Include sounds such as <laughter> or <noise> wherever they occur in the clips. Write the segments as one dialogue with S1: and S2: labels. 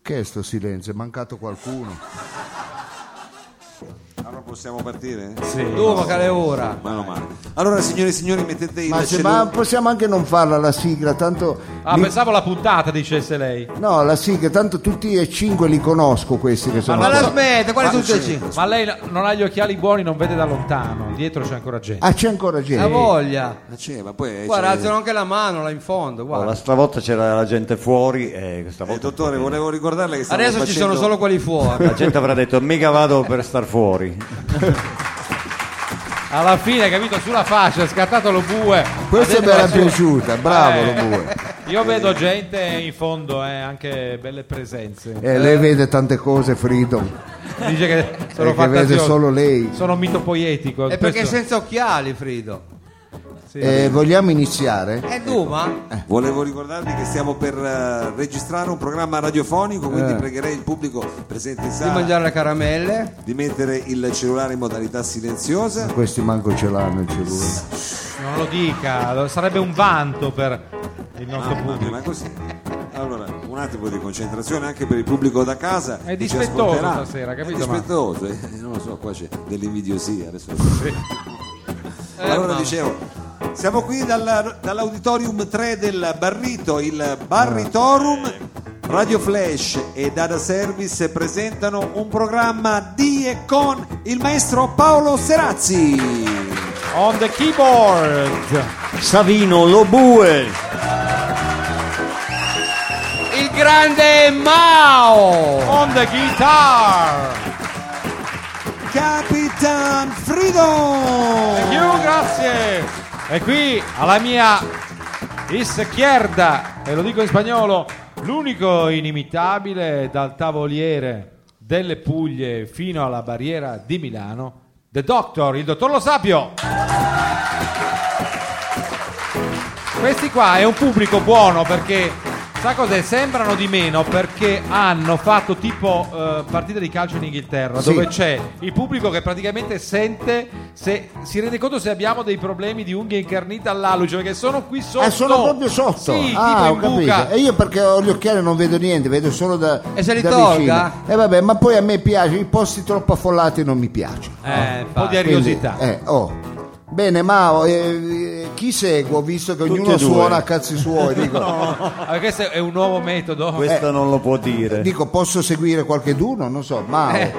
S1: Che è sto silenzio? È mancato qualcuno.
S2: Allora possiamo partire?
S3: Dove che è ora?
S2: Mano male. Allora, signore e signori, mettete i
S1: Ma, se-
S2: cellulari-
S1: ma possiamo anche non farla la sigla, tanto.
S3: Ah,
S1: li-
S3: pensavo la puntata, dicesse lei.
S1: No, la sigla, tanto tutti e cinque li conosco questi che sono.
S3: Ma
S4: Ma la
S3: so-
S4: smetta, quali sono tutti e cinque?
S3: Ma lei non ha gli occhiali buoni, non vede da lontano. Dietro c'è ancora gente.
S1: Ah, c'è ancora gente.
S4: La voglia.
S2: Ah, c'è, ma poi...
S4: Guarda,
S2: c'è-
S4: alzano anche la mano là in fondo,
S5: Oh,
S4: guarda.
S5: la stavolta c'era la gente fuori e questa
S2: Eh,
S5: volta...
S2: dottore, volevo ricordarle che stiamo
S4: Adesso ci sono
S2: facendo-
S4: solo quelli fuori.
S5: La gente avrà detto mica vado per star fuori.
S3: Alla fine, capito, sulla faccia, è scattato lo bue.
S1: Questa
S3: Ha
S1: mi
S3: detto
S1: era
S3: la sua-
S1: piaciuta, bravo
S3: Eh.
S1: lo bue.
S3: Io vedo gente in fondo, eh, anche belle presenze.
S1: Eh, lei vede tante cose, Freedom.
S3: Dice che sono
S1: Eh, che vede
S3: fantasioso.
S1: solo lei.
S3: Sono mito poetico.
S4: È perché
S3: questo-
S4: senza occhiali, Frido.
S3: sì.
S1: Eh, vogliamo iniziare?
S4: È Duma?
S2: Eh. Volevo ricordarvi che stiamo per eh, registrare un programma radiofonico, quindi pregherei il pubblico presente in
S4: Eh.
S3: Ah.
S4: Di
S2: sala
S4: mangiare le caramelle?
S2: di mettere il cellulare in modalità silenziosa.
S1: Questi manco ce l'hanno il cellulare.
S3: Non lo dica, lo- sarebbe un vanto per il
S4: Ah,
S3: nostro
S2: Mamma mia,
S3: pubblico.
S2: Ah, ma così. Allora, un attimo di concentrazione anche per il pubblico da casa.
S3: È
S2: che ci
S3: dispettoso
S2: ascolterà.
S3: stasera, capito,
S2: È
S3: ma-
S2: dispettoso, eh, non lo so, qua c'è dell'invidiosia. Adesso...
S3: Eh,
S2: allora
S4: mamma.
S2: dicevo, siamo qui dalla- dall'auditorium 3 del Barrito, il Barritorum. Radio Flash e Dada Service presentano un programma di e con il maestro Paolo Serazzi.
S3: On the keyboard.
S5: Savino Lobue!
S4: Il grande Mao!
S3: On the guitar.
S2: Capitan Freedom!
S3: Io grazie. E qui alla mia izquierda, e lo dico in spagnolo, l'unico inimitabile dal tavoliere delle Puglie fino alla barriera di Milano, The Doctor, il dottor Lo Sapio. Questi qua è un pubblico buono perché sa cos'è? Sembrano di meno perché hanno fatto tipo eh, partite di calcio in Inghilterra
S1: Sì.
S3: dove c'è il pubblico che praticamente sente se si rende conto se abbiamo dei problemi di unghie incarnita all'alluce perché sono qui sotto.
S1: Ah, sono proprio sotto.
S3: Sì,
S1: ah, ho
S3: tipo in buca.
S1: capito. E io perché ho gli occhiali non vedo niente, vedo solo da.
S4: E se li
S1: da
S4: tolga?
S1: vicino. Eh, vabbè, ma poi a me piace, i posti troppo affollati non mi piacciono. Ah,
S3: Eh, un po' di
S1: Quindi,
S3: ariosità.
S1: eh, oh. Bene, Mao, eh, chi seguo visto che ognuno
S5: e due.
S1: suona a
S5: <laughs>
S1: cazzi suoi? Dico,
S3: Ah, perché questo è un nuovo metodo.
S5: Questo non lo può dire.
S1: dico, posso seguire qualcheduno? Non so, Mao. eh.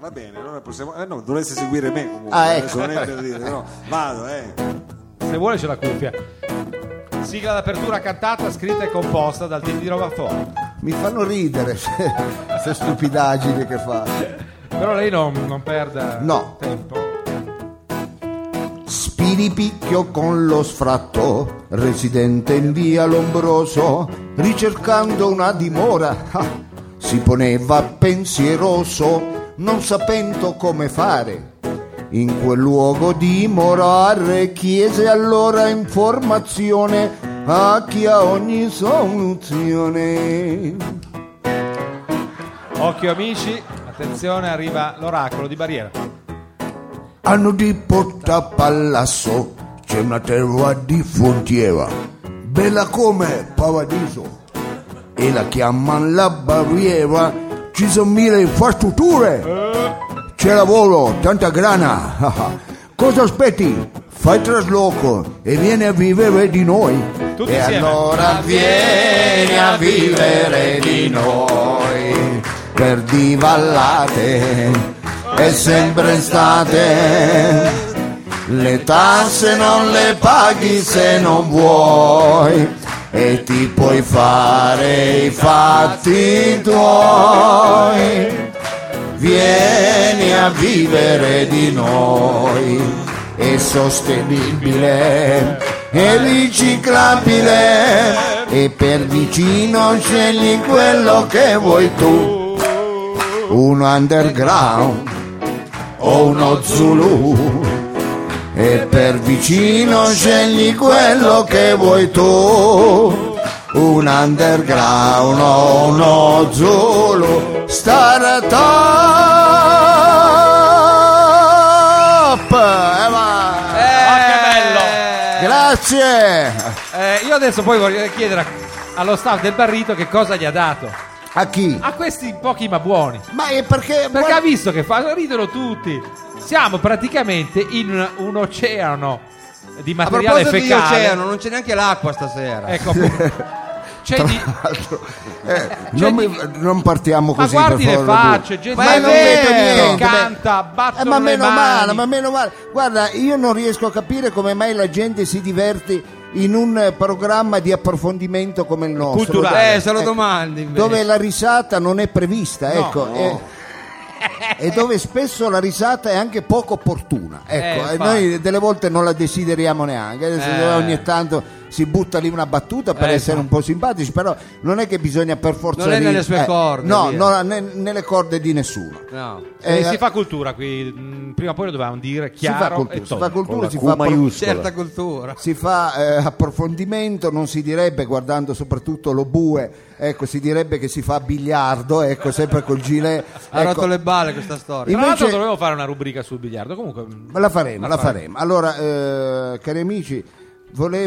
S2: Va bene, allora possiamo. Eh no, dovreste seguire me comunque. eh,
S1: Ah,
S2: adesso
S1: ecco.
S2: non è per dire, però vado, eh.
S3: Se vuole c'è la cuffia. Sigla d'apertura cantata, scritta e composta dal team di Roma Forte.
S1: Mi fanno ridere <laughs> queste stupidaggini che fa.
S3: Però lei non, non perda
S1: No.
S3: tempo.
S1: Spiripicchio con lo sfratto, residente in via Lombroso, ricercando una dimora, ah, si poneva pensieroso, non sapendo come fare. In quel luogo dimorare chiese allora informazione a chi ha ogni soluzione.
S3: Occhio amici, attenzione, arriva l'oracolo di barriera.
S1: Eh! Hanno di Porta Palazzo c'è una terra di frontiera, bella come paradiso, e la chiamano la barriera, ci sono mille infrastrutture, c'è lavoro, tanta grana, <laughs> cosa aspetti? Fai trasloco e vieni a vivere di noi.
S3: Tutti
S1: e
S3: insieme.
S1: allora vieni a vivere di noi, per divallate è sempre estate. Le tasse non le paghi se non vuoi e ti puoi fare i fatti tuoi. Vieni a vivere di noi, è sostenibile, è riciclabile e per vicino scegli quello che vuoi tu. Un underground o uno Zulu e per vicino scegli quello che vuoi tu. Un underground o uno Zulu Startup! Eh, va.
S3: Oh, Eh. che
S1: Grazie!
S3: Eh, io adesso poi voglio chiedere a- allo staff del barrito che cosa gli ha dato.
S1: A chi?
S3: A questi pochi ma buoni.
S1: Ma è perché...
S3: Perché
S1: guarda-
S3: ha visto che fa ridono tutti. Siamo praticamente in un, un oceano di
S4: A
S3: materiale
S4: proposito di
S3: fecale.
S4: oceano, non c'è neanche l'acqua
S5: Eh,
S4: stasera.
S1: <laughs>
S3: Ecco, appunto. c'è di,
S1: eh, non, mi- non partiamo
S3: cioè, ma
S1: così
S3: guardi
S1: per
S3: le
S1: favore.
S3: facce, gente
S1: ma
S4: è
S3: che
S1: non vedo
S4: vero,
S1: niente.
S3: canta, batte
S1: Eh, ma
S3: le
S1: meno
S3: mani.
S1: male, ma meno male. Guarda, io non riesco a capire come mai la gente si diverte in un eh, programma di approfondimento come il nostro. Ecco.
S3: Culturale.
S4: Eh, se lo domandi invece.
S1: dove la risata non è prevista,
S3: No,
S1: ecco. E, e dove spesso la risata è anche poco opportuna. Ecco, e
S4: Eh, infatti.
S1: noi delle volte non la desideriamo neanche, adesso
S4: Eh.
S1: ogni tanto si butta lì una battuta per
S4: Eh,
S1: essere un po' simpatici, però non è che bisogna per forza
S4: Non è
S1: ri-
S4: nelle sue corde,
S1: No,
S4: via.
S1: non- ne- nelle corde di nessuno.
S4: No.
S3: Eh,
S1: Eh,
S3: si fa cultura qui, mm, prima o poi lo dovevamo dire
S1: si fa
S3: chiaro
S1: cultura,
S3: e
S1: si
S3: tosto.
S1: fa
S5: Con
S1: cultura,
S5: la
S1: si
S5: Q
S1: fa pro-
S5: maiuscola.
S4: Certa cultura.
S1: si fa eh, approfondimento, non si direbbe guardando soprattutto lo bue, ecco, si direbbe che si fa biliardo, ecco, sempre col gilet.
S4: Ha
S1: ecco.
S4: rotto le balle questa storia.
S1: Io-
S3: Tra l'altro
S1: invece-
S3: dovevo fare una rubrica sul biliardo, comunque mm,
S1: Ma la faremo, la faremo. Allora, eh, cari amici,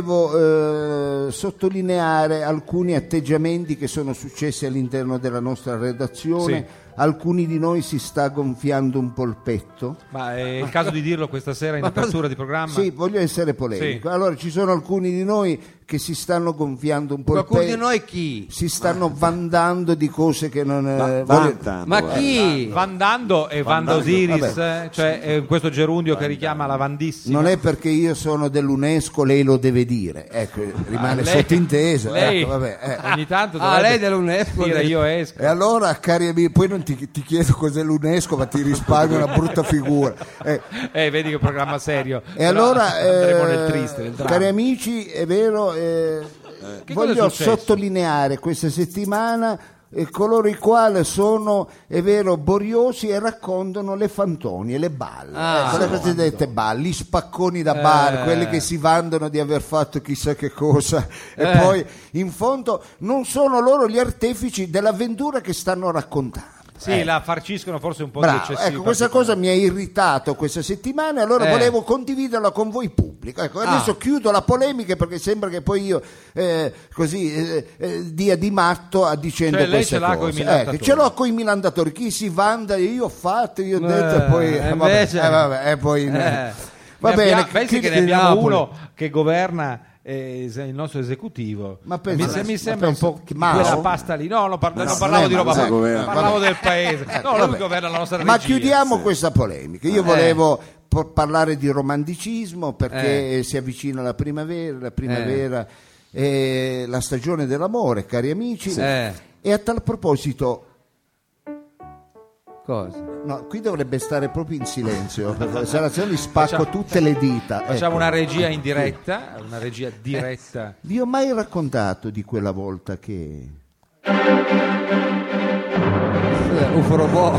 S1: volevo eh, sottolineare alcuni atteggiamenti che sono successi all'interno della nostra redazione.
S3: Sì.
S1: Alcuni di noi si sta gonfiando un po' il petto.
S3: ma è il caso di dirlo questa sera in apertura di programma.
S1: Sì, voglio essere polemico. Allora, ci sono alcuni di noi che si stanno gonfiando un po'
S4: Qualcuno
S1: il
S4: di
S1: petto.
S4: noi chi?
S1: Si stanno vandando di cose che non... eh,
S5: Ma-
S1: voglio-
S5: vantano,
S4: Ma
S5: guarda.
S4: chi?
S3: Van Dando e Vanda Osiris, eh, cioè eh, questo gerundio che richiama la Vandissima.
S1: Non è perché io sono dell'UNESCO, lei lo deve dire. Ecco, rimane
S3: Ah, lei-
S1: sottinteso.
S3: lei
S1: ecco, vabbè, eh.
S3: Ogni tanto
S4: Ah,
S3: dovrebbe
S4: lei è dell'UNESCO,
S3: dire
S4: lei-
S3: io esco.
S1: E allora, cari amici, poi non ti, ti chiedo cos'è l'UNESCO, ma ti risparmio una brutta figura. Eh,
S3: Eh, vedi che
S1: <laughs>
S3: programma serio.
S1: e
S3: Però
S1: allora,
S3: andremo
S1: eh,
S3: nel triste, nel dramma.
S1: cari amici, è vero, eh,
S3: Che cosa è
S1: voglio
S3: successo?
S1: sottolineare questa settimana eh, coloro i quali sono, è vero, boriosi e raccontano le fantonie, le balle,
S4: Ah,
S1: Ecco, le cosiddette balle, gli spacconi da bar,
S4: Eh.
S1: quelli che si vantano di aver fatto chissà che cosa e
S3: Eh.
S1: poi in fondo non sono loro gli artefici dell'avventura che stanno raccontando.
S3: Sì, la farciscono forse un po' di
S1: Eh. Bravo,
S3: eccessivo.
S1: ecco, questa cosa mi ha irritato questa settimana e allora
S4: Eh.
S1: volevo condividerla con voi pubblico. Ecco,
S3: Ah.
S1: adesso chiudo la polemica perché sembra che poi io eh, così eh, eh, dia di matto a dicendo
S3: Cioè, lei
S1: queste
S3: ce l'ha coi
S1: cose.
S3: milandatori.
S1: Ecco, ce l'ho con i milandatori, chi si vanda, io ho fatto, io ho detto e
S4: Eh,
S1: poi... eh, vabbè,
S4: invece-
S1: eh, vabbè, e poi-
S4: Eh.
S1: Va
S3: Ne
S1: bene,
S3: abbiamo- pensi
S1: chi-
S3: che ne
S1: chi-
S3: abbiamo
S1: Napoli.
S3: uno che governa eh, se- il nostro esecutivo.
S1: Ma
S3: mi,
S1: pensa-
S3: se- mi
S1: ma
S3: sembra
S1: pensa-
S3: un po'
S1: che Mao?
S3: quella pasta lì. No, non, parla- non
S1: no,
S3: parlavo
S1: non
S3: di
S1: è
S3: roba,
S1: Mao,
S3: sua,
S1: governa.
S3: parlavo
S1: Vabbè.
S3: del paese. No, lui
S1: Vabbè.
S3: governa la nostra regia. Eh.
S1: Ma chiudiamo questa polemica. Io volevo por- parlare di romanticismo perché eh, si avvicina la primavera, la primavera
S3: Eh.
S1: è la stagione dell'amore, cari amici.
S4: Eh.
S1: E a tal proposito,
S4: Cosa?
S1: no, qui dovrebbe stare proprio in silenzio, perché se no gli spacco tutte le dita.
S3: Facciamo
S1: Ecco.
S3: una regia in diretta, una regia diretta.
S1: Vi ho mai raccontato di quella volta che...
S4: Uforobò.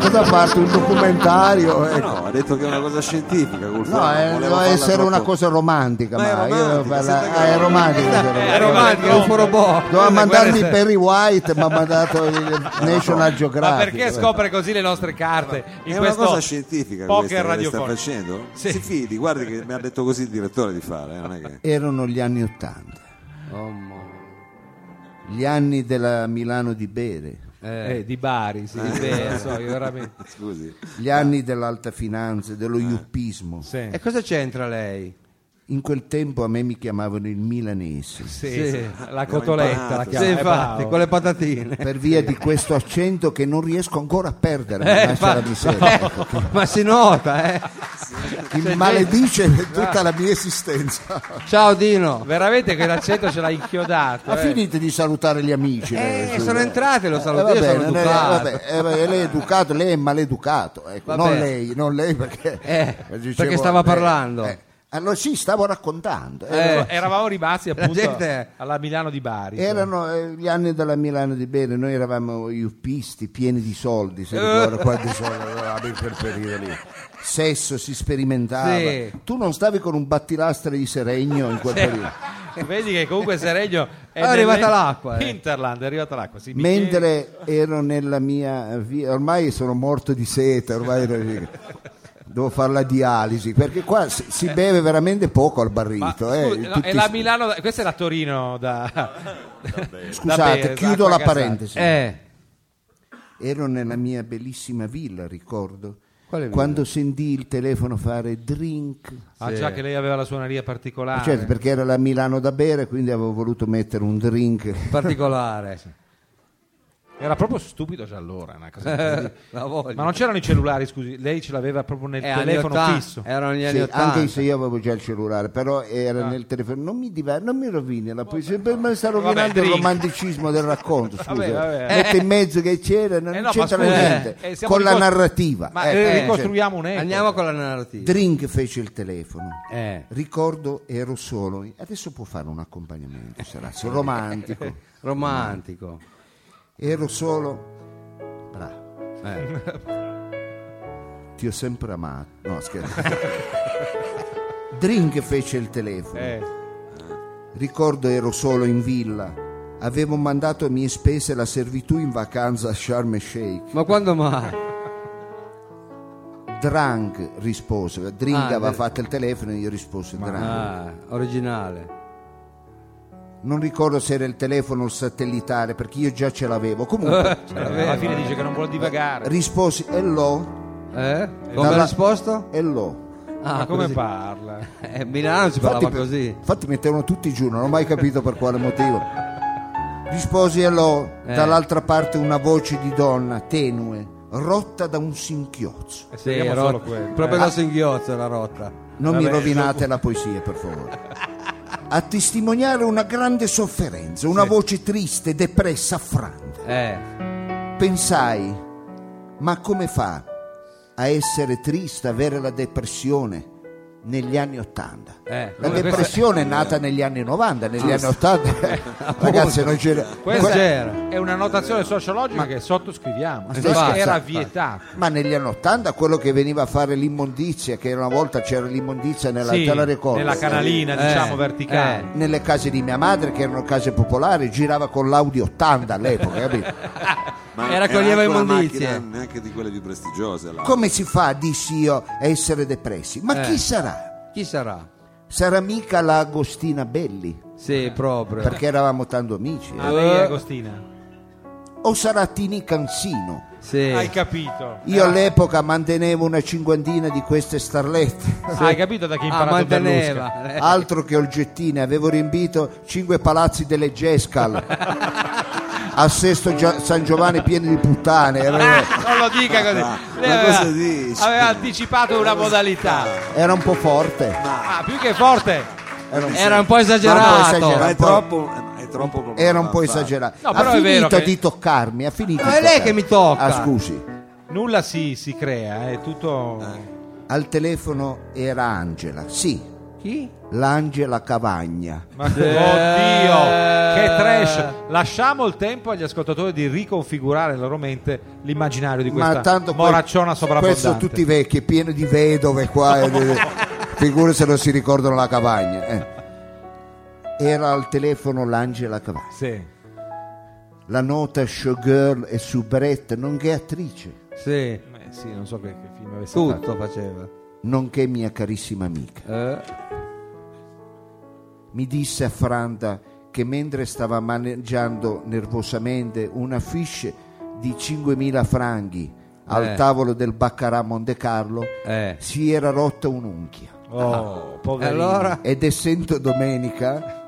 S1: Cosa ha fatto? Un documentario?
S3: <laughs>
S1: Ecco.
S2: Eh, No, ha detto che è una cosa scientifica. col
S1: No,
S2: fuoco,
S1: eh,
S2: voleva
S1: doveva
S2: farla
S1: essere una
S2: troppo-
S1: cosa romantica,
S2: Ma è
S1: ma, io
S2: romantica,
S1: parla-
S2: senta che-
S1: ah, è romantica.
S4: È romantico, uforobò.
S1: Eh, Doveva
S3: Guarda,
S1: mandarmi
S3: guarda se-
S1: Perry White, mi ha mandato il National Geographic.
S3: Ma perché scopre così le nostre carte? In
S2: È una
S3: questo
S2: cosa scientifica
S3: poker
S2: questa che lei sta
S3: radiofonico.
S2: facendo?
S3: Sì.
S2: Si fidi, guardi che mi ha detto così il direttore di fare, eh, non è che... <laughs>
S1: Erano gli anni Ottanta, gli anni della Milano di Bere,
S3: Eh, di Bari, sì, di Bari, so, io veramente.
S2: Scusi.
S1: gli anni dell'alta finanza, dello yuppismo.
S3: Sì.
S4: eh, E cosa c'entra lei?
S1: In quel tempo a me mi chiamavano il milanese.
S3: Sì,
S4: Sì.
S3: la cotoletta la
S2: imparato,
S3: chiama.
S4: Sì,
S3: eh,
S4: infatti,
S3: bravo.
S4: con
S1: <laughs>
S4: le patatine.
S1: Per via di questo accento che non riesco ancora a perdere,
S4: Eh,
S1: mannaggia la
S4: fa- <laughs>
S1: miseria. ecco.
S4: Eh, ma si nota, eh.
S1: Ti maledice tutta la mia esistenza.
S4: Ciao Dino. <laughs>
S3: Veramente quell'accento ce l'ha inchiodato.
S1: Ma
S3: eh.
S1: finite di salutare gli amici.
S4: Eh,
S1: lei, su-
S4: sono entrate, lo
S1: Eh,
S4: saluto, io
S1: vabbè,
S4: sono
S1: non è-
S4: educato.
S1: vabbè, eh, vabbè, lei è educato, lei è maleducato. ecco,
S4: Vabbè.
S1: non lei, non lei perché, eh,
S4: Eh, perché stava parlando.
S1: allora sì, stavo raccontando.
S4: Eh,
S1: Erano,
S3: Eravamo rimasti appunto
S4: gente-
S3: alla Milano di Bari.
S1: erano, eh, gli anni della Milano di Bene, noi eravamo iuppisti, pieni di soldi, se ricordo
S4: Eh.
S1: quanti soldi avevamo in quel periodo lì. Sesso si sperimentava.
S4: Sì.
S1: Tu non stavi con un battilastre di Seregno in quel periodo.
S3: Vedi che comunque Seregno è
S4: È arrivata
S3: nel-
S4: l'acqua, eh.
S3: Hinterland, è arrivata l'acqua. sì, mi
S1: mentre ero nella mia via, ormai sono morto di sete, ormai ero- Devo fare la dialisi perché qua si, si beve veramente poco al
S3: Ma,
S1: barrito. eh,
S3: scusi, no,
S1: tutti-
S3: è la Milano, da- questa è la Torino da... da bere,
S1: Scusate,
S3: da
S1: chiudo la
S3: acqua gasata.
S1: parentesi.
S4: Eh,
S1: Ero nella mia bellissima villa, ricordo.
S4: Quale villa?
S1: Quando sentii il telefono fare drink,
S3: Ah
S4: Sì.
S3: già che lei aveva la suoneria particolare.
S1: certo perché era la Milano da bere, quindi avevo voluto mettere un drink.
S4: particolare.
S3: Era proprio stupido già allora, una cosa incredibile.
S4: <laughs> La voglia.
S3: Ma non c'erano i cellulari, scusi, lei ce l'aveva proprio nel
S4: Eh, anni
S3: telefono
S4: 80,
S3: fisso.
S4: Erano gli anni
S1: Sì,
S4: 80.
S1: anche se io avevo già il cellulare, però era
S3: Ah.
S1: nel telefono. Non mi, diver- non mi rovini la poesia, per me sta rovinando il
S3: drink.
S1: romanticismo del racconto. Scusa.
S3: Vabbè, vabbè.
S1: Mette in mezzo che c'era, non
S3: Eh no, ma
S1: c'entra
S3: scusi,
S1: niente
S3: eh, siamo
S1: con la
S3: ricostru-
S1: narrativa.
S3: Ma
S1: Ecco,
S3: eh,
S1: cioè,
S3: ricostruiamo un eco.
S4: Andiamo con la narrativa.
S1: Drink fece il telefono.
S4: Eh.
S1: Ricordo ero solo, adesso può fare un accompagnamento, sarà solo
S3: Eh.
S1: romantico.
S4: Romantico.
S1: Ero solo. Bravo,
S4: Eh.
S1: ti ho sempre amato. No, scherzo. Drink fece il telefono.
S3: Eh,
S1: Ricordo ero solo in villa. Avevo mandato a mie spese la servitù in vacanza a Sharm el Sheikh.
S4: Ma quando mai?
S1: Drunk rispose. Drink
S4: Ah,
S1: aveva
S4: beh.
S1: fatto il telefono e io rispose drunk.
S4: Ah, originale.
S1: Non ricordo se era il telefono o il satellitare perché io già ce l'avevo.
S4: <laughs>
S1: Comunque
S3: eh, alla fine dice che non vuole divagare.
S1: risposi hello,
S4: Eh? Come
S1: Dalla-
S4: ha risposto?
S1: hello.
S3: Ma
S4: Ah,
S3: come
S4: così.
S3: parla?
S4: Eh, Milano si parlava
S1: per-
S4: così.
S1: infatti mettevano tutti giù, non ho mai capito per quale motivo. Risposi hello,
S4: Eh.
S1: dall'altra parte una voce di donna tenue, rotta da un sinchiozzo.
S3: Eh,
S4: Sì,
S3: vediamo solo
S4: rot-
S3: quello.
S4: proprio
S3: Eh.
S4: da singhiozzo la rotta.
S1: Non mi
S3: Vabbè,
S1: rovinate la poesia, per favore. A testimoniare una grande sofferenza, una voce triste, depressa, affrante.
S4: Eh,
S1: Pensai, ma come fa a essere triste, avere la depressione negli anni Ottanta?
S4: eh.
S1: La
S4: Come questa-
S1: depressione è nata negli anni 90, negli anni 80 ragazzi non c'era...
S3: Questa
S4: C'era.
S3: è una notazione sociologica che sottoscriviamo.
S1: Ma
S3: Perché
S4: basta,
S3: era
S4: basta.
S3: vietato.
S1: Ma negli anni 80 quello che veniva a fare l'immondizia, che una volta c'era l'immondizia nella
S3: Sì,
S1: tela record.
S3: nella canalina,
S4: Eh,
S3: diciamo, verticale.
S4: eh.
S1: nelle case di mia madre, che erano case popolari, girava con l'Audi 80 all'epoca,
S4: <laughs>
S1: capito?
S2: Ma
S4: Era
S2: era
S4: coglieva
S2: anche una
S4: immondizie.
S2: macchina Neanche di quelle più prestigiose. là. <laughs>
S1: Come si fa, dissi io, a essere depressi? Ma
S4: Eh.
S1: chi sarà?
S4: Chi sarà?
S1: Sarà mica la Agostina Belli,
S4: Sì, proprio.
S1: perché eravamo tanto amici. eh.
S3: Ah, lei è Agostina.
S1: O sarà Tini Cansino?
S4: Sì. Ah,
S3: Hai capito.
S4: Eh.
S1: Io all'epoca mantenevo una cinquantina di queste starlette.
S3: Hai capito da chi ha
S4: Ah,
S3: imparato Berlusca?
S4: manteneva. Eh.
S1: Altro che olgettine, avevo riempito cinque palazzi delle
S4: <laughs>
S1: Gescal a Sesto Gia- San Giovanni pieni di puttane. eh, Era,
S3: Non lo dica così. Lei
S2: ma
S3: aveva,
S2: cosa dici?
S3: aveva anticipato una modalità.
S1: era un po' forte.
S3: Ah, più che forte.
S1: Era un
S4: Era un po' esagerato.
S1: esagerato.
S2: Ma
S1: era
S2: è
S1: un po'-
S2: troppo,
S1: eh,
S2: è troppo
S1: Era un po'
S2: affare.
S1: esagerato.
S3: Ah, No,
S1: ha
S3: però è
S1: finito
S3: vero che-
S1: di toccarmi, ha finito.
S4: Ma
S1: di
S4: è lei
S1: toccarmi.
S4: che mi tocca.
S1: Ah, scusi.
S3: Nulla si, si crea, è tutto...
S1: Al telefono era Angela, sì,
S4: Chi?
S1: l'Angela Cavagna.
S3: Ma- Oddio, Eh. che trash. Lasciamo il tempo agli ascoltatori di riconfigurare nella loro mente l'immaginario di questa
S1: poi-
S3: moracciona sovrabbondante.
S1: Questo tutti vecchi, pieno di vedove
S3: <laughs>
S1: qua. e- <laughs> Figure se non si ricordano la Cavagna. eh. Era al telefono l'Angela Cavagna,
S3: Sì.
S1: la nota showgirl e soubrette, nonché attrice,
S4: Sì.
S3: Beh, sì, non so che, che film avesse fatto.
S4: Tutto faceva.
S1: nonché mia carissima amica.
S4: Eh.
S1: mi disse affranta che mentre stava maneggiando nervosamente una fiche di 5.000 franchi al
S4: Eh.
S1: tavolo del Baccarà Monte Carlo,
S4: Eh.
S1: si era rotta un'unchia.
S3: Oh, poverino.
S4: Allora?
S1: Ed essendo domenica,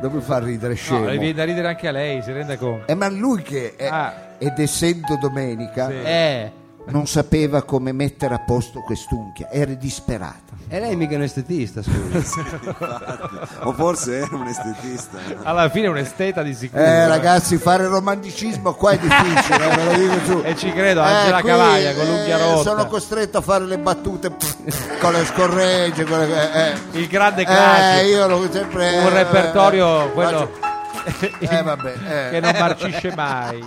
S1: dove fa ridere
S3: No,
S1: scemo?
S3: le viene da ridere anche a lei, si rende conto.
S1: Eh, ma lui che è-
S3: Ah.
S1: ed essendo domenica
S3: Sì.
S4: Eh.
S1: non sapeva come mettere a posto quest'unchia, era disperata.
S4: E lei mica è un estetista, scusa.
S2: O forse era un estetista. no?
S3: Alla fine è un esteta di sicuro.
S1: Eh ragazzi, fare romanticismo qua è difficile, eh, ve lo dico su.
S3: E ci credo, Angela
S1: Eh, qui,
S3: Cavaglia con l'unghia rotta.
S1: Sono costretto a fare le battute pff, con le scorregge, con le- eh, eh.
S3: Il grande classico.
S1: Eh, io l'ho sempre
S3: un
S1: eh,
S3: repertorio
S1: eh,
S3: quello
S1: faccio- eh,
S3: <laughs>
S1: vabbè, eh.
S3: che non marcisce mai.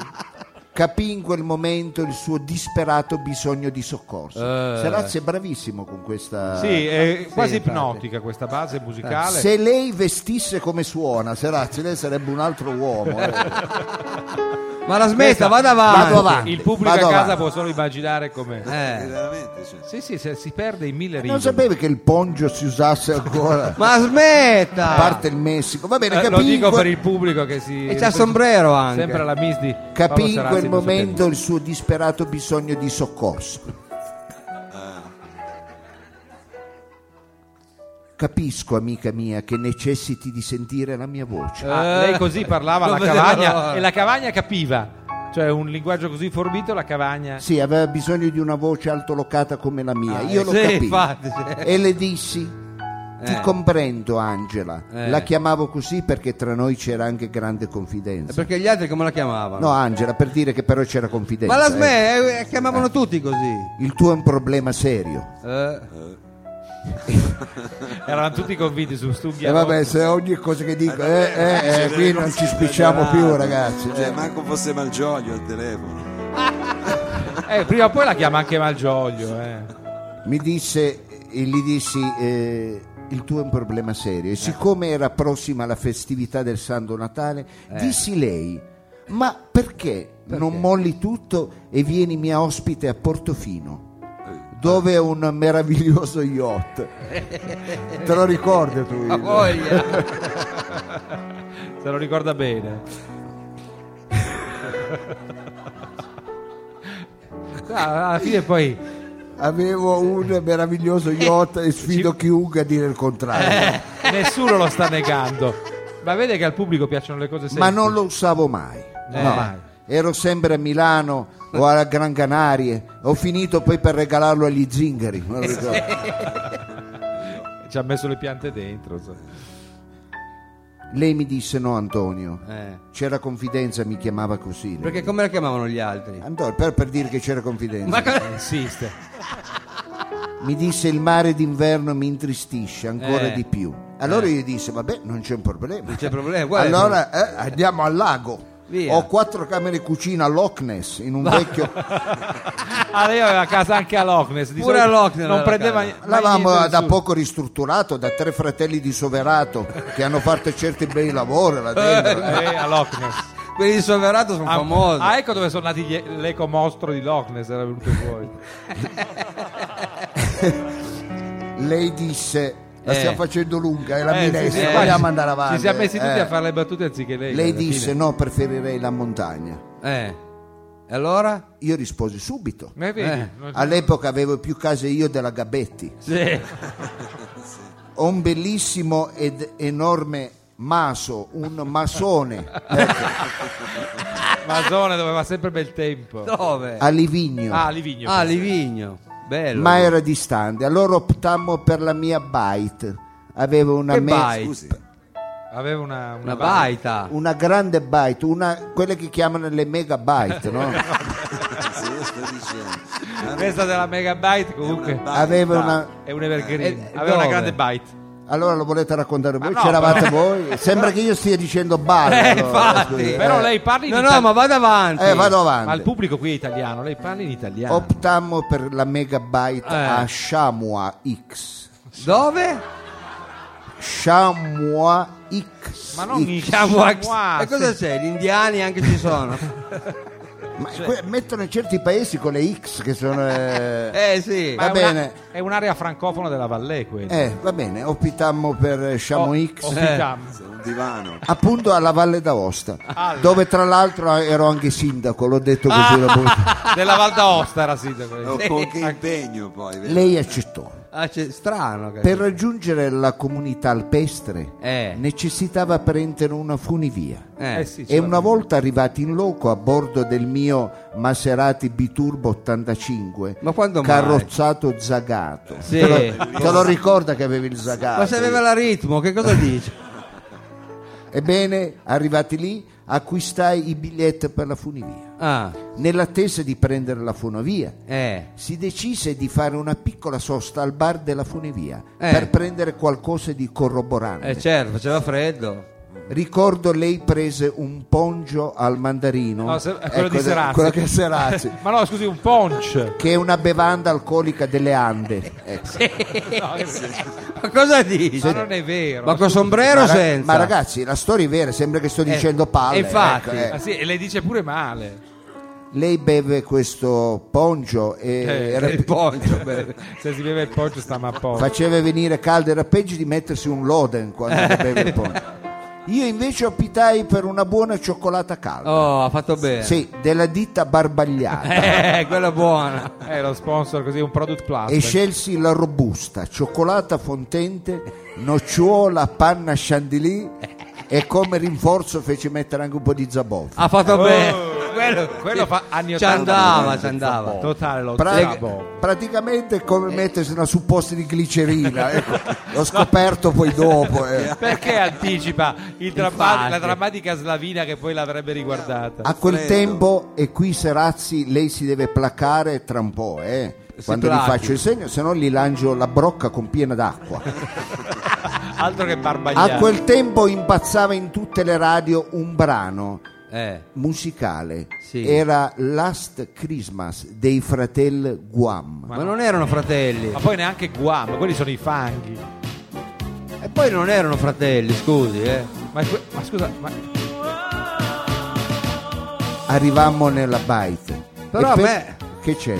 S1: Capì in quel momento il suo disperato bisogno di soccorso.
S4: Eh.
S1: Serazzi è bravissimo con questa
S3: Sì, è quasi
S4: infatti.
S3: ipnotica questa base musicale.
S1: Se
S3: Eh,
S1: lei vestisse come suona, Serazzi, lei sarebbe un altro uomo. eh.
S4: Ma la smetta, vada avanti.
S1: Vado avanti.
S3: Il pubblico
S1: vado
S3: a casa
S1: avanti.
S3: può solo immaginare come.
S4: Eh.
S2: Veramente, cioè.
S3: Sì, sì, se si perde in mille righe.
S1: Non sapevi che il pongio si usasse ancora
S4: Ma
S1: a
S4: smetta!
S1: parte il Messico. Va bene,
S3: Eh,
S1: capì
S3: lo dico
S1: in quel-
S3: per il pubblico che si.
S4: E c'ha il sombrero anche.
S3: Sempre la Miss di. Paolo
S1: capì in
S3: Serazzi,
S1: quel
S3: non so che
S1: momento il suo disperato bisogno di soccorso. Capisco, amica mia, che necessiti di sentire la mia voce.
S3: dire. Ah, lei così parlava alla
S4: Non vedevo l'ora.
S3: cavagna e la cavagna capiva. Cioè, un linguaggio così forbito, la cavagna.
S1: Sì, aveva bisogno di una voce altolocata come la mia.
S4: Ah,
S1: Io
S4: eh,
S1: lo
S4: sì,
S1: capii.
S4: infatti, sì.
S1: E le dissi, ti
S4: Eh.
S1: comprendo Angela.
S4: Eh.
S1: La chiamavo così perché tra noi c'era anche grande confidenza.
S4: Perché gli altri come la chiamavano?
S1: No, Angela, per dire che però c'era confidenza.
S4: Ma la
S1: eh.
S4: smetta, eh, chiamavano tutti così.
S1: Il tuo è un problema serio.
S4: Eh.
S3: Eravamo tutti convinti su Stughi.
S1: E Eh, vabbè, se ogni cosa che dico, eh, eh, eh, qui non ci spicciamo
S2: Esagerato.
S1: più, ragazzi.
S2: Cioè,
S1: eh.
S2: manco fosse Malgioglio al telefono.
S3: Eh, prima o poi la chiama anche Malgioglio. Eh.
S1: Mi disse, e gli dissi, eh, il tuo è un problema serio. E siccome era prossima la festività del Santo Natale, dissi lei, ma Eh. perché, non molli tutto e vieni mia ospite a Portofino? Dove è un meraviglioso yacht. Te lo ricordi tu?
S4: Ma
S1: Ivo? <laughs>
S4: voglia.
S3: Se lo
S1: <laughs>
S3: ricorda bene. Ah, alla fine poi
S1: Avevo un meraviglioso yacht e sfido chiunque a dire il contrario.
S3: nessuno lo sta negando. Ma vede che al pubblico piacciono le cose
S1: Ma
S3: semplici.
S1: non lo usavo mai.
S3: Eh.
S1: no. Ero sempre a Milano o alla Gran Canarie. Ho finito poi per regalarlo agli zingari. me
S4: Eh,
S1: lo ricordo.
S3: Ci ha messo le piante dentro. so.
S1: Lei mi disse no Antonio.
S4: Eh.
S1: C'era confidenza, mi chiamava così. lei.
S4: Perché come la chiamavano gli altri?
S1: Antonio, per, per dire che c'era confidenza.
S4: Ma co-
S3: Insiste.
S1: Mi disse il mare d'inverno mi intristisce ancora
S4: Eh.
S1: di più. Allora io disse vabbè non c'è un problema.
S4: c'è problema, qual è il
S1: allora eh, andiamo al lago.
S4: Via.
S1: Ho quattro camere cucina a Loch Ness
S4: <laughs>
S1: in un vecchio
S3: Ah, lei aveva casa anche a Loch Ness. Di
S4: Pure
S3: solito
S4: a Loch Ness
S3: Non
S4: aveva
S3: prendeva
S4: casa.
S3: mai
S1: L'avevamo
S3: niente
S1: da
S3: su-
S1: poco ristrutturato da tre fratelli di Soverato che hanno fatto certi bei lavori là dentro. eh.
S3: Eh, a
S4: <laughs>
S3: Loch Ness.
S4: Quelli di Soverato sono
S3: Ah,
S4: famosi.
S3: ah, ecco dove sono nati gli- l'eco mostro di Loch Ness. Era venuto fuori.
S1: Lei disse la
S4: Eh.
S1: stiamo facendo lunga, è <laughs> la
S3: Eh, sì, sì,
S1: minestra,
S3: qua
S1: vogliamo
S3: ci-
S1: andare avanti.
S3: Ci siamo messi tutti
S1: eh.
S3: a fare le battute anziché lei.
S1: Lei
S3: alla fine.
S1: disse no, preferirei la montagna.
S4: Eh. E allora?
S1: Io risposi subito.
S3: Eh, vedi,
S4: Eh.
S3: non-
S1: All'epoca avevo più case io della Gabetti.
S3: Sì.
S1: Ho un bellissimo ed enorme maso, un masone
S3: Masone doveva sempre bel tempo.
S4: Dove?
S1: a Livigno.
S3: Ah, Livigno.
S4: Ah, Livigno. Bello.
S1: ma era distante. Allora optammo per la mia bite. Avevo una,
S4: Che
S1: me-
S4: bite?
S2: Scusi.
S3: Aveva una, una,
S4: Una
S3: barba.
S4: baita.
S1: Ah. una grande bite, una, quelle che chiamano le megabyte.
S3: <laughs>
S1: No?
S2: Sì, io sto dicendo.
S3: Questa della megabyte comunque
S1: Avevo una-
S3: è un evergreen.
S4: Eh, eh,
S3: Aveva una
S4: dove?
S3: grande bite.
S1: Allora lo volete raccontare voi?
S3: Ma no,
S1: C'eravate voi? Sembra che io stia dicendo
S3: <laughs>
S1: bite.
S4: Eh,
S1: allora,
S4: infatti,
S1: scusi, eh.
S3: Però lei parla in
S4: No, no,
S3: italiano.
S4: ma vada avanti.
S1: Eh, vado
S3: ma il
S1: avanti.
S3: pubblico qui è italiano, lei parla in italiano.
S1: Optammo per la megabyte
S4: Eh.
S1: a Shamua X.
S4: Dove?
S1: Shamua X.
S3: ma non in
S1: X.
S3: Chiamuax.
S4: e cosa c'è? Gli indiani anche
S1: <laughs>
S4: ci sono.
S1: Ma
S3: cioè.
S1: que- mettono in certi paesi con le X che sono... eh,
S4: eh sì.
S1: Ma-
S3: Ma
S1: Va
S3: è una-
S1: bene.
S3: è un'area francofona della Vallée quella. Oh,
S1: eh, va bene, optammo per Shamua X.
S3: O- Optitam.
S2: Sì, Un divano.
S1: Appunto alla Valle d'Aosta,
S3: Alla.
S1: dove tra l'altro ero anche sindaco, l'ho detto
S4: Ah.
S1: così. la
S4: <laughs>
S1: volta.
S3: Della Val d'Aosta era sindaco.
S2: Oh, con che impegno poi. vero?
S1: Lei accettò.
S4: Ah, c'è- strano. che-
S1: Per raggiungere la comunità alpestre
S4: Eh.
S1: necessitava prendere una funivia.
S4: Eh.
S3: Eh sì,
S1: E
S3: ce l'ha-
S1: una volta arrivati in loco a bordo del mio Maserati Biturbo 85,
S4: Ma quando mai?
S1: carrozzato zagato,
S4: Sì.
S1: te, lo, te lo ricorda che avevi il zagato?
S4: Ma se aveva la ritmo, che cosa dici?
S1: Ebbene, arrivati lì, acquistai i biglietti per la funivia.
S4: <laughs> Ah,
S1: Nell'attesa di prendere la funivia,
S4: eh.
S1: si decise di fare una piccola sosta al bar della funivia
S4: Eh.
S3: Eh,
S1: per prendere qualcosa di corroborante.
S4: Eh certo, faceva freddo.
S1: Ricordo lei prese un pongio al mandarino. Eh,
S3: No, se- è quello di Serazzi.
S1: oh. quello che è Serazzi,
S3: <laughs> Ma no, scusi, un punch.
S1: che è una bevanda alcolica delle Ande.
S3: Eh,
S1: Ecco.
S4: Ma cosa dici?
S3: Ma non è vero.
S4: Ma con
S3: scusi.
S4: sombrero
S1: ma, ra-
S4: senza?
S1: Eh, ma ragazzi, la storia è vera, sembra che sto
S3: Eh,
S1: dicendo palle.
S4: e infatti,
S1: ecco, eh.
S3: Ma sì, e le dice pure male.
S1: Lei beve questo pongio e
S3: Eh,
S1: era-
S4: il
S1: <laughs>
S4: poggio, beh.
S3: <laughs> Se si beve il poggio sta ma a posto.
S1: faceva venire caldo era peggio di mettersi un loden
S3: <laughs>
S1: quando beve il pongio. Io invece optai per una buona cioccolata calda.
S4: Oh, ha fatto bene.
S1: Sì, della ditta Barbagliata.
S4: <laughs> Eh, quella buona.
S3: Eh, lo sponsor così, un product plus.
S1: E scelsi la robusta, cioccolata fontente, nocciola, panna chantilly e come rinforzo feci mettere anche un po' di zaboffa.
S4: Ha fatto
S3: Oh,
S4: bene. Quello,
S3: quello fa anni
S4: Ci
S3: 80.
S4: andava, ci andava.
S3: Totale, lo
S1: Pra-
S3: zabo.
S1: praticamente è come mettersi una supposta di glicerina, ecco. l'ho scoperto poi dopo. eh.
S3: Perché anticipa il dramma-
S4: Infatti.
S3: la drammatica slavina che poi l'avrebbe riguardata?
S1: A quel
S2: Freddo.
S1: tempo, e qui Serazzi, lei si deve placare tra un po', eh, quando gli
S4: plachi.
S1: faccio il segno, se no gli lancio la brocca con piena d'acqua.
S3: <laughs> Altro che barbagliata.
S1: A quel tempo impazzava in tutte le radio un brano
S4: Eh.
S1: musicale,
S4: Sì.
S1: era Last Christmas dei fratelli Guam.
S4: Ma non erano fratelli.
S3: Ma poi neanche Guam, quelli sono i fanghi.
S4: E poi non erano fratelli, scusi, eh.
S3: Ma, que- ma scusa, ma
S1: Arrivammo nella bite.
S4: Però
S1: E
S4: a me-
S1: Che c'è?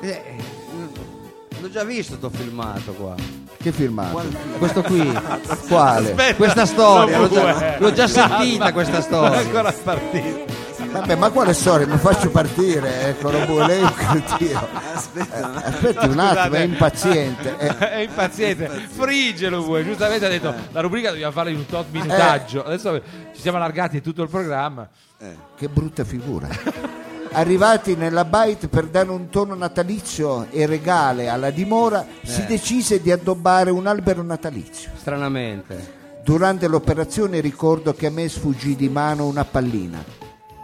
S4: Eh, L'ho già visto, t'ho filmato qua.
S1: Che filmato?
S4: Questo qui.
S1: Quale?
S4: Questa storia, l'ho già,
S3: Due.
S4: l'ho già sentita questa
S3: non è
S4: storia.
S3: ancora partito.
S1: Vabbè, ma quale storia? Mi faccio partire, ecco, Robu, lei è un cretino. Eh, Aspetti un attimo, è impaziente. Eh,
S3: <laughs> è impaziente, frigge lo vuoi. Giustamente ha detto la rubrica dobbiamo fare in un tot minutaggio. Adesso ci siamo allargati in tutto il programma.
S1: che brutta figura. Arrivati nella bite per dare un tono natalizio e regale alla dimora, si decise di addobbare un albero natalizio.
S4: Stranamente.
S1: Durante l'operazione ricordo che a me sfuggì di mano una pallina.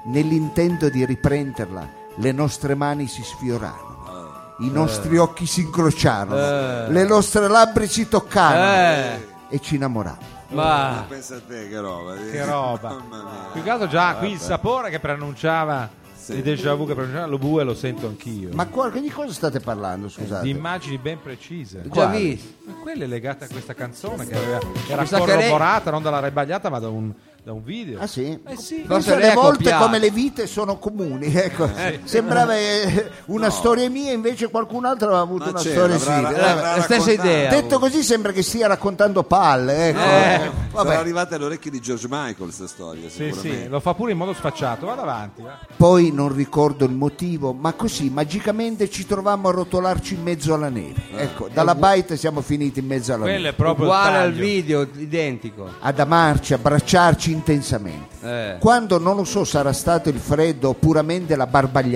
S1: Nell'intento di riprenderla, le nostre mani si sfiorarono, i nostri occhi si incrociarono, le nostre labbra si toccarono e ci innamoravamo.
S4: Ma
S2: Pensa a te che roba.
S3: Che roba.
S2: <laughs> Mamma mia.
S3: Più che altro già qui il sapore che preannunciava il déjà vu che preannunciava lo bue lo sento anch'io.
S1: Ma qua- di cosa state parlando,
S3: di
S1: scusate?
S3: immagini ben precise.
S4: già
S1: quale?
S4: visto.
S3: Ma quella è legata a questa canzone che, aveva, che era
S4: Mi sa che
S3: corroborata non dalla rebagliata ma da un, da un video.
S1: Ah sì?
S3: Eh sì.
S4: Forse
S1: Forse
S4: lei
S1: le
S4: ha
S1: volte
S4: copiato.
S1: come le vite sono comuni, <laughs> ecco. Sembrava eh, una storia mia, invece qualcun altro aveva avuto
S4: Ah,
S2: Ma
S1: una
S2: c'era,
S1: storia
S2: avrà-
S1: simile.
S2: avrà-
S1: Vabbè.
S4: la stessa
S2: raccontato.
S4: idea.
S1: Detto così sembra che stia raccontando palle, ecco.
S4: Eh,
S1: Vabbè.
S2: Sarà arrivata alle orecchie di George Michael questa storia,
S3: Sì,
S2: sicuramente.
S3: sì, lo fa pure in modo sfacciato. Vado avanti. va.
S1: Poi non ricordo il motivo, ma così magicamente ci trovammo a rotolarci in mezzo alla neve.
S4: Eh.
S1: Ecco, dalla baita siamo finiti in mezzo alla
S3: Quello
S1: neve.
S3: è proprio il
S4: uguale al
S3: taglio.
S4: video, identico.
S1: Ad amarci, abbracciarci intensamente.
S4: Eh.
S1: Quando non lo so sarà stato il freddo o puramente la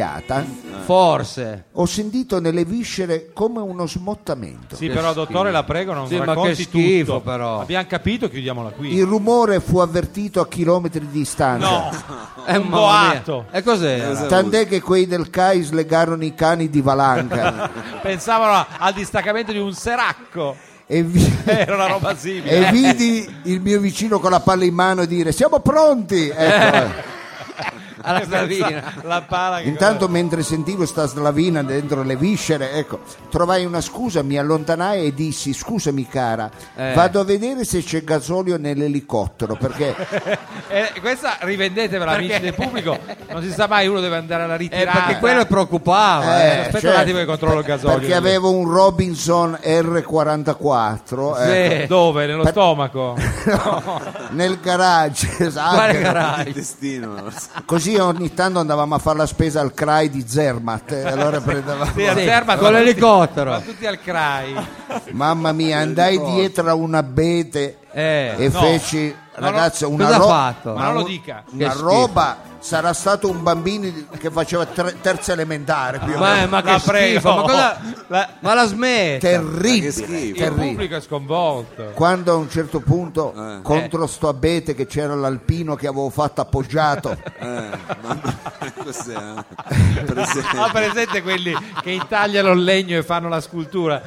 S1: barbagliata,
S4: Forse.
S1: ho sentito nelle viscere come uno smottamento.
S3: Sì, però dottore, la prego, non
S4: Sì, ma
S3: racconti
S4: che schifo,
S3: tutto.
S4: però.
S3: Abbiamo capito, chiudiamola qui.
S1: Il rumore fu avvertito a chilometri di distanza.
S3: No, <laughs>
S4: È
S3: Un boato. Esatto.
S4: E cos'era?
S1: Tant'è che quei del CAI slegarono i cani di
S3: <laughs>
S1: Valanca
S3: pensavano a- al distaccamento di un seracco.
S1: e, vi-
S3: Eh,
S4: Eh,
S3: Era una roba simile.
S1: <laughs> e vidi il mio vicino con la palla in mano dire siamo pronti. Ecco, eh.
S3: <laughs>
S4: Alla
S3: Esatto. Pensa-
S4: Savina.
S3: Eh, la pala che
S1: Ecco. Intanto mentre sentivo sta slavina dentro le viscere, ecco, trovai una scusa, mi allontanai e dissi scusami cara,
S4: Eh.
S1: vado a vedere se c'è gasolio nell'elicottero perché
S3: Eh, questa rivendetevela, amici del pubblico. Non si sa mai, uno deve andare alla
S4: Eh,
S3: ritirata.
S4: perché quello
S1: Eh,
S4: preoccupava. eh.
S3: Aspetta un attimo che controllo il gasolio.
S1: perché avevo un Robinson R44 ecco,
S4: Sì.
S3: Eh, Dove? Nello stomaco?
S1: nel garage, <laughs> esatto.
S4: Quale garage?
S2: Il destino. non lo so.
S1: Così ogni tanto andavamo a fare la spesa al CRAI di Zermatt. eh, Allora prendevamo.
S3: Sì, a
S4: Sì,
S3: Zermatt,
S4: con
S3: ma tutti-
S4: l'elicottero.
S3: Ma tutti al CRAI.
S1: Mamma mia, andai dietro a un abete
S4: Eh,
S1: e
S3: no.
S1: feci,
S3: No, no.
S1: ragazza, una
S4: Cosa ha
S1: ro-
S4: fatto?
S1: una
S3: Ma non lo
S1: ro-
S3: dica.
S1: Una
S4: Che
S1: roba sarà stato un bambino che faceva tre- terza elementare più o
S4: Ma,
S1: meno.
S4: ma che
S3: La prego.
S4: schifo, ma, cosa-
S3: La-
S4: ma la
S3: Ah, ecco.
S4: smetta.
S2: che
S1: Terribile,
S2: schifo.
S3: Il
S1: terribile.
S3: pubblico è sconvolto.
S1: Quando a un certo punto contro sto abete che c'era l'alpino che avevo fatto appoggiato,
S2: Eh, mamma mia, <laughs> cos'è? Per esempio.
S3: Ha presente quelli che intagliano il legno e fanno la scultura?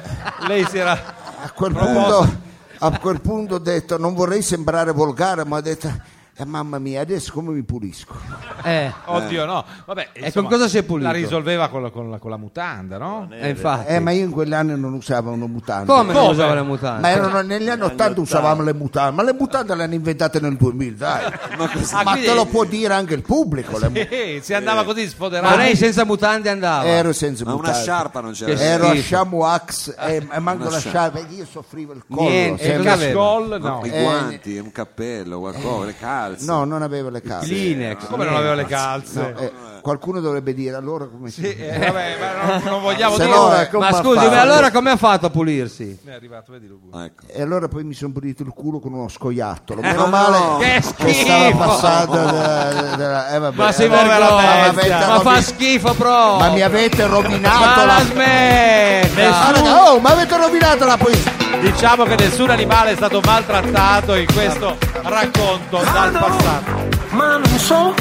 S3: Lei si era
S4: Eh.
S1: a quel
S3: Proposta.
S1: punto a quel punto ho detto, non vorrei sembrare volgare, ma ho detto, "Eh, mamma mia, adesso come mi pulisco?
S4: Eh,
S3: Oddio, no. Vabbè,
S4: E con cosa si è pulito?
S3: La risolveva con la, con la- con la mutanda, no?
S4: eh, infatti.
S1: Eh, ma io in quegli anni non usavo una mutanda.
S4: Come non
S3: Come?
S4: usava le mutande?
S1: Ma erano negli anni 80 usavamo le mutande, ma le mutande le hanno inventate nel 2000, dai.
S2: Ma così-
S1: ma
S4: quindi-
S1: te lo può dire anche il pubblico. le mu-
S3: Eh, <laughs> si andava così
S4: Ma
S3: sfoderato.
S4: lei senza mutande andava.
S1: Ero senza
S2: ma una
S1: mutande.
S2: sciarpa non c'era.
S4: Che
S1: Ero a
S4: schifo.
S1: Shamuax e e manco
S2: Una
S1: la
S2: sciarpa.
S1: sciarpa, io soffrivo il collo. cioè,
S4: Niente,
S3: il
S1: sempre-
S4: cosa aveva?
S3: cascol, no.
S2: No, I
S1: Eh,
S2: guanti, un cappello, qualcosa, le calze.
S1: No, non avevo le calze.
S4: Kleenex.
S3: Come non aveva le calze?
S1: Eh, qualcuno dovrebbe dire allora come si
S3: Sì, eh, vabbè, ma non,
S1: <laughs>
S3: non vogliamo
S1: Se
S3: dire.
S1: no,
S3: eh,
S1: ecco.
S4: Ma
S1: Come
S4: scusi,
S1: fa?
S4: ma allora come ha fatto a pulirsi?
S3: È arrivato, vedi lui.
S2: Ecco.
S1: E allora poi mi sono pulito il culo con uno scoiattolo.
S2: ma
S1: Meno
S2: no.
S1: male
S4: Eh, Che
S1: che stava
S4: schifo!
S1: passando. da- da- eh, vabbè,
S4: Ma si
S1: eh, vabbè, ma
S4: vergogna.
S1: avete
S4: Ma fa
S1: rovi-
S4: schifo proprio.
S1: ma mi avete
S4: Ma
S1: rovinato
S4: la
S1: la. Ah,
S4: smetta.
S1: raga, oh, ma avete rovinato la poesia.
S3: Diciamo che nessun animale è stato maltrattato in questo racconto
S1: Ah,
S3: dal passato.
S6: ma non so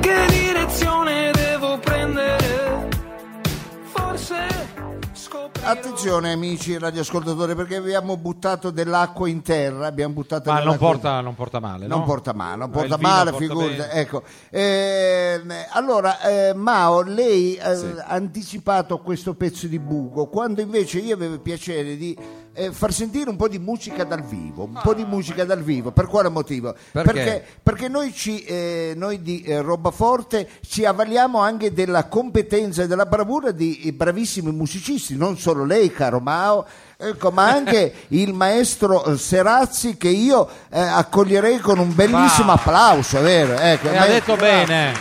S6: che direzione devo prendere. Forse scoprirò.
S1: Attenzione amici radioascoltatori perché abbiamo buttato dell'acqua in terra, abbiamo buttato
S3: Ma non
S1: dell'acqua-
S3: porta, non porta male, no?
S1: non porta male, non
S3: Ma
S1: porta
S3: il vino
S1: male,
S3: porta
S1: figurati.
S3: bene.
S1: Ecco. Ehm, allora, eh, Mao, lei eh, ha
S2: Sì.
S1: anticipato questo pezzo di buco, quando invece io avevo il piacere di eh, far sentire un po' di musica dal vivo, un po' di musica dal vivo. Per quale motivo?
S4: Perché?
S1: perché noi, ci, eh, noi di eh, Roba Forte ci avvaliamo anche della competenza e della bravura di eh, bravissimi musicisti, non solo lei, caro Mao, ecco, ma anche il maestro eh, Serazzi che io eh, accoglierei con un bellissimo
S3: Bravo.
S1: applauso, è vero? Ecco,
S3: E
S1: ma-
S3: ha detto bene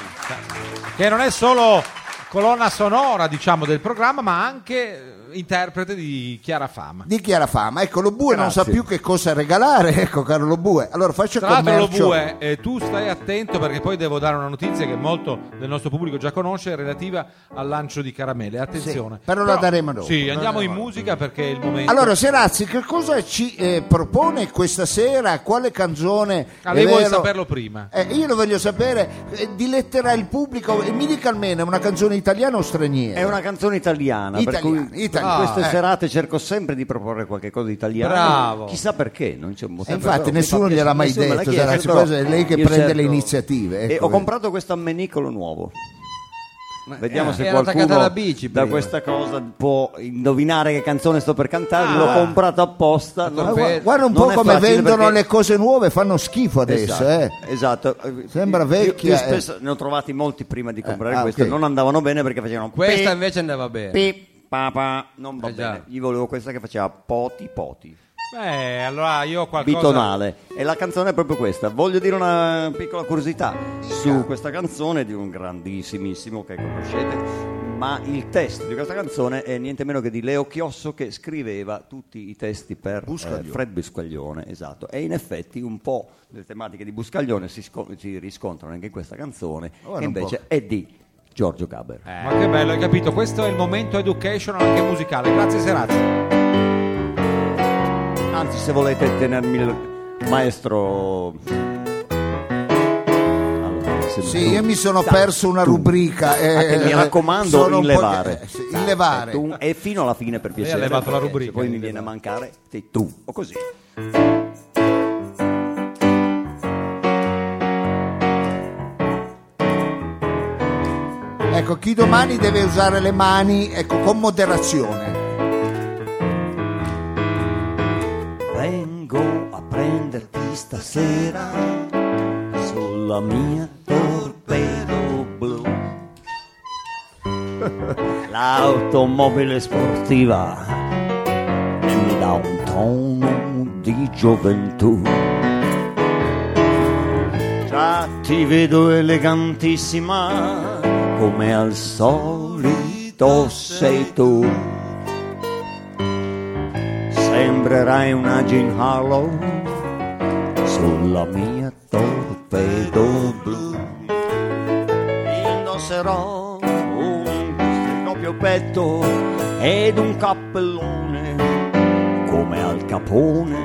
S3: che non è solo colonna sonora, diciamo, del programma, ma anche eh, interprete di Chiara Fama.
S1: Di Chiara Fama, ecco, lo Bue non sa più che cosa regalare, <laughs> ecco, caro lo Bue. Allora faccio
S3: Tra l'altro, lo
S1: commercio.
S3: bue, eh, tu stai attento perché poi devo dare una notizia che molto del nostro pubblico già conosce relativa al lancio di caramelle. Attenzione,
S1: Sì, però la daremo dopo.
S3: Sì,
S1: La
S3: andiamo in
S1: daremo
S3: musica perché è il momento.
S1: Allora, Serazzi, che cosa ci eh, propone questa sera? Quale canzone?
S3: Ah,
S1: è
S3: lei vuole
S1: vero?
S3: saperlo prima.
S1: Eh, io lo voglio sapere, eh, diletterà il pubblico e mi dica almeno è una canzone italiana o straniera?
S5: È una canzone italiana,
S1: Italiana,
S5: per cui
S1: italiana.
S5: in queste
S1: Ah, eh.
S5: serate cerco sempre di proporre qualche cosa di italiano.
S4: Bravo.
S5: Chissà perché, non c'è un motivo.
S1: E Eh, infatti
S5: Però mi
S1: nessuno
S5: fa piacere,
S1: gliel'ha mai
S5: nessuno me l'ha
S1: detto,
S5: chiesto,
S1: Serazzi,
S5: però
S1: cosa è lei che
S5: io
S1: prende
S5: cerco-
S1: le iniziative,
S5: E
S1: ecco.
S5: ho comprato questo ammenicolo nuovo.
S1: Eh,
S5: Vediamo se
S4: era
S5: qualcuno
S4: attaccata alla bici
S5: da
S4: prima.
S5: questa cosa può indovinare che canzone sto per cantare.
S3: Ah.
S5: L'ho comprato apposta.
S1: Ma
S5: non-
S1: Ah, gua- guarda un
S5: non
S1: po'
S5: è
S1: come
S5: facile
S1: vendono
S5: perché-
S1: le cose nuove, fanno schifo adesso, eh.
S5: esatto,
S1: Sembra
S5: Io- io
S1: vecchia, eh.
S5: spesso ne ho trovati molti prima di comprare
S1: ah,
S5: queste,
S1: ok.
S5: non andavano bene perché facevano
S4: Questa
S5: pi,
S4: invece andava bene.
S5: pi, pa, pa. non va
S4: Eh, già.
S5: bene. Gli volevo questa che faceva poti poti,
S3: Beh, Eh, allora io ho qualcosa.
S5: bitonale. E la canzone è proprio questa. Voglio dire una piccola curiosità su questa canzone di un grandissimissimo che conoscete. Ma il testo di questa canzone è niente meno che di Leo Chiosso che scriveva tutti i testi per eh, Fred Buscaglione, esatto. E in effetti un po' le tematiche di Buscaglione si, sco- si riscontrano anche in questa canzone,
S1: Guarda
S5: che
S1: un po'.
S5: invece è di Giorgio Gaber.
S3: Eh, Ma che bello, hai capito? Questo è il momento educational anche musicale. Grazie, Serazzi.
S5: Anzi, se volete tenermi il maestro. Allora, se
S1: Sì,
S5: tu-
S1: io mi sono
S5: ta-
S1: perso una
S5: Esatto. tu-
S1: rubrica.
S5: Ah, che
S1: eh,
S5: mi raccomando,
S1: sono
S5: in
S1: un po'
S5: levare.
S1: di- eh, sì, in levare.
S5: Tu- e fino alla fine per piacere.
S3: levato
S5: perché
S3: la
S5: se
S3: rubrica, eh,
S5: Poi
S3: in
S5: mi viene a mancare sei tu o così.
S1: Ecco, chi domani deve usare le mani, ecco, con moderazione.
S5: Vengo a prenderti stasera sulla mia torpedo blu. <laughs> L'automobile sportiva che mi dà un tono di gioventù. Già ti vedo elegantissima come al solito sei tu. Sembrerai una Jean Harlow sulla mia torpedo blu. Indosserò un doppio petto ed un cappellone come al capone.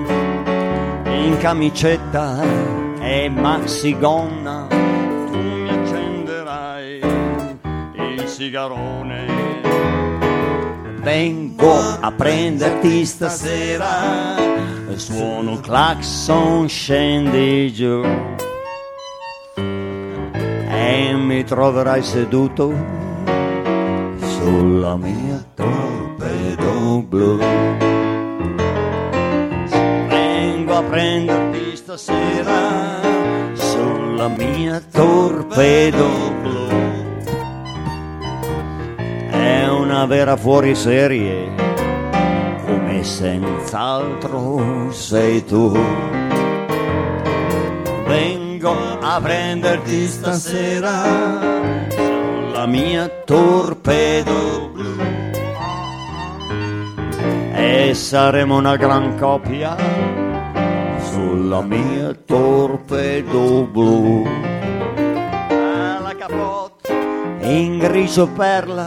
S5: In camicetta e maxigonna tu mi accenderai il sigarone. Vengo a prenderti stasera, suono il clacson, scendi giù e mi troverai seduto sulla mia torpedo blu. Vengo a prenderti stasera sulla mia torpedo blu. È una vera fuoriserie, come senz'altro sei tu. Vengo a prenderti stasera sulla mia torpedo blu. E saremo una gran coppia sulla mia torpedo blu. Alla capote in grigio perla,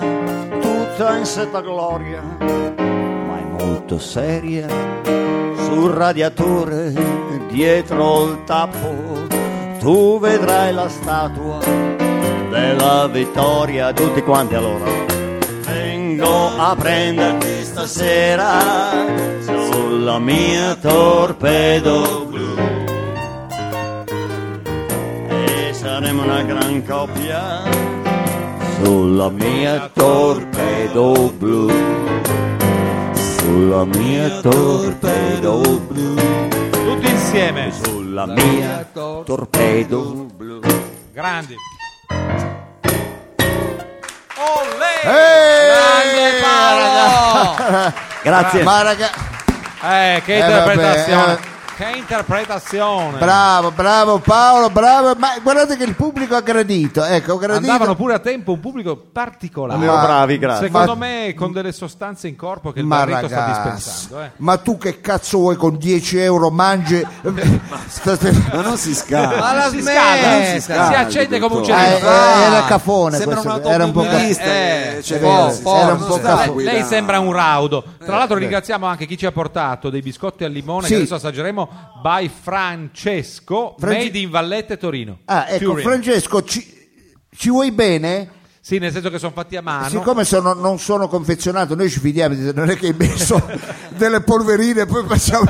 S5: tutta in seta gloria, ma è molto seria sul radiatore dietro il tappo. Tu vedrai la statua della vittoria, tutti quanti allora. Vengo a prenderti stasera sulla mia torpedo blu e saremo una gran coppia sulla mia torpedo blu sulla mia torpedo blu
S3: Tutti insieme.
S5: sulla mia torpedo blu
S3: Grandi.
S1: Grande <laughs>
S5: grazie
S1: Ma raga-
S3: Eh, che
S1: Eh, vabbè,
S3: interpretazione.
S1: eh.
S3: Che interpretazione.
S1: Bravo, bravo Paolo, bravo. Ma guardate che il pubblico ha gradito. Ecco, ha gradito.
S3: Andavano pure a tempo un pubblico particolare.
S5: Erano bravi grazie
S3: Secondo
S1: Ma-
S3: me con delle sostanze in corpo che il
S1: ma
S3: barretto sta
S1: ragazzi,
S3: dispensando. eh.
S1: ma tu che cazzo vuoi con 10 euro
S3: <laughs>
S1: mangi? eh, Sta- sta-
S7: Ma non si scala.
S3: Ma la
S7: si
S3: smetta,
S7: non
S3: si
S7: scala,
S3: accende come un
S7: dottore.
S1: eh,
S2: Ah,
S1: eh,
S3: cerino.
S1: era cafone
S7: Sembra
S1: questo,
S7: un
S1: era un po'
S7: automobilista.
S1: cafone.
S7: Eh, cioè,
S1: era
S7: sì,
S1: era un
S7: non
S1: po'
S7: sta
S1: cafone.
S7: guidando.
S3: Lei sembra un raudo. Tra l'altro ringraziamo anche chi ci ha portato dei biscotti al limone
S1: Sì.
S3: che adesso assaggeremo by Francesco,
S1: Franci-
S3: made in Vallette Torino.
S1: Ah, ecco,
S3: Turin.
S1: Francesco, ci, ci vuoi bene?
S3: Sì, nel senso che sono fatti a mano.
S1: Siccome sono- non sono confezionato, noi ci fidiamo, di- non è che hai
S3: <laughs>
S1: messo delle polverine e poi facciamo...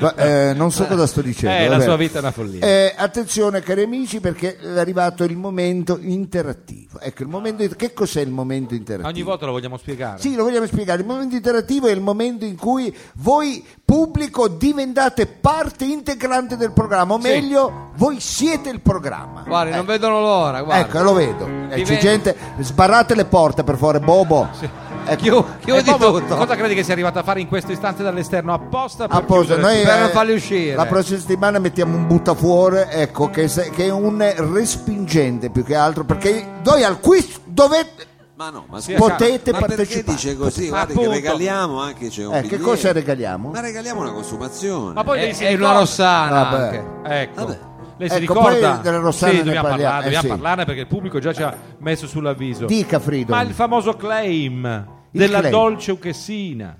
S1: Ma, eh, non so cosa sto dicendo.
S3: Eh, la
S1: vabbè.
S3: sua vita è una follia.
S1: Eh, attenzione cari amici perché è arrivato il momento interattivo. Ecco, il momento, che cos'è il momento interattivo?
S3: Ogni volta lo vogliamo spiegare.
S1: Sì, lo vogliamo spiegare. Il momento interattivo è il momento in cui voi, pubblico, diventate parte integrante del programma, o
S3: Sì.
S1: meglio, voi siete il programma.
S4: Guardi, non
S1: Eh,
S4: vedono l'ora, guarda.
S1: Ecco, lo vedo. Eh,
S4: Diven-
S1: c'è gente, sbarrate le porte per favore, Bobo. Ecco.
S4: Chiu-
S3: E
S4: chiudi
S3: Bobo,
S4: tutto.
S3: Cosa credi che sia arrivato a fare in questo istante dall'esterno apposta? Per
S1: Apposta,
S3: chiudere?
S1: noi,
S4: per
S1: eh,
S4: non farli uscire.
S1: La prossima settimana mettiamo un buttafuori, ecco, che, se- che è un respingente più che altro, perché voi al quiz dovete,
S2: Ma no, ma
S3: Sì,
S2: scusa,
S1: potete
S2: ma perché
S1: partecipare.
S2: dice così? Guarda
S3: Appunto.
S2: che regaliamo anche c'è un
S1: Eh, che
S2: biglietto.
S1: cosa regaliamo?
S2: Ma regaliamo una consumazione.
S3: Ma poi
S1: Eh,
S4: È,
S3: lei si
S4: è
S3: ricorda-
S4: una rossana
S1: Vabbè.
S4: anche.
S3: Ecco.
S2: Vabbè.
S3: Lei si
S1: Ecco,
S3: ricorda?
S1: poi della Rossana
S3: sì,
S1: ne
S3: dobbiamo,
S1: parliamo,
S3: parlarne,
S1: eh,
S3: dobbiamo
S1: sì.
S3: parlarne perché il pubblico già ci ha messo sull'avviso.
S1: Dica Frido.
S3: Ma il famoso claim della
S1: claim.
S3: dolce Uchessina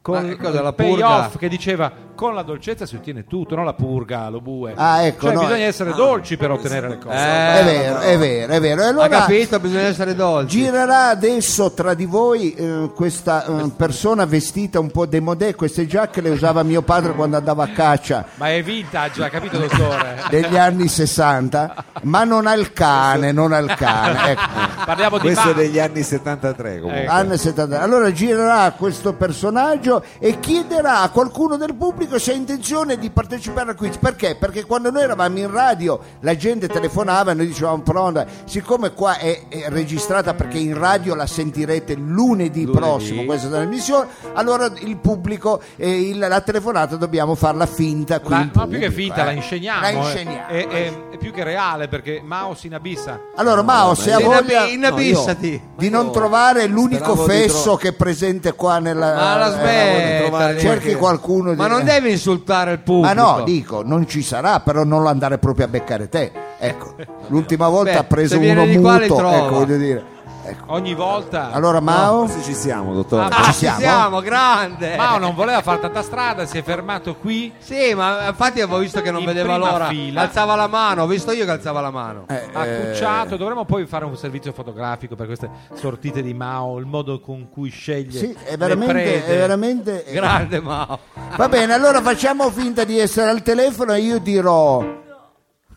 S3: con
S4: Ma che cosa,
S3: il
S4: la
S3: payoff
S4: purga?
S3: che diceva con la dolcezza si ottiene tutto, non la purga, lo bue.
S1: Ah, ecco,
S3: cioè,
S1: no,
S3: bisogna
S1: eh.
S3: essere dolci per ottenere le cose.
S4: Eh,
S1: È vero, è vero, è vero. E
S4: ha
S1: allora
S4: capito, bisogna essere dolci.
S1: girerà adesso tra di voi eh, questa eh, persona vestita un po' demodè, queste giacche le usava mio padre quando andava a caccia
S3: Ma è vintage, ha
S4: <laughs>
S3: capito dottore?
S1: degli anni 60, ma non al cane, non al cane. Ecco.
S3: Parliamo di
S2: Questo
S3: ma-
S2: è degli anni 73 comunque.
S3: Ecco.
S1: Anni 70. Allora girerà questo personaggio e chiederà a qualcuno del pubblico se ha intenzione di partecipare al quiz. Perché? Perché quando noi eravamo in radio la gente telefonava e noi dicevamo pronta, siccome qua è, è registrata perché in radio la sentirete lunedì, prossimo questa trasmissione, allora il pubblico, eh, il- la telefonata dobbiamo farla finta. qui
S3: La-
S1: in
S3: no, più che
S1: pubblico,
S3: finta,
S1: eh.
S3: la insegniamo.
S1: La insegniamo.
S3: È, è- è più che reale perché Mao si inabissa.
S1: Allora Mao, se ha
S4: In-
S1: voglia...
S4: Inabissati.
S1: di non trovare l'unico
S7: speravo di
S1: fesso
S7: tro-
S1: che è presente qua nella
S4: Ma la
S1: eh,
S4: smetta.
S1: cerchi qualcuno di- Eh.
S4: Ma non devi insultare il pubblico. Ah,
S1: ma no dico non ci sarà però non andare proprio a beccare te Ecco, l'ultima volta
S4: Beh,
S1: ha preso
S4: se viene
S1: uno
S4: di qua li
S1: muto,
S4: trova.
S1: ecco, voglio dire. Ecco.
S3: Ogni volta
S1: Allora Mao,
S2: se ci siamo, dottore.
S3: Ah,
S4: Ah,
S1: ci
S4: ci
S1: siamo?
S4: siamo, grande.
S3: Eh. Mao non voleva fare tanta strada, si è fermato qui.
S4: Sì, ma infatti avevo visto che non
S3: In
S4: vedeva
S3: prima
S4: l'ora.
S3: fila.
S4: Alzava la mano, ho visto io che alzava la mano.
S3: ha
S1: Eh.
S3: cucciato, dovremmo poi fare un servizio fotografico per queste sortite di Mao, il modo con cui sceglie
S1: sì, è
S3: le
S1: veramente,
S3: prede.
S1: è veramente
S4: Grande Mao.
S1: Va bene, allora facciamo finta di essere al telefono e io dirò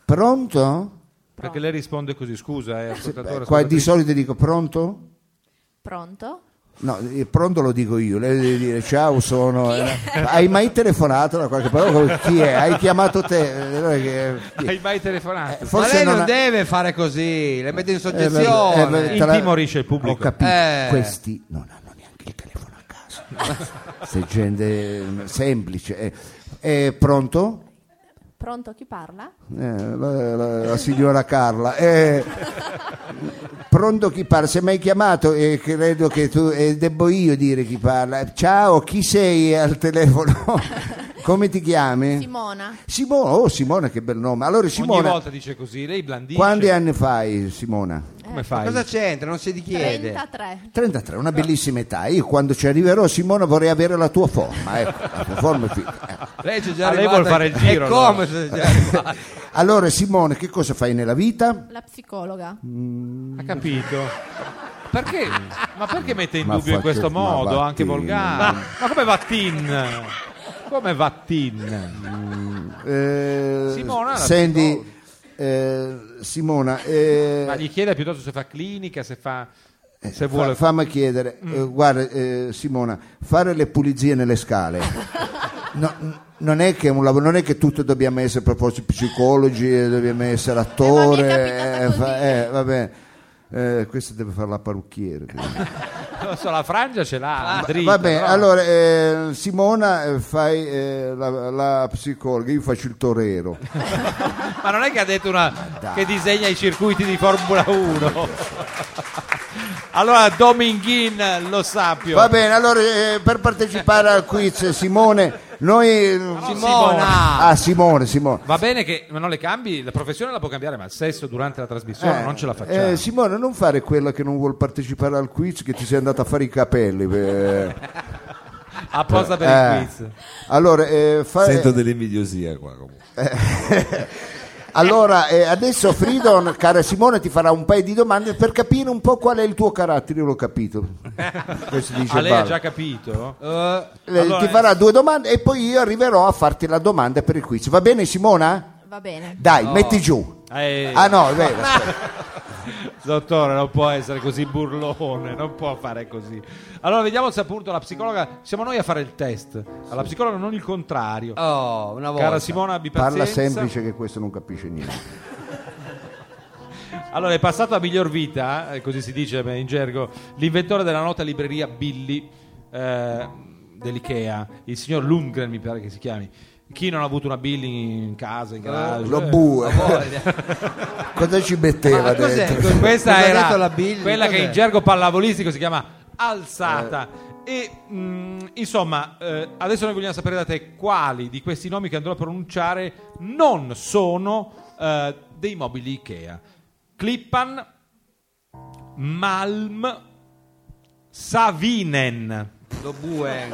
S1: Pronto?
S3: Perché lei risponde così, scusa, eh, ascoltatore,
S1: Qua di
S3: ascoltatrice.
S1: solito dico pronto?
S7: Pronto?
S1: No, eh, pronto lo dico io, lei deve dire ciao sono... eh, Hai mai telefonato da qualche parte? Chi è? Hai chiamato te? Eh, allora che-
S3: Hai mai telefonato?
S1: Eh,
S4: ma
S1: Forse
S4: lei non,
S1: non ha-
S4: deve fare così, le mette in
S1: Eh, beh, eh,
S4: soggezione.
S1: beh, te la-
S3: Intimorisce il pubblico.
S1: Ho capito,
S4: Eh.
S1: questi non hanno neanche il telefono a casa. Se gente eh, semplice. Eh, eh, pronto?
S7: Pronto, chi parla?
S1: Eh, la, la- la signora Carla. Eh, pronto chi parla? Se mi hai chiamato, eh, credo che tu... eh, devo io dire chi parla. Ciao, chi sei al telefono? Come ti chiami?
S7: Simona.
S1: Simona, oh Simona che bel nome. Allora
S3: Ogni
S1: Simona,
S3: volta dice così, lei blandisce.
S1: quanti anni fai Simona?
S3: Come
S4: Ma
S3: fai?
S4: cosa c'entra? Non si richiede.
S7: 33.
S1: 33, una bellissima età. Io quando ci arriverò Simona vorrei avere la tua forma. Ecco, la tua forma fisica, ecco.
S4: Lei c'è già
S3: Ah, lei
S4: arrivata-
S3: vuol fare il giro,
S4: È come se c'è già arrivata.
S1: Allora Simona, che cosa fai nella vita?
S7: La psicologa.
S1: Mm.
S3: Ha capito? Perché? Ma perché mette in
S1: Ma
S3: dubbio in
S1: faccio-
S3: questo
S1: ma
S3: modo,
S1: va
S3: anche
S1: tin.
S3: volgare? Ma come va Tin? Come va Tin?
S1: Eh,
S3: Simona, la
S1: Senti, eh, Simona, eh,
S3: Ma gli chiede piuttosto se fa clinica, se fa... Se
S1: fa-
S3: vuole... Mm.
S1: fammi chiedere, eh, guarda eh, Simona, fare le pulizie nelle
S3: <laughs>
S1: scale. no, n- non è che è un lavoro, non è che tutti dobbiamo essere per forza psicologi, eh, dobbiamo essere
S7: Eh, ma mi è
S1: attore,
S7: capitata
S1: eh,
S7: così.
S1: eh, vabbè. Eh, questa deve fare la parrucchiere.
S3: <laughs> Non so, la frangia ce l'ha, Ah, dritta,
S1: Ah, Va bene,
S3: però.
S1: allora eh, Simona eh, fai eh, la, la psicologa, io faccio il
S3: <laughs>
S1: torero.
S3: Ma non è che ha detto una... che disegna i circuiti di Formula 1. <laughs> allora Dominghin lo sappio.
S1: Va bene, allora eh, per partecipare al quiz eh, Simone, noi... eh,
S4: Simona.
S1: Ah, Simone, Simone.
S3: Va bene che ma non le cambi, la professione la può cambiare, ma il sesso durante la trasmissione
S1: Eh,
S3: non ce la facciamo.
S1: eh, Simone, non fare quella che non vuol partecipare al quiz, che ti sei andata a fare i capelli. eh.
S3: Apposta per
S1: Eh.
S3: il quiz.
S1: Allora, eh, fa-
S2: Sento dell'invidiosia qua comunque.
S1: <laughs> allora eh, adesso Fridon, cara Simone, ti farà un paio di domande per capire un po' qual è il tuo carattere, io l'ho
S3: <laughs>
S1: capito. Questo dice
S3: Ah, lei ha
S1: Bala.
S3: già capito?
S1: Eh,
S3: Allora,
S1: ti farà due domande e poi io arriverò a farti la domanda per il quiz. Va bene Simona?
S7: Va bene.
S1: Dai, metti giù.
S3: eh,
S1: Ah no, è vero.
S3: Dottore, non può essere così burlone, non può fare così. Allora, vediamo se appunto la psicologa. Siamo noi a fare il test. Alla psicologa, non il contrario.
S4: Oh, una volta.
S3: <laughs> Cara Simona, abbi
S1: Parla
S3: pazienza.
S1: semplice che questo non capisce niente.
S3: Allora, è passato a miglior vita, eh, così si dice beh, in gergo, l'inventore della nota libreria Billy eh, dell'Ikea, il signor Lundgren, mi pare che si chiami. Chi non ha avuto una Billy in casa, in garage?
S1: Lo
S3: Eh,
S1: bue.
S4: Voglia.
S1: <laughs> <laughs> Cosa ci metteva
S4: Ma cos'è?
S1: dentro?
S4: Cos'è?
S3: Eh, Questa
S4: Cosa ha
S3: era
S4: detto la Billy?
S3: quella che
S4: Cos'è? Eh.
S3: in gergo pallavolistico si chiama alzata. E mh, insomma, eh, adesso noi vogliamo sapere da te quali di questi nomi che andrò a pronunciare non sono eh, dei mobili Ikea: Clippan, Malm, Savinen.
S4: Lo buen.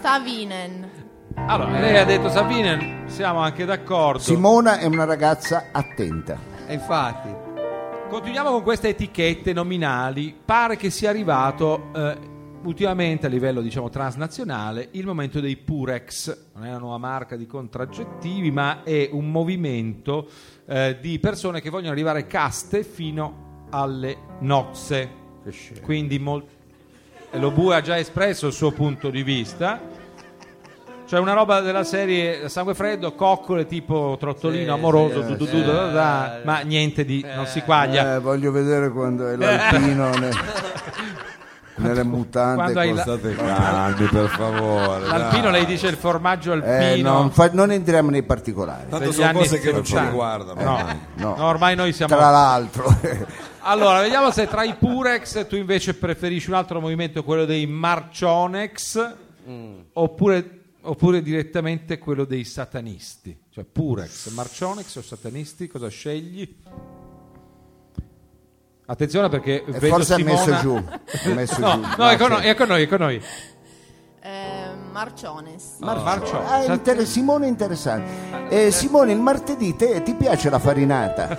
S7: Savinen.
S3: Allora, lei ha detto Savinen, siamo anche d'accordo.
S1: Simona è una ragazza attenta.
S4: E Eh, infatti.
S3: Continuiamo con queste etichette nominali. Pare che sia arrivato eh, ultimamente a livello diciamo transnazionale il momento dei Purex. Non è una nuova marca di contraccettivi, ma è un movimento eh, di persone che vogliono arrivare caste fino alle nozze. Quindi mol- e lo Bue ha già espresso il suo punto di vista. Cioè una roba della serie sangue freddo, coccole tipo trottolino
S4: Sì,
S3: amoroso,
S1: sì,
S3: du- du-
S1: sì.
S3: du- du- da- da- ma niente di non si quaglia.
S1: Eh, voglio vedere quando è l'alpino
S3: <laughs>
S1: ne- nelle mutante.
S3: quando hai
S1: con-
S3: la-
S2: State calmi, per favore.
S3: L'alpino
S2: dai.
S3: lei dice il formaggio
S1: Eh,
S3: alpino.
S1: non, fa- non entriamo nei particolari.
S2: Tanto
S3: degli
S2: sono
S3: anni
S2: cose che non ci
S3: 70.
S2: riguardano.
S3: No,
S1: no.
S3: no, ormai noi siamo.
S1: Tra l'altro, <laughs>
S3: Allora, vediamo se tra i Purex tu invece preferisci un altro movimento, quello dei Marcionex, oppure oppure direttamente quello dei satanisti, cioè Purex, Marcionex o satanisti, cosa scegli? Attenzione perché
S1: E
S3: vedo
S1: forse
S3: Simona...
S1: ha messo giù. Ha messo
S3: <laughs> No,
S1: giù. cioè,
S3: no, è con noi,
S1: sì.
S3: è con noi, è con noi.
S7: Eh, Marciones.
S3: Marcionex.
S1: Ah,
S3: Sat-
S1: inter- Simone è interessante. Eh, Simone, il martedì te- ti piace la farinata?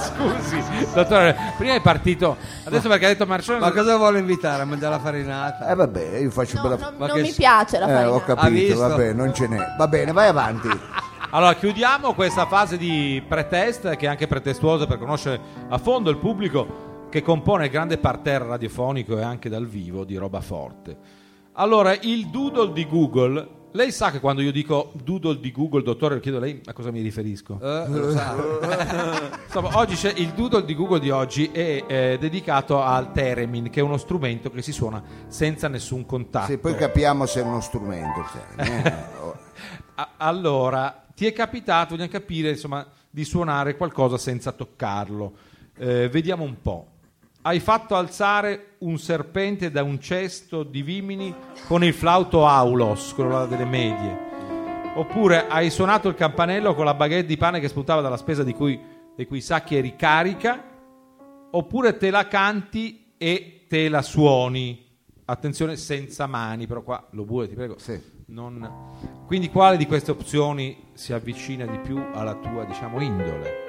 S3: Scusi, dottore, prima è partito, adesso perché ha detto Marcione...
S4: Ma cosa vuole invitare a mangiare la farinata?
S1: Eh vabbè, io faccio
S7: No,
S1: bella
S7: non,
S4: Ma
S7: non
S4: che
S7: mi
S4: s-
S7: piace la
S1: Eh,
S7: farinata.
S1: ho
S4: Ha
S1: capito,
S4: visto?
S1: vabbè, non ce n'è. Va bene, vai avanti.
S3: Allora, chiudiamo questa fase di pretest, che è anche pretestuosa per conoscere a fondo il pubblico che compone il grande parterre radiofonico e anche dal vivo di roba forte. Allora, il doodle di Google. Lei sa che quando io dico doodle di Google, dottore, chiedo a lei a cosa mi riferisco.
S4: Eh, lo sa.
S1: <laughs>
S3: Insomma, oggi c'è il doodle di Google di oggi è eh, dedicato al theremin, che è uno strumento che si suona senza nessun
S4: Ah.
S3: contatto.
S1: Sì, poi capiamo se è uno strumento. cioè,
S4: <laughs>
S1: eh, oh.
S3: A- allora, ti è capitato, vogliamo capire, insomma, di suonare qualcosa senza toccarlo. Eh, vediamo un po'. Hai fatto alzare un serpente da un cesto di vimini con il flauto aulos, quello là delle medie. Oppure hai suonato il campanello con la baguette di pane che sputava dalla spesa di cui, dei cui sacchi eri carica. Oppure te la canti e te la suoni. Attenzione, senza mani, però qua lo bue, ti prego.
S1: Sì.
S3: Non- Quindi quale di queste opzioni si avvicina di più alla tua, diciamo, indole?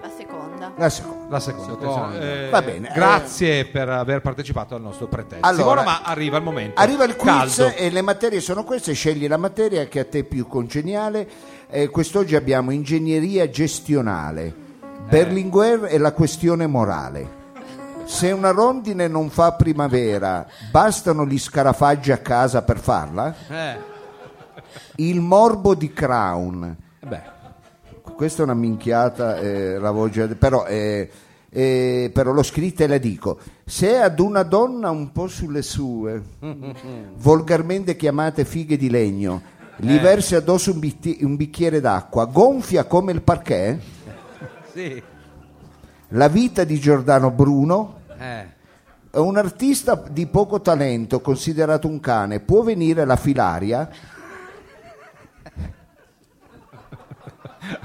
S7: La seconda.
S1: La seconda.
S3: La seconda.
S4: Seconda.
S3: attenzione. Eh,
S1: Va bene, eh.
S3: Grazie per aver partecipato al nostro pretesto.
S1: Allora,
S3: Simona, ma arriva il momento.
S1: Arriva il quiz
S3: caldo.
S1: e le materie sono queste, scegli la materia che a te è più congeniale. Eh, quest'oggi abbiamo ingegneria
S4: Eh.
S1: gestionale, Berlinguer e la questione morale. Se una rondine non fa primavera, bastano gli scarafaggi a casa per farla?
S4: Eh,
S1: Il morbo di Crown.
S3: Beh,
S1: Questa è una minchiata, eh, la voce, però, eh, eh, però l'ho scritta e la dico. Se ad una donna un po' sulle sue, volgarmente chiamate fighe di legno, gli versi addosso un, bitti- un bicchiere d'acqua, gonfia come il parquet,
S4: sì.
S1: la vita di Giordano Bruno,
S4: Eh.
S1: è un artista di poco talento, considerato un cane, può venire la filaria?
S3: <laughs>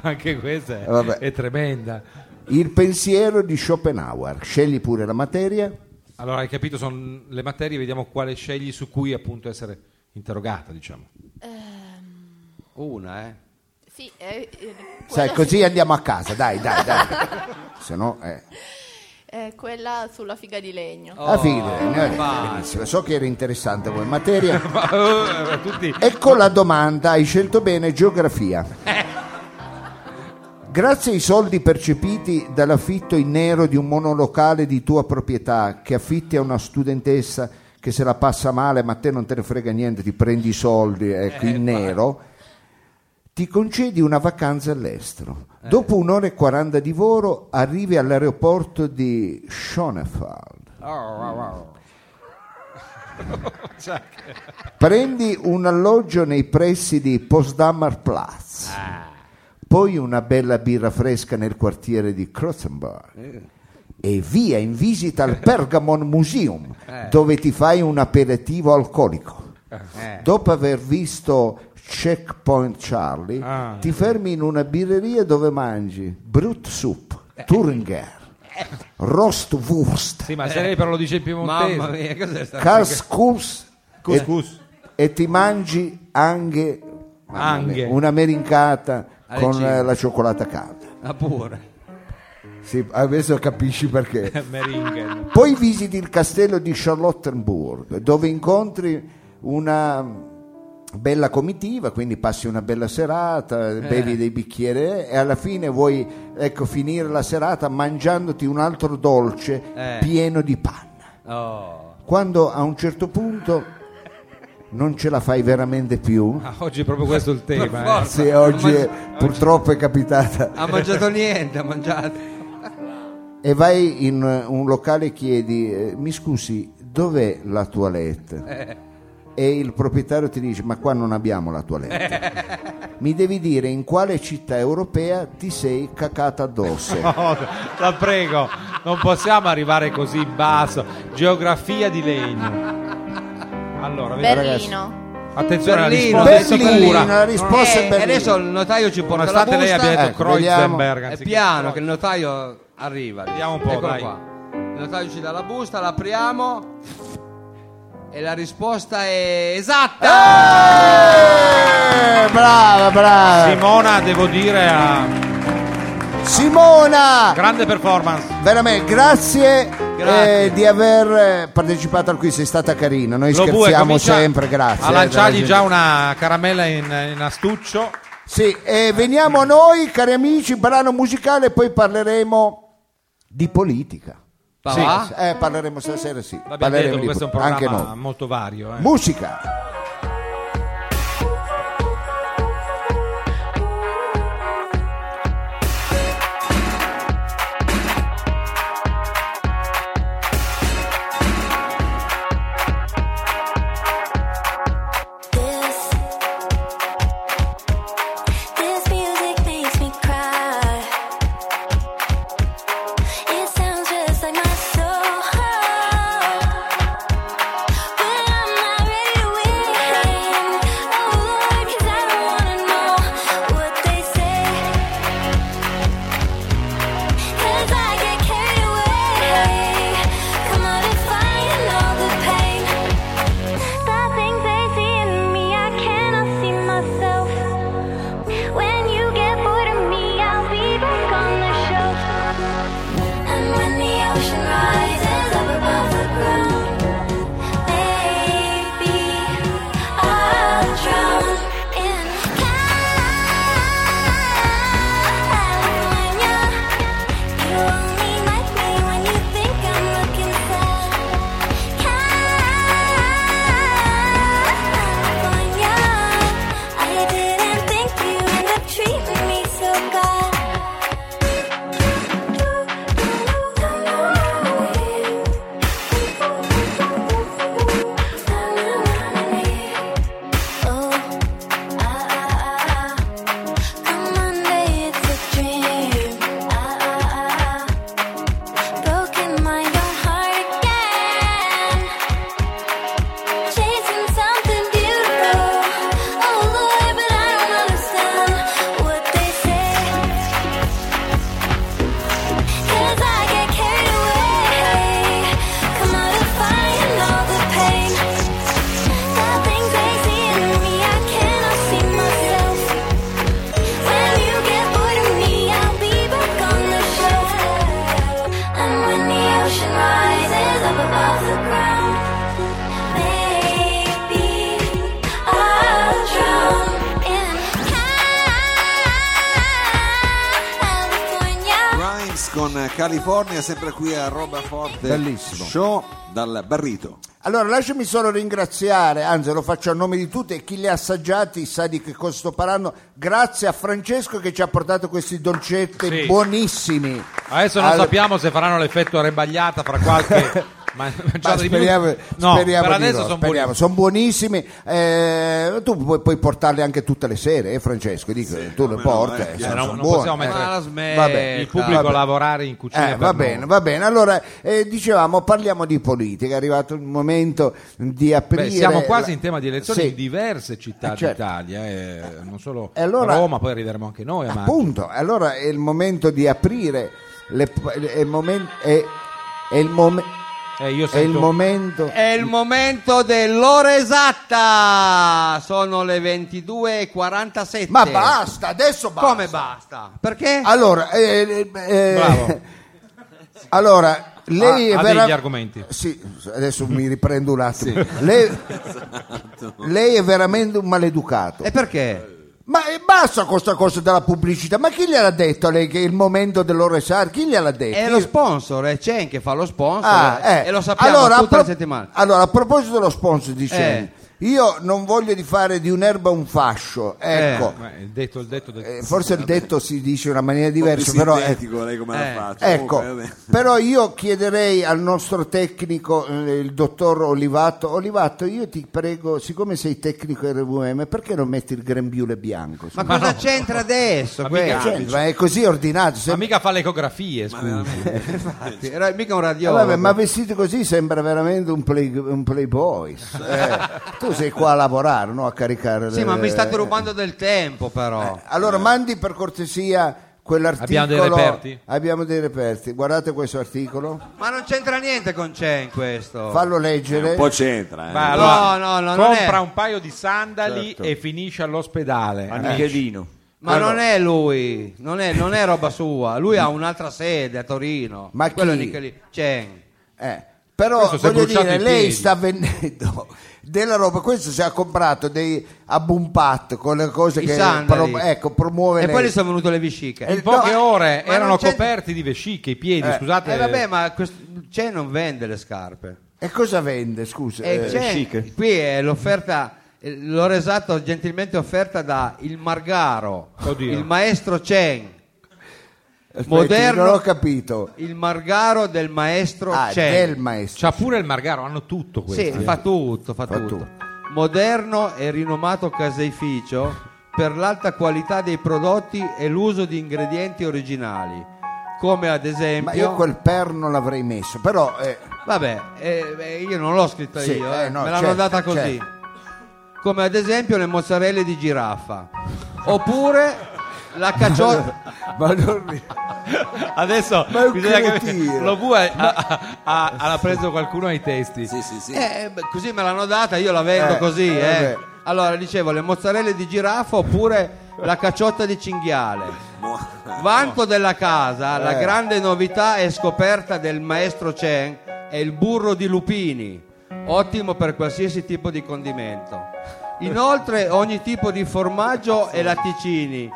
S3: anche questa è,
S1: Eh, Vabbè.
S3: è tremenda.
S1: Il pensiero di Schopenhauer, scegli pure la materia.
S3: Allora, hai capito, sono le materie, vediamo quale scegli su cui appunto essere interrogata, diciamo.
S4: Una, eh.
S7: Sì, eh, eh,
S1: Sai,
S7: quella-
S1: così andiamo a casa, dai, dai, dai. Se no, eh.
S7: eh, quella sulla figa di legno.
S1: Ah, figo, eh,
S4: vai.
S1: benissimo. So che era interessante come materia.
S3: Ma, eh, tutti-
S1: Ecco la domanda, hai scelto bene geografia. Grazie ai soldi percepiti dall'affitto in nero di un monolocale di tua proprietà che affitti a una studentessa che se la passa male ma a te non te ne frega niente, ti prendi i soldi ecco, in nero, ti concedi una vacanza all'estero. Dopo un'ora e quaranta di volo arrivi all'aeroporto di Schonefeld. Prendi un alloggio nei pressi di Potsdamer Platz,
S3: Ah.
S1: poi una bella birra fresca nel quartiere di
S3: Eh.
S1: Krotzenburg e via in visita al Pergamon Museum,
S3: Eh.
S1: dove ti fai un aperitivo alcolico.
S3: Eh.
S1: Dopo aver visto Checkpoint Charlie,
S3: Ah.
S1: ti fermi in una birreria dove mangi Brut Soup, Thuringer, Rostwurst,
S3: Eh. Sì, ma se lei però lo dice in piemontese.
S4: Eh, Mamma mia, cos'è sta?
S1: Kaskus e
S3: Cuscus.
S1: e ti mangi anche mamma mia,
S3: Anghe.
S1: un'americata
S4: Alle
S1: con
S4: cinque.
S1: eh, la cioccolata calda.
S4: Ah, pure.
S1: Sì, adesso capisci perché.
S3: Meringen.
S1: Poi visiti il castello di Charlottenburg, dove incontri una bella comitiva, quindi passi una bella serata, bevi dei bicchieri eh, e alla fine vuoi ecco, finire la serata mangiandoti un altro dolce
S4: Eh.
S1: pieno di panna.
S4: Oh.
S1: Quando a un certo punto non ce la fai veramente più,
S3: Ah, oggi è proprio questo il tema. eh.
S4: forza.
S1: Sì, oggi è- purtroppo è capitata.
S4: Ha mangiato niente, ha mangiato.
S1: E vai in eh, un locale e chiedi, eh, mi scusi, dov'è la toilette?
S3: Eh.
S1: E il proprietario ti dice, ma qua non abbiamo la
S3: <laughs>
S1: toilette. Mi devi dire in quale città europea ti sei cacata
S3: <laughs>
S1: addosso.
S3: <laughs> No, la prego, non possiamo arrivare così in basso. Geografia di legno. Allora, vediamo.
S1: ragazzi.
S7: Berlino.
S3: Attenzione alla
S4: Berlino,
S3: risposta è
S4: Berlino,
S3: sicura.
S1: la risposta
S4: Eh,
S1: è Berlino.
S4: adesso il notaio ci porta
S3: Nonostante
S4: la
S3: lei
S4: busta, eh,
S3: abbia detto
S1: Ecco, vediamo.
S3: Kreuzberg.
S4: è
S3: anziché
S4: piano
S3: Kreuz.
S4: che il notaio arriva.
S3: Vediamo un po',
S4: Eccolo
S3: dai.
S4: qua. Il notaio ci dà la busta, la apriamo e la risposta è esatta.
S1: Eh, brava, brava.
S3: Simona, devo dire, ha
S1: Simona!
S3: grande performance.
S1: Veramente, grazie,
S4: Grazie.
S1: eh, di aver eh, partecipato al quiz, è stata carina. Noi
S3: Lo Bue
S1: scherziamo
S3: comincia
S1: sempre, grazie.
S3: A lanciargli
S1: eh,
S3: già una caramella in, in astuccio.
S1: Sì, e veniamo a noi, cari amici, brano musicale, poi parleremo di politica.
S4: Ma
S3: Sì.
S4: va?
S1: Eh, parleremo stasera, sì.
S3: L'abbiamo
S1: Parleremo
S3: detto,
S1: di
S3: questo è un
S1: politica, anche
S3: programma
S1: noi.
S3: molto vario. eh.
S1: Musica!
S8: This this music makes me cry. It sounds just like my soul. But I'm not ready to win. Oh, 'cause I don't wanna know what they say. 'Cause I get carried away. Come on and find all the pain. The things they see in me, I cannot see myself. When you get bored of me, I'll be back on the shelf. And when the ocean rises up above the ground, maybe I'll drown in California. You only like me when you think I'm looking sad. California, I didn't think you end up treating me so bad. Come on, it's a dream. Ah. Broken mind, don't hurt again. Chasing something beautiful, oh Lord, but I don't understand what they say. 'Cause I get carried away, come out and find all the pain. The things they see in me, I cannot see myself. When you get bored of me, I'll be back on the shelf. And when the ocean rises up above the ground, maybe I'll drown in California.
S2: Grimes con California, sempre qui a Roba Forte.
S1: Bellissimo.
S2: Show dal Barrito.
S1: Allora, lasciami solo ringraziare, anzi lo faccio a nome di tutti e chi li ha assaggiati sa di che cosa sto parlando. Grazie a Francesco che ci ha portato questi dolcetti
S3: Sì.
S1: buonissimi.
S3: Adesso non
S1: Al-
S3: sappiamo se faranno l'effetto rebagliata
S1: <laughs>
S3: fra qualche ma-
S1: Ma
S3: mangiata di più.
S1: speriamo,
S3: Cioè, No,
S1: speriamo
S3: per
S1: di
S3: adesso
S1: no,
S3: sono
S1: speriamo.
S3: buoni.
S1: Son buonissimi. Eh, tu puoi, puoi portarli anche tutte le sere, eh, Francesco? Dico, tu le
S2: no,
S1: porti,
S2: eh,
S1: eh,
S2: chiaro,
S1: sono
S3: non
S1: buoni. Eh,
S3: possiamo mettere-
S4: Ma la
S1: Vabbè,
S4: smetta.
S3: Il pubblico
S1: Vabbè.
S3: a lavorare in cucina.
S1: Eh,
S3: per
S1: va
S3: noi.
S1: bene, va bene. Allora, eh, dicevamo, parliamo di politica. È arrivato il momento di aprire.
S3: Beh, siamo quasi
S1: la-
S3: in tema di elezioni
S1: Sì.
S3: in diverse città
S1: Eh, certo.
S3: d'Italia, eh, non solo
S1: E allora-
S3: Roma, poi arriveremo anche noi. a maggio.
S1: Appunto, allora è il momento di aprire. Le, è il momen- è- è il mom-
S3: Eh,
S1: è
S3: io
S1: il
S3: sento- Eh,
S1: momento.
S4: È il momento dell'ora esatta. Sono le 22:47.
S1: Ma basta, adesso basta.
S4: Come basta? Perché?
S1: Allora, eh, eh,
S3: Bravo.
S1: <laughs> allora lei
S4: Ah,
S1: è
S3: Ha- ha
S1: vera-
S3: degli argomenti.
S1: Sì, adesso mi riprendo un attimo. Lei,
S2: Esatto.
S1: lei è veramente un maleducato.
S4: E perché?
S1: Ma eh, basta con sta cosa della pubblicità. Ma chi gliel'ha detto a lei che è il momento dell'Oresar? Chi gliel'ha detto?
S4: È
S1: Io-
S4: Eh, lo sponsor, è Chen che fa lo sponsor
S1: Eh, Ah, eh.
S4: e lo sappiamo
S1: Allora, a
S4: tutte le
S1: pro-
S4: settimane.
S1: Allora, a proposito dello sponsor di Chen,
S4: Eh.
S1: io non voglio di fare di un'erba un fascio.
S4: Eh.
S1: Ecco,
S3: Ma il detto, il detto del-
S1: Eh, forse il detto si dice in una maniera diversa,
S2: Un po' più
S1: però... eh,
S2: sintetico, lei come
S4: eh,
S2: l'ha fatto.
S1: Ecco,
S2: Comunque, vabbè. <laughs>
S1: però io chiederei al nostro tecnico, eh, il dottor Olivato, Olivato, io ti prego, siccome sei tecnico RVM, perché non metti il grembiule bianco?
S4: Ma, cosa c'entra adesso?
S3: Ma
S4: questo?
S3: mica-
S1: Cioè, ma è così ordinato.
S3: Ma
S1: sembra-
S3: mica fa le ecografie, scusa.
S4: Infatti, era mica un
S1: Eh,
S4: radio. <laughs>
S1: vabbè, ma vestito così sembra veramente un, play- un playboy. Eh, tu tu sei qua a lavorare, no? A caricare.
S4: Sì, ma
S1: le-
S4: mi state rubando del tempo, però.
S1: Allora mandi per cortesia quell'articolo.
S3: Abbiamo dei reperti?
S1: Abbiamo dei reperti. Guardate questo articolo,
S4: Ma non c'entra niente con C'è in questo.
S1: fallo
S2: Un
S1: leggere.
S2: po' c'entra. eh.
S3: Ma
S4: No,
S3: allora,
S4: no, no, non
S3: compra
S4: è-
S3: un paio di sandali
S5: Certo.
S3: e finisce all'ospedale. Eh,
S5: Anichelino.
S4: Ma non è lui, non è, non è roba sua. Lui ha un'altra sede a Torino.
S1: Ma
S4: Quello
S1: chi?
S4: lì che lì. C'è.
S1: Eh, Però
S3: Questo si è
S1: voglio
S3: bruciato
S1: dire,
S3: i
S1: lei
S3: piedi.
S1: sta vendendo <laughs> della roba. Questo si è comprato dei abumpat con le cose
S4: I
S1: Cioè che
S4: sandali.
S1: ecco, promuove
S4: E
S1: lei.
S4: poi gli sono venute le vesciche.
S1: Eh,
S3: In poche
S1: No,
S3: ore
S4: ma
S3: erano
S4: non c'entra-
S3: coperti di vesciche i piedi,
S1: Eh,
S3: scusate.
S4: Eh, vabbè, ma questo- C'è non vende le scarpe.
S1: E cosa vende? Scusa,
S4: E
S1: eh,
S4: C'è-
S5: chic.
S4: qui è l'offerta, eh, l'ho resato gentilmente offerta da Il Margaro,
S3: Oddio.
S4: il maestro Chen.
S1: aspetti,
S4: moderno-
S1: Non ho capito.
S4: Il Margaro del maestro
S1: Ah,
S4: Chen.
S1: del maestro.
S3: C'ha pure il Margaro, hanno tutto
S4: Sì,
S3: questo.
S4: fa tutto, fa,
S1: Fa
S4: tutto.
S1: tutto.
S4: Moderno e rinomato caseificio per l'alta qualità dei prodotti e l'uso di ingredienti originali, come ad esempio...
S1: Ma io quel per non l'avrei messo, però eh,
S4: Vabbè, eh, eh, io non l'ho scritta
S1: Sì,
S4: io,
S1: eh,
S4: eh,
S1: no,
S4: me l'hanno
S1: certo,
S4: data così.
S1: certo.
S4: Come ad esempio le mozzarelle di giraffa, oppure la caciotta...
S1: ma non ri-
S3: <laughs> Adesso
S1: Ma è un
S3: bisogna che
S1: cretino.
S3: lo bue ha, ha- ha preso qualcuno ai testi.
S2: Sì, sì, sì.
S4: Eh, beh, così me l'hanno data, io la vendo
S1: Eh,
S4: così.
S1: eh,
S4: eh.
S1: beh.
S4: Allora, dicevo, le mozzarelle di giraffa oppure la cacciotta di cinghiale. Vanto della casa, la
S1: Eh.
S4: grande novità e scoperta del maestro Chen è il burro di lupini, ottimo per qualsiasi tipo di condimento. Inoltre ogni tipo di formaggio e latticini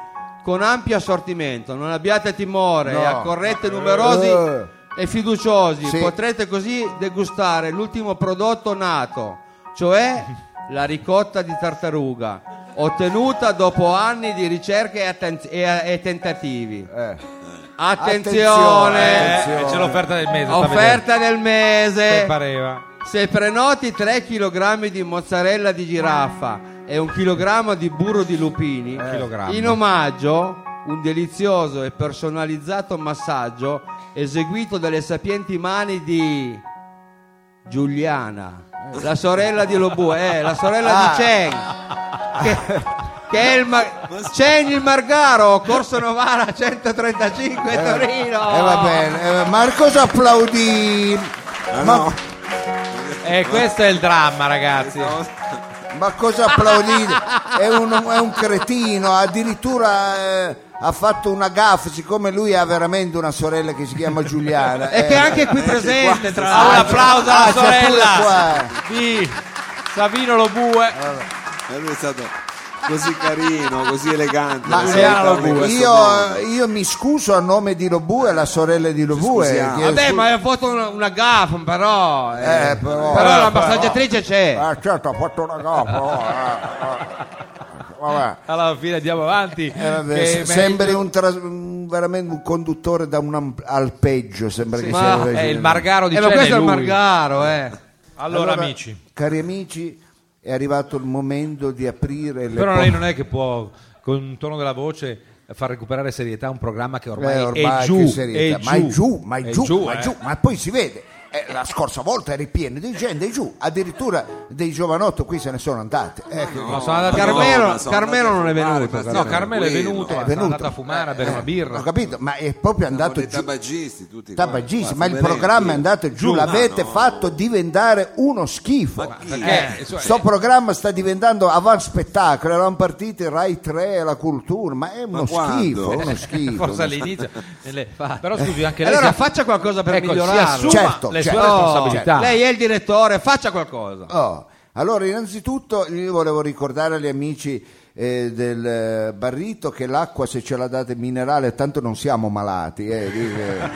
S4: con ampio assortimento, non abbiate timore,
S1: No.
S4: accorrete numerosi
S1: Eh.
S4: e fiduciosi,
S1: Sì.
S4: potrete così degustare l'ultimo prodotto nato, cioè la ricotta di tartaruga, ottenuta dopo anni di ricerche e, atten- e- e tentativi. <laughs>
S1: eh.
S4: Attenzione!
S1: Attenzione.
S3: Eh, c'è l'offerta del mese. sta vedendo.
S4: Offerta del
S3: Che
S4: mese!
S3: pareva.
S4: Se prenoti 3 kg di mozzarella di giraffa e 1 kg di burro di lupini,
S3: Chilogrammo.
S4: in omaggio un delizioso e personalizzato massaggio eseguito dalle sapienti mani di Giuliana, la sorella di Lobu, eh, la sorella
S1: Ah.
S4: di Chen. Che, che è il Mar- Chen il Margaro, Corso Novara 135 Torino.
S1: Eh, va bene, eh, Marcos applaudì. ma,
S3: E Eh, questo è il dramma, ragazzi.
S1: ma cosa
S4: <laughs>
S1: applaudì? È un, è un cretino, addirittura eh, ha fatto una gaffa, siccome lui ha veramente una sorella che si chiama Giuliana.
S4: <laughs> E
S1: eh.
S4: che è anche qui presente, tra
S3: Ah, un
S4: l'altro.
S3: applauso alla
S1: Ah, c'è pure
S3: sorella
S1: qua.
S3: di Savino Lobue.
S2: E lui è stato così carino, così elegante.
S1: Ma
S2: nel
S1: eh,
S2: solito modo, in questo
S1: io,
S2: modo.
S1: eh, io mi scuso a nome di Lobu e la sorella di Lobu. eh,
S2: scusiamo.
S1: che-
S3: Ah,
S4: Vabbè, ma hai fatto una, una gaffa, però. eh.
S1: eh, però,
S4: Però
S1: eh,
S4: la massaggiatrice c'è.
S1: eh, certo, ha fatto una gaffa. oh, eh, eh. Vabbè.
S3: Alla fine andiamo avanti.
S1: Eh, vabbè,
S3: che
S1: se-
S3: meglio-
S1: sembri un, tras- un- veramente un conduttore da un am- alpeggio sembra che
S4: ma
S1: sia
S3: è il Margaro di
S4: Eh, ma
S3: Cene,
S4: questo è il
S3: lui.
S4: Margaro, eh.
S3: Allora, amici.
S1: cari amici è arrivato il momento di aprire le
S3: Però
S1: por-
S3: lei non è che può, con un tono della voce, far recuperare serietà a un programma che ormai,
S1: Eh, ormai,
S3: certo, è,
S1: che
S3: giù,
S1: serietà.
S3: è
S1: ma è giù ma è
S3: È
S1: giù,
S3: giù,
S1: ma, è
S3: eh.
S1: giù. Ma poi si vede Eh, la scorsa volta eri pieno di gente è giù addirittura dei giovanotto qui se ne sono andati ecco.
S3: No, sono andato
S4: Carmelo-
S2: ma sono
S4: Carmelo non
S2: andati a
S4: è
S2: fumare,
S4: venuto,
S2: ma
S3: No,
S2: stai
S3: Carmelo è
S2: tranquillo.
S3: venuto,
S1: è
S3: è
S1: venuto.
S3: andato a fumare, a bere
S1: Eh,
S3: una birra.
S1: ho capito ma è proprio andato
S2: Dei
S1: giù
S2: tabagisti, tutti qua.
S1: tabagisti,
S2: Qua,
S1: ma il
S2: Fiorentino.
S1: programma è andato giù,
S2: Ma
S1: l'avete
S2: no.
S1: fatto diventare uno schifo.
S2: Ma chi? Eh, cioè,
S3: Perché, insomma,
S1: Sto programma sta diventando avanti spettacolo, erano partiti Rai 3 e la cultura, ma è uno
S2: Ma quando?
S1: schifo, è Eh, uno
S3: eh, <laughs>
S1: schifo.
S3: forse all'inizio.
S1: <laughs>
S3: nelle- Però scusi, anche lei...
S4: Allora
S3: si-
S4: faccia qualcosa per
S3: ecco, si
S4: migliorarlo.
S3: assuma
S1: Certo,
S3: le
S1: certo.
S3: sue
S4: Oh,
S3: responsabilità.
S4: lei è il direttore, faccia qualcosa.
S1: Oh, Allora, innanzitutto io volevo ricordare agli amici eh, del eh, Barrito che l'acqua se ce la date minerale, tanto non siamo malati. eh, dice-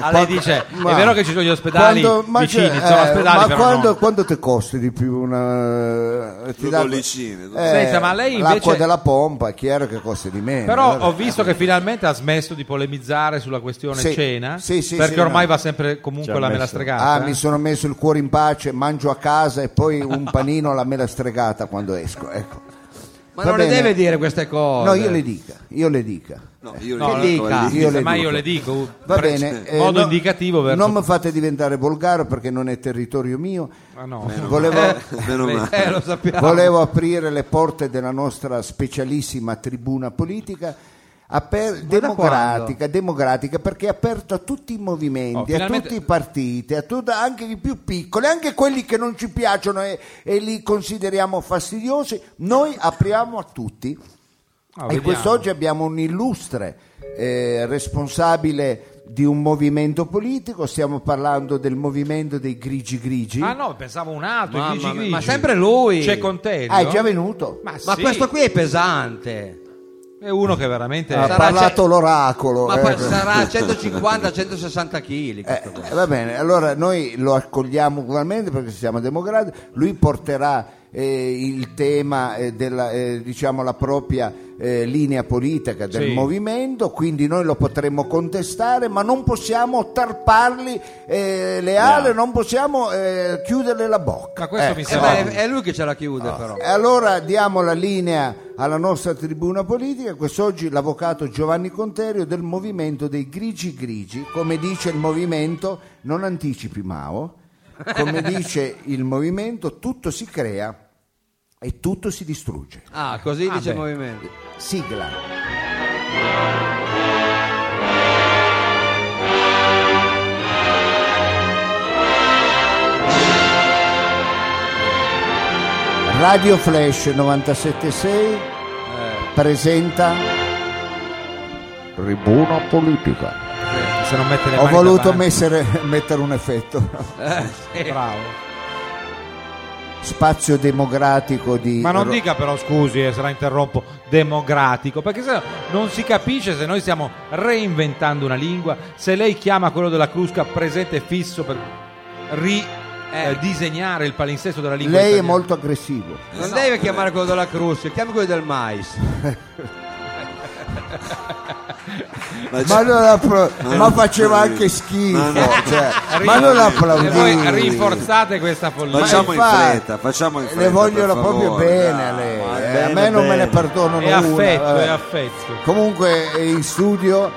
S3: Ah, lei dice,
S1: Ma-
S3: è vero che ci sono gli ospedali
S1: Quando- ma
S3: vicini,
S1: c'è-
S3: ci sono
S1: eh,
S3: ospedali
S1: ma
S3: però
S1: quando,
S3: no.
S1: quando ti costa di più una eh, ti
S2: Due
S1: dà-
S2: bollicine, due-
S3: Senta, ma lei
S1: l'acqua
S3: invece-
S1: della pompa è chiaro che costa di meno
S3: Però
S1: Eh, allora.
S3: ho visto che finalmente ha smesso di polemizzare sulla questione
S1: Sì,
S3: cena,
S1: sì, sì,
S3: perché
S1: sì,
S3: ormai
S1: no.
S3: va sempre comunque
S5: Ci ha
S3: la mela
S5: messo.
S3: stregata.
S1: ah
S3: eh.
S1: mi sono messo il cuore in pace mangio a casa e poi un panino alla mela stregata quando esco ecco
S4: Ma
S1: Va
S4: non
S1: bene.
S4: le deve dire queste cose.
S1: No, io le dica, io le dica.
S2: No, io
S3: No,
S2: ricordo
S4: dica.
S2: quelli-
S1: Io le
S3: ma
S1: dico.
S3: io le dico
S1: Va
S3: pre-
S1: bene, eh,
S3: modo
S1: no-
S3: indicativo verso
S1: Non mi fate diventare volgare perché non è territorio mio.
S3: Ah, no.
S1: Volevo,
S2: <laughs> Meno
S3: Beh,
S2: male.
S4: Eh, lo sappiamo.
S1: volevo aprire le porte della nostra specialissima tribuna politica. aper- democratica, democratica perché è aperta a tutti i movimenti,
S3: Oh,
S1: a
S3: finalmente-
S1: tutti i partiti, a tut- anche i più piccoli, anche quelli che non ci piacciono e, e li consideriamo fastidiosi, noi apriamo a tutti.
S3: Ah,
S1: e
S3: vediamo.
S1: quest'oggi abbiamo un illustre eh, responsabile di un movimento politico, stiamo parlando del movimento dei grigi grigi.
S3: Ah no, pensavo un altro,
S4: Mamma
S3: i Gigi
S4: mia,
S3: Grigi.
S4: ma sempre lui.
S3: C'è Conterio.
S1: Ah, è già venuto.
S3: Ma,
S4: Ma
S3: sì,
S4: questo qui è pesante.
S3: è uno che veramente...
S1: ha
S4: sarà
S1: parlato
S4: ce-
S1: l'oracolo.
S4: Ma
S1: eh.
S4: poi sarà 150-160 kg.
S1: Eh, va bene, allora noi lo accogliamo ugualmente perché siamo democratici, lui porterà eh, il tema eh, della eh, diciamo, la propria eh, linea politica del
S3: Sì.
S1: movimento, quindi noi lo potremmo contestare, ma non possiamo tarparli eh, le ali, non possiamo eh, chiuderle la bocca.
S3: Ma questo
S1: Ecco.
S3: mi
S4: Eh,
S3: sembra...
S4: ma è, è lui che ce la chiude, però.
S1: E allora diamo la linea alla nostra tribuna politica, quest'oggi l'avvocato Giovanni Conterio del movimento dei grigi grigi, come dice il movimento, non anticipi Mao, come dice il movimento, tutto si crea e tutto si distrugge.
S4: Ah, così
S3: Ah,
S4: dice il
S3: beh.
S4: movimento.
S1: Sigla. Radio Flash 976 presenta Tribuna Politica.
S3: Se non mette le
S1: Ho
S3: mani
S1: voluto
S3: davanti.
S1: messere- <laughs> mettere un
S3: <laughs>
S1: effetto.
S3: Bravo.
S1: Spazio democratico di
S3: Ma non
S1: Ro-
S3: dica però scusi, eh, se la interrompo, democratico, perché se no non si capisce se noi stiamo reinventando una lingua, se lei chiama quello della Crusca presente e fisso per ridisegnare il palinsesto della lingua.
S1: Eh. Lei è
S3: italiana.
S1: molto aggressivo.
S4: Non
S3: eh.
S4: deve chiamare quello della Crusca, chiami quello del mais.
S2: Ma
S1: Ma,
S2: c'è-
S1: non appla-
S2: Ma
S1: ma
S2: non-
S1: faceva anche schifo,
S2: Ma no. Eh,
S1: cioè, ma non
S3: E voi
S1: applaudite.
S3: rinforzate questa follia.
S2: Facciamo in
S1: infatti,
S2: fretta, facciamo in fretta.
S1: Le vogliono
S2: per
S1: proprio
S2: favore, Ah,
S1: bene a
S2: dai.
S1: lei,
S5: ma
S1: eh, a
S5: bene,
S1: me non me ne
S5: bene.
S1: perdono
S3: è
S1: una. Eh.
S3: affetto,
S1: vabbè.
S3: è affetto.
S1: Comunque è in studio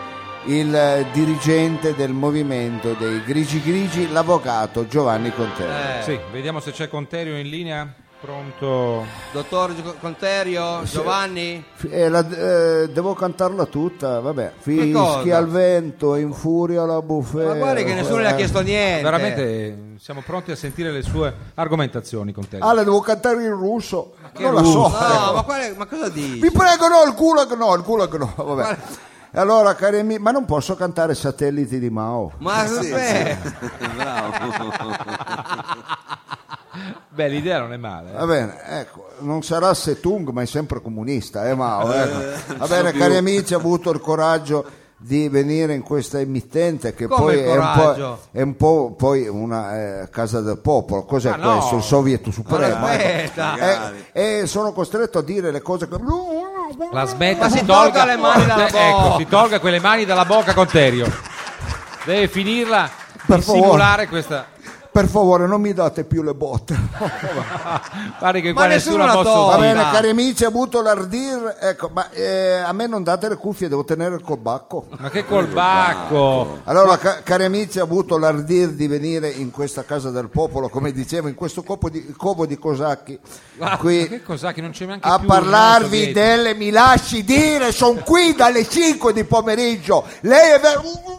S1: il eh, dirigente del movimento dei Grigi Grigi, l'avvocato Giovanni Contero.
S4: Eh,
S3: Sì, vediamo se c'è Conterio in linea. Pronto?
S4: Dottor Gio- Conterio,
S3: Eh,
S4: Giovanni?
S1: F- eh, la- eh, devo cantarla tutta, vabbè. Fischi
S4: cosa?
S1: al vento, in furia la bufera.
S4: Ma guarda che nessuno le ha chiesto niente.
S3: Eh, Veramente siamo pronti a sentire le sue argomentazioni, Conterio.
S1: Ah, la devo cantare in russo? non la
S4: No,
S1: so.
S4: ma, quale- ma cosa dici?
S1: Vi prego, no, il culo che no, il culo che no. Vabbè. E Allora, cari amici, ma non posso cantare Satelliti di Mao.
S4: Ma
S2: <laughs>
S4: beh,
S3: Beh, l'idea non è male. eh.
S1: Va bene, ecco, non sarà Setung, ma è sempre comunista, eh Mao. ecco. Va bene,
S2: so
S1: cari
S2: più.
S1: amici, ha avuto il coraggio di venire in questa emittente che
S4: Come
S1: poi è un, po',
S4: coraggio?
S1: è un po' poi una eh, casa del popolo. Cos'è
S3: Ma no.
S1: questo? Il Soviet Supremo.
S3: Eh,
S4: aspetta.
S1: ecco. E, e sono costretto a dire le cose che.
S3: La smetta,
S4: Ma
S3: si
S4: si tolga
S3: tolga
S4: le mani dalla bocca.
S3: Ecco, si tolga quelle mani dalla bocca, Conterio. Deve finirla
S1: Per
S3: di
S1: favore.
S3: simulare questa.
S1: Per favore, non mi date più le botte.
S3: Pare
S4: Ma
S3: che qua
S4: nessuno
S3: nessuno ha
S4: la
S3: mosso
S4: toglie.
S1: Va
S3: un dito.
S1: bene,
S4: Viva.
S1: cari amici, ha avuto l'ardir. Ecco, ma eh, a me non date le cuffie, devo tenere il colbacco.
S3: Ma che colbacco!
S1: Allora, ca- cari amici, ha avuto l'ardir di venire in questa casa del popolo, come dicevo, in questo copo di, covo di cosacchi,
S3: Ma
S1: qui
S3: <laughs> che cos'ha che non c'è neanche
S1: a
S3: più
S1: parlarvi
S3: il nostro
S1: delle. Mi lasci dire, sono qui dalle 5 di pomeriggio. Lei è ver-
S3: dietro?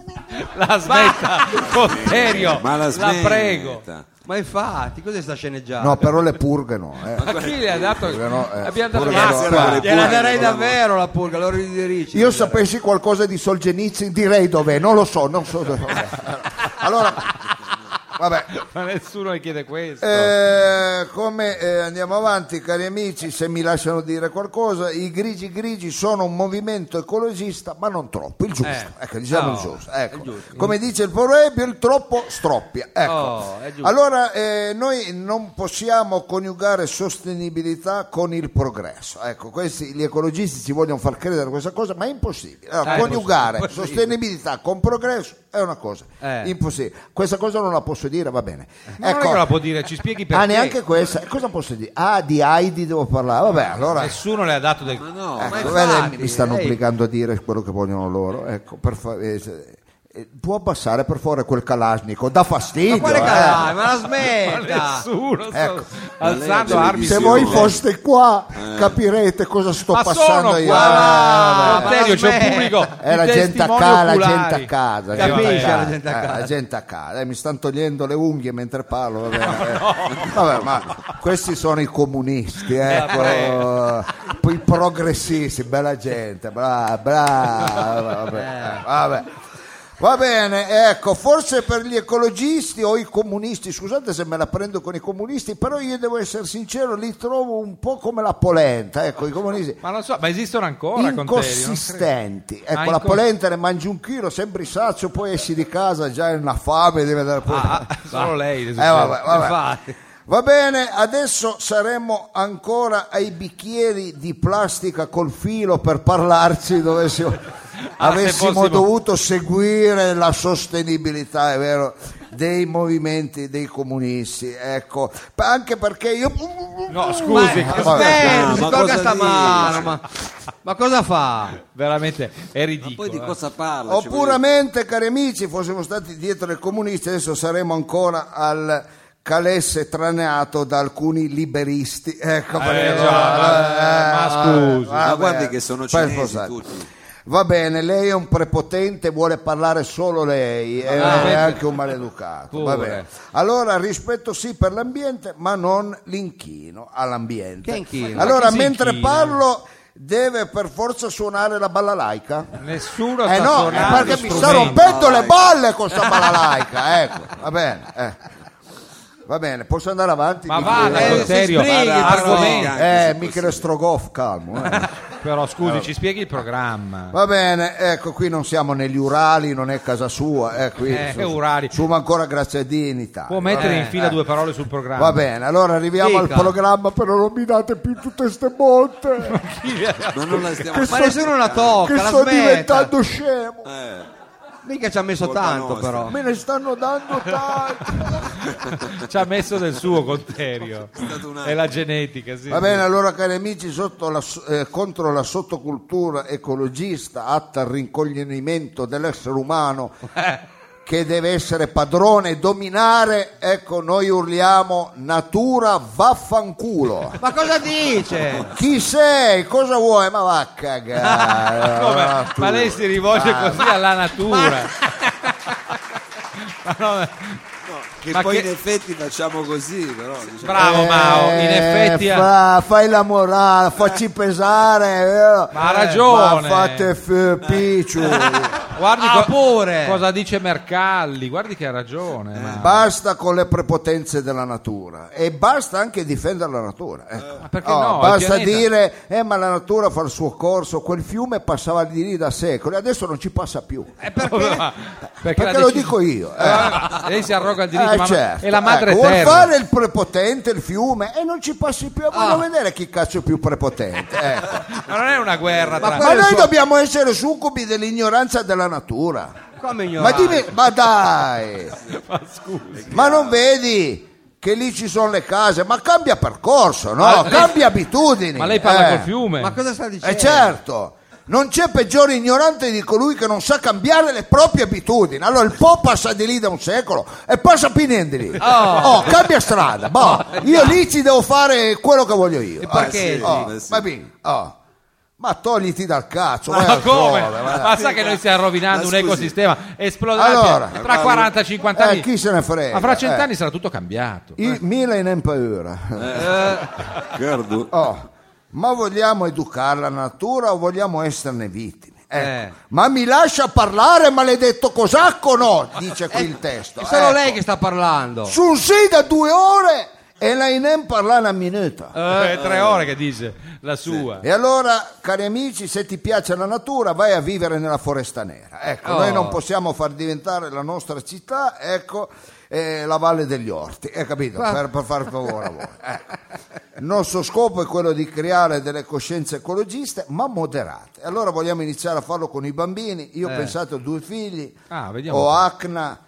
S3: La smetta, Conterio,
S2: Ma la
S3: la,
S2: smetta.
S3: prego.
S4: ma infatti, cos'è sta sceneggiata?
S1: No, però le purghe no. eh.
S3: Ma chi le ha dato?
S1: Purga no, eh,
S3: Abbiamo dato
S1: purga no,
S3: basta.
S1: eh.
S4: Gliela darei davvero la purga, lo ridirici.
S1: Io sapessi qualcosa di Solgenizzi, direi dov'è, non lo so, non so dove. Allora, vabbè.
S3: Ma nessuno le chiede questo.
S1: Eh, come eh, andiamo avanti, cari amici, se mi lasciano dire qualcosa, i grigi grigi sono un movimento ecologista, ma non troppo, il giusto.
S3: Eh,
S1: Ecco, diciamo il
S4: no,
S1: giusto. ecco. Come dice il proverbio, il troppo stroppia. Ecco.
S4: Oh, è giusto.
S1: allora, eh, noi non possiamo coniugare sostenibilità con il progresso. Ecco, questi, gli ecologisti ci vogliono far credere questa cosa, ma è impossibile. Allora,
S3: Eh, è
S1: coniugare
S3: impossibile.
S1: sostenibilità con progresso è è una cosa
S4: Eh.
S1: impossibile. Questa cosa non la posso dire, va bene. Ecco,
S3: Ma Non è che la può dire, ci spieghi perché.
S1: ah, neanche questa. Cosa posso dire? Ah, di Heidi devo parlare. Vabbè, allora.
S3: Nessuno le ha dato del...
S2: no,
S1: Ecco,
S2: ma
S1: vede,
S2: infatti,
S1: mi stanno
S4: lei-
S1: obbligando a dire quello che vogliono loro. Ecco, per fa- eh, se- eh, può abbassare per favore quel calasnico, dà fastidio.
S4: Ma quale
S1: eh.
S4: calai? Ma la
S3: Ma
S4: smetta!
S3: nessuno sta
S1: Ecco.
S3: alzando
S1: Se-
S3: armi.
S1: Se
S3: su-
S1: voi foste qua capirete cosa sto
S3: Ma sono
S1: passando
S3: qua,
S1: io.
S4: Ah,
S3: Ma
S4: vabbè.
S3: Terio, c'è un
S4: Smetta.
S3: pubblico
S1: Eh,
S3: di
S1: la gente a
S3: testimoni
S1: casa, la
S3: oculari.
S1: gente a casa, la
S4: Capisci,
S1: gente a
S4: la
S1: casa,
S4: gente a
S1: eh,
S4: casa.
S1: la gente a casa. Eh, mi stanno togliendo le unghie mentre parlo. Vabbè, eh. Vabbè, ma questi sono i comunisti, ecco, poi i progressisti, bella gente, brava, brava. Vabbè, eh, vabbè. Va bene, ecco, forse per gli ecologisti o i comunisti, scusate se me la prendo con i comunisti, però io devo essere sincero, li trovo un po' come la polenta, ecco, i comunisti
S3: Ma non so, ma esistono ancora con Terio? Non credo.
S1: inconsistenti. Ecco, la
S3: Ah, incons-
S1: polenta ne mangi un chilo, sembri sazio, poi esci di casa già hai una fame di vedere poi.
S3: Ah, <laughs> ah, solo lei. le
S1: Eh,
S3: succede.
S1: vabbè, vabbè.
S4: Infatti.
S1: Va bene, adesso saremo ancora ai bicchieri di plastica col filo per parlarci dovessimo,
S3: <laughs> Ah, se
S1: avessimo
S3: fossimo-
S1: dovuto seguire la sostenibilità, è vero, dei movimenti dei comunisti, ecco, Pa- anche perché io...
S3: No, scusi,
S1: Ma-
S3: che-
S1: vabbè.
S4: Aspetta, Eh, si
S2: Ma
S4: tolga
S2: cosa
S4: sta
S2: dici?
S4: mano, ma, ma cosa fa?
S3: veramente è
S2: ma poi
S3: ridicolo.
S2: di
S3: eh.
S2: cosa parla? Cioè, voglio dire,
S1: Oppuramente, cari amici, fossimo stati dietro ai comunisti, adesso saremmo ancora al calesse traneato da alcuni liberisti. Ecco, perché-
S3: già, ma-
S1: eh,
S3: ma scusi.
S1: vabbè,
S2: ma guardi che sono
S1: per
S2: cinesi
S1: sposare. <laughs>
S2: tutti.
S1: Va bene, lei è un prepotente, vuole parlare solo lei, è, è anche un maleducato. Va
S3: Pure.
S1: bene. Allora, rispetto sì per l'ambiente, ma non l'inchino all'ambiente.
S4: Che inchino?
S1: Allora,
S3: Ma chi si
S1: mentre
S3: inchina?
S1: parlo, deve per forza suonare la balalaika?
S3: Nessuno
S1: Eh
S3: sta
S1: no, è
S3: suonando
S1: perché mi sta
S3: strumenti.
S1: rompendo le balle con sta balalaica, ecco, va bene, eh. va bene, posso andare avanti?
S3: Ma
S1: Mi-
S3: vada,
S4: Eh,
S3: con
S4: si
S3: Terio,
S4: sbrighi, però.
S3: argomenti.
S1: Eh, Michele Strogoff, calmo. eh.
S3: Però scusi, ci spieghi il programma.
S1: Va bene, ecco, qui non siamo negli Urali, non è casa sua, eh, qui
S3: Eh,
S1: su-
S3: Urali.
S1: siamo ancora grazie a Dio in Italia.
S3: Può mettere
S1: Eh,
S3: in fila
S1: eh.
S3: due parole sul programma.
S1: Va bene, allora arriviamo
S4: Dica.
S1: al programma, però non mi date più tutte ste botte,
S2: Ma non la stiamo
S1: Che
S4: Ma
S1: sto-
S4: nessuno la tocca,
S1: che
S4: la
S1: sto
S4: smetta.
S1: diventando scemo,
S2: Eh,
S4: Mica ci ha messo
S2: Colpa
S4: tanto
S2: nostra.
S4: però.
S1: me ne stanno dando tanto.
S3: Ci ha messo del
S2: <laughs>
S3: suo Conterio.
S2: stato un
S3: È la genetica, sì.
S1: Va bene, allora cari amici, sotto la- eh, contro la sottocultura ecologista atta al rincoglionimento dell'essere
S3: <laughs>
S1: umano che deve essere padrone e dominare, ecco noi urliamo natura vaffanculo.
S4: Ma cosa dice?
S1: Chi sei? Cosa vuoi? Ma va a
S3: <laughs>
S1: cagare.
S3: Come?
S1: la
S3: Ma
S1: natura.
S3: lei si rivolge
S1: Ah,
S3: così alla natura.
S1: <laughs>
S2: che
S3: Ma
S2: poi
S3: che-
S2: in effetti facciamo così, però. diciamo-
S3: Bravo Mao, in
S1: Eh,
S3: effetti ha-
S1: fra- fai la morale,
S3: <laughs>
S1: facci pesare. vero?
S3: Ma ha ragione.
S1: Ma
S3: Eh.
S1: fate f- picciu.
S3: guardi
S4: Ah,
S3: co-
S4: pure.
S3: cosa dice Mercalli, guardi che ha
S1: Eh,
S3: ragione. ma-
S1: Basta con le prepotenze della natura e basta anche difendere la natura. ecco.
S3: Eh, Ma perché
S1: Oh,
S3: no? Il
S1: basta
S3: pianeta-
S1: dire, eh, ma la natura fa il suo corso, quel fiume passava di lì da secoli, adesso non ci passa più.
S4: Eh, perché?
S3: <laughs> Perché,
S1: perché
S3: l'ha
S1: lo
S3: deciso-
S1: dico io. eh.
S3: Eh, Lei si arroga il diritto,
S1: Eh,
S3: ma-
S1: certo,
S3: è la madre
S1: ecco,
S3: terra.
S1: Vuol fare il prepotente, il fiume, e non ci passi più. Voglio
S3: Ah.
S1: vedere chi cazzo è più prepotente. ecco.
S3: <laughs> Ma non è una guerra tra...
S1: ma noi dobbiamo essere succubi dell'ignoranza della natura.
S4: Come
S1: Ma,
S4: ignorante?
S1: dimmi, ma
S3: <laughs>
S1: dai, ma non vedi che lì ci sono le case? Ma cambia percorso, no?
S3: Ma lei-
S1: cambia abitudini.
S3: Ma lei parla
S1: eh.
S3: col fiume.
S4: Ma cosa sta
S1: Eh
S4: dicendo?
S1: certo, non c'è peggiore ignorante di colui che non sa cambiare le proprie abitudini. Allora il Po passa di lì da un secolo e passa Pinen di lì. Oh, cambia strada. boh.
S3: Oh,
S1: io lì ci devo fare quello che voglio io.
S4: E perché?
S1: Eh, sì, oh,
S2: Eh, sì.
S1: ma, bim, oh. Ma togliti dal cazzo. vai
S3: Ma
S1: al
S3: come?
S1: sole, vai.
S3: Ma sa che noi stiamo rovinando
S2: Ma
S3: un
S2: scusi.
S3: ecosistema? Esploderà
S1: Allora.
S3: tra 40-50
S1: Eh,
S3: anni.
S1: chi se ne frega?
S3: Ma fra cent'anni
S1: eh.
S3: sarà tutto cambiato.
S1: I Milan in paura. <laughs>
S2: Guardo.
S1: Oh, ma vogliamo educare la natura o vogliamo esserne vittime? Ecco.
S4: Eh.
S1: Ma mi lascia parlare, maledetto cosacco? No, dice qui il testo.
S4: È solo
S1: Ecco.
S4: lei che sta parlando.
S1: Su un sì da due ore e la Inem parla una minuta.
S3: Eh, è tre ore che dice la sua.
S1: E allora, cari amici, se ti piace la natura, vai a vivere nella foresta nera. Ecco,
S4: Oh.
S1: noi non possiamo far diventare la nostra città, ecco, eh, la Valle degli Orti, hai capito? Per, per far favore a voi. ecco. Il nostro scopo è quello di creare delle coscienze ecologiste, ma moderate. E Allora vogliamo iniziare a farlo con i bambini. Io ho pensato a due figli,
S3: Eh. Ah, vediamo.
S1: ho acna,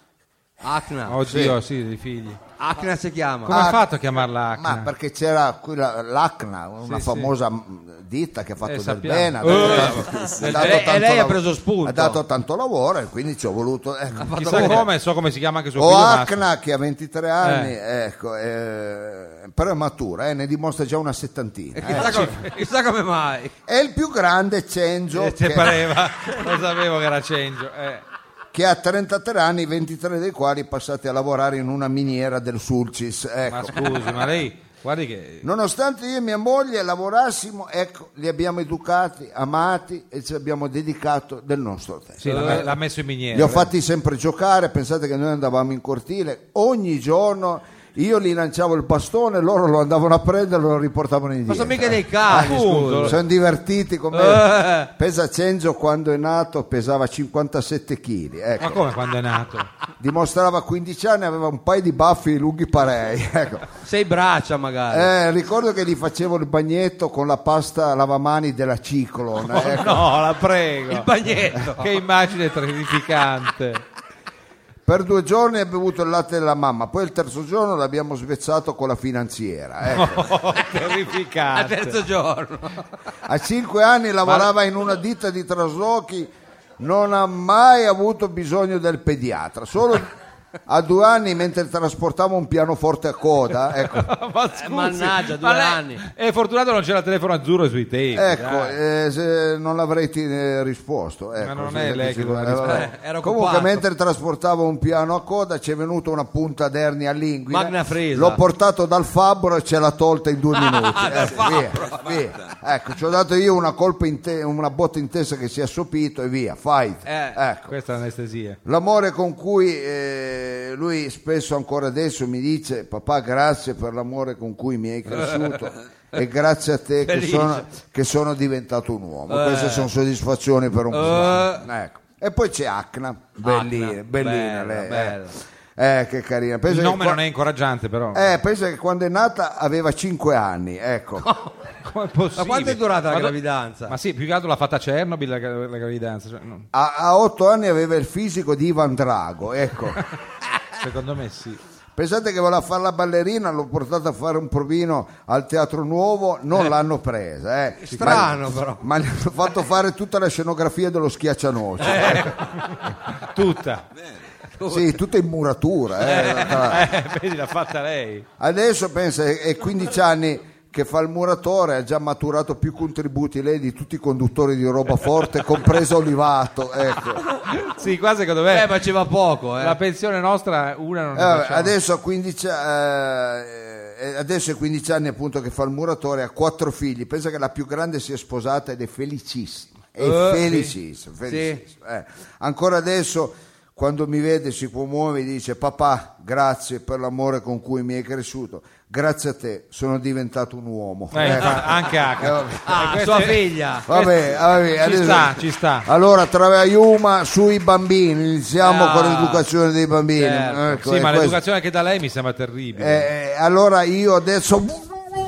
S4: Acna.
S3: Oddio, sì, dei figli.
S4: Acna si chiama.
S3: Come
S1: Ah,
S3: ha fatto a chiamarla Acna?
S1: ma perché c'era qui la- l'ACNA, una
S3: Sì, sì.
S1: famosa mh, ditta che ha fatto
S3: Eh,
S1: del
S3: sappiamo.
S1: bene, ha
S3: Eh,
S1: dato tanto- ha dato
S4: E lei- e
S1: tanto
S4: lei ha
S1: lav-
S4: preso spunto.
S1: Ha dato tanto lavoro e quindi ci ho voluto. ecco,
S3: Chissà come, so come si chiama anche suo
S1: Ho
S3: figlio. ma- <laughs>
S1: Acna che ha 23 anni, ecco, eh, però è matura, eh, ne dimostra già una settantina.
S4: Chissà, come, chissà come mai.
S1: E il più grande Cenzo
S3: Eh,
S1: che,
S3: Te pareva, lo sapevo che era Cengio. eh.
S1: che ha 33 anni, 23 dei quali passati a lavorare in una miniera del Sulcis.
S3: Ma
S1: Ecco.
S3: scusi, ma lei, guardi che...
S1: Nonostante io e mia moglie lavorassimo, ecco, li abbiamo educati, amati e ci abbiamo dedicato del nostro tempo.
S3: Sì, l'ha, l'ha messo in miniera.
S4: eh.
S1: Li ho fatti sempre giocare, pensate che noi andavamo in cortile ogni giorno. Io gli lanciavo il bastone, loro lo andavano a prendere e lo riportavano
S4: Ma
S1: indietro.
S4: Ah, sono mica dei
S3: Ah,
S4: cani,
S1: Ah,
S3: Appunto.
S1: Sono divertiti come
S4: Eh.
S1: pesa Cenzo quando è nato pesava 57 kg,
S4: Eh.
S1: ecco.
S3: <laughs> Ma come quando è nato?
S1: dimostrava 15 anni, aveva un paio di baffi lunghi parei, <laughs> ecco.
S4: Sei braccia magari.
S1: Eh, ricordo che gli facevo il bagnetto con la pasta lavamani della Ciclon,
S3: <laughs>
S1: ecco.
S3: No, la prego.
S4: Il bagnetto.
S3: Che immagine terrificante.
S1: Per due giorni ha bevuto il latte della mamma, poi il terzo giorno l'abbiamo svezzato con la finanziera. ecco.
S3: Oh,
S4: Al
S3: terrificante.
S4: terzo giorno.
S1: A cinque anni lavorava in una ditta di traslochi, non ha mai avuto bisogno del pediatra. Solo a due anni, mentre trasportava un pianoforte a coda, ecco,
S3: ma scusi,
S4: Eh, mannaggia, due
S3: ma lei-
S4: anni.
S3: È fortunato non c'era telefono azzurro sui tempi.
S1: ecco,
S3: dai.
S1: eh, se non l'avrei ti- eh, risposto. Ecco,
S3: non
S1: se-
S3: è lei che
S1: eh,
S3: doveva
S1: vabbè.
S4: rispondere. Era
S1: Comunque,
S4: occupato.
S1: mentre trasportavo un piano a coda, ci è venuta una punta d'ernia all'inguine.
S4: Magna Fresa.
S1: L'ho portato dal fabbro e ce l'ha tolta in due minuti. ecco, via, via. Ecco, ci ho dato io una, colpa in te- una botta in testa che si è assopito e via, fight.
S4: Eh.
S1: Ecco.
S3: Questa è l'anestesia.
S1: L'amore con cui eh, lui spesso ancora adesso mi dice papà grazie per l'amore con cui mi hai cresciuto e grazie a te che
S4: Felice.
S1: sono, che sono diventato un uomo. Queste sono soddisfazioni per un uomo. Ecco. E poi c'è Acna, bellina,
S4: Acna,
S1: bellina
S4: bella,
S1: lei.
S4: bella.
S1: eh. Eh, che carina. Penso
S3: Il
S1: che
S3: nome
S1: qua-
S3: non è incoraggiante, però.
S1: eh, pensa che quando è nata aveva 5 anni, ecco.
S3: Com'è possibile?
S4: Ma quanto è durata la
S3: Ma do-
S4: gravidanza?
S3: Ma sì, più che altro l'ha fatta a Chernobyl la, gra- la gravidanza. cioè, no,
S1: A, a 8 anni aveva il fisico di Ivan Drago, ecco.
S3: secondo me sì.
S1: Pensate che voleva fare la ballerina, l'ho portata a fare un provino al Teatro Nuovo, non l'hanno presa. eh.
S4: Strano,
S1: Ma-
S4: però.
S1: Ma gli hanno fatto fare tutta la scenografia dello schiaccianoci.
S3: Tutta.
S1: Sì, tutta in muratura. eh, tra l'altro.
S3: Eh, vedi, l'ha fatta lei.
S1: Adesso pensa, è 15 anni che fa il muratore, ha già maturato più contributi lei di tutti i conduttori di roba forte, compreso Olivato. Ecco.
S3: Sì, qua secondo me
S4: Eh, ma ci va poco, eh.
S3: la pensione nostra una non
S1: Eh,
S3: ne
S1: vabbè,
S3: facciamo.
S1: adesso, a 15, eh, eh, adesso è 15 anni appunto che fa il muratore, ha quattro figli, pensa che la più grande si è sposata ed è felicissima, è
S4: Eh,
S1: felicissima, felicissima. Eh, Ancora adesso quando mi vede si commuove e dice papà grazie per l'amore con cui mi hai cresciuto, grazie a te sono diventato un uomo.
S3: Eh,
S1: Ecco.
S3: infa- anche H.
S1: Eh, vabbè.
S4: Ah,
S3: Eh,
S4: sua
S3: queste-
S4: figlia.
S1: Vabbè, vabbè,
S3: Ci
S1: adesso-
S3: sta, ci sta.
S1: Allora, tra Yuma sui bambini, iniziamo
S4: Ah,
S1: con l'educazione dei bambini.
S4: certo.
S1: Ecco,
S3: Eh, sì,
S1: è
S3: ma
S1: questo.
S3: l'educazione che da lei mi sembra terribile.
S1: Eh, allora io adesso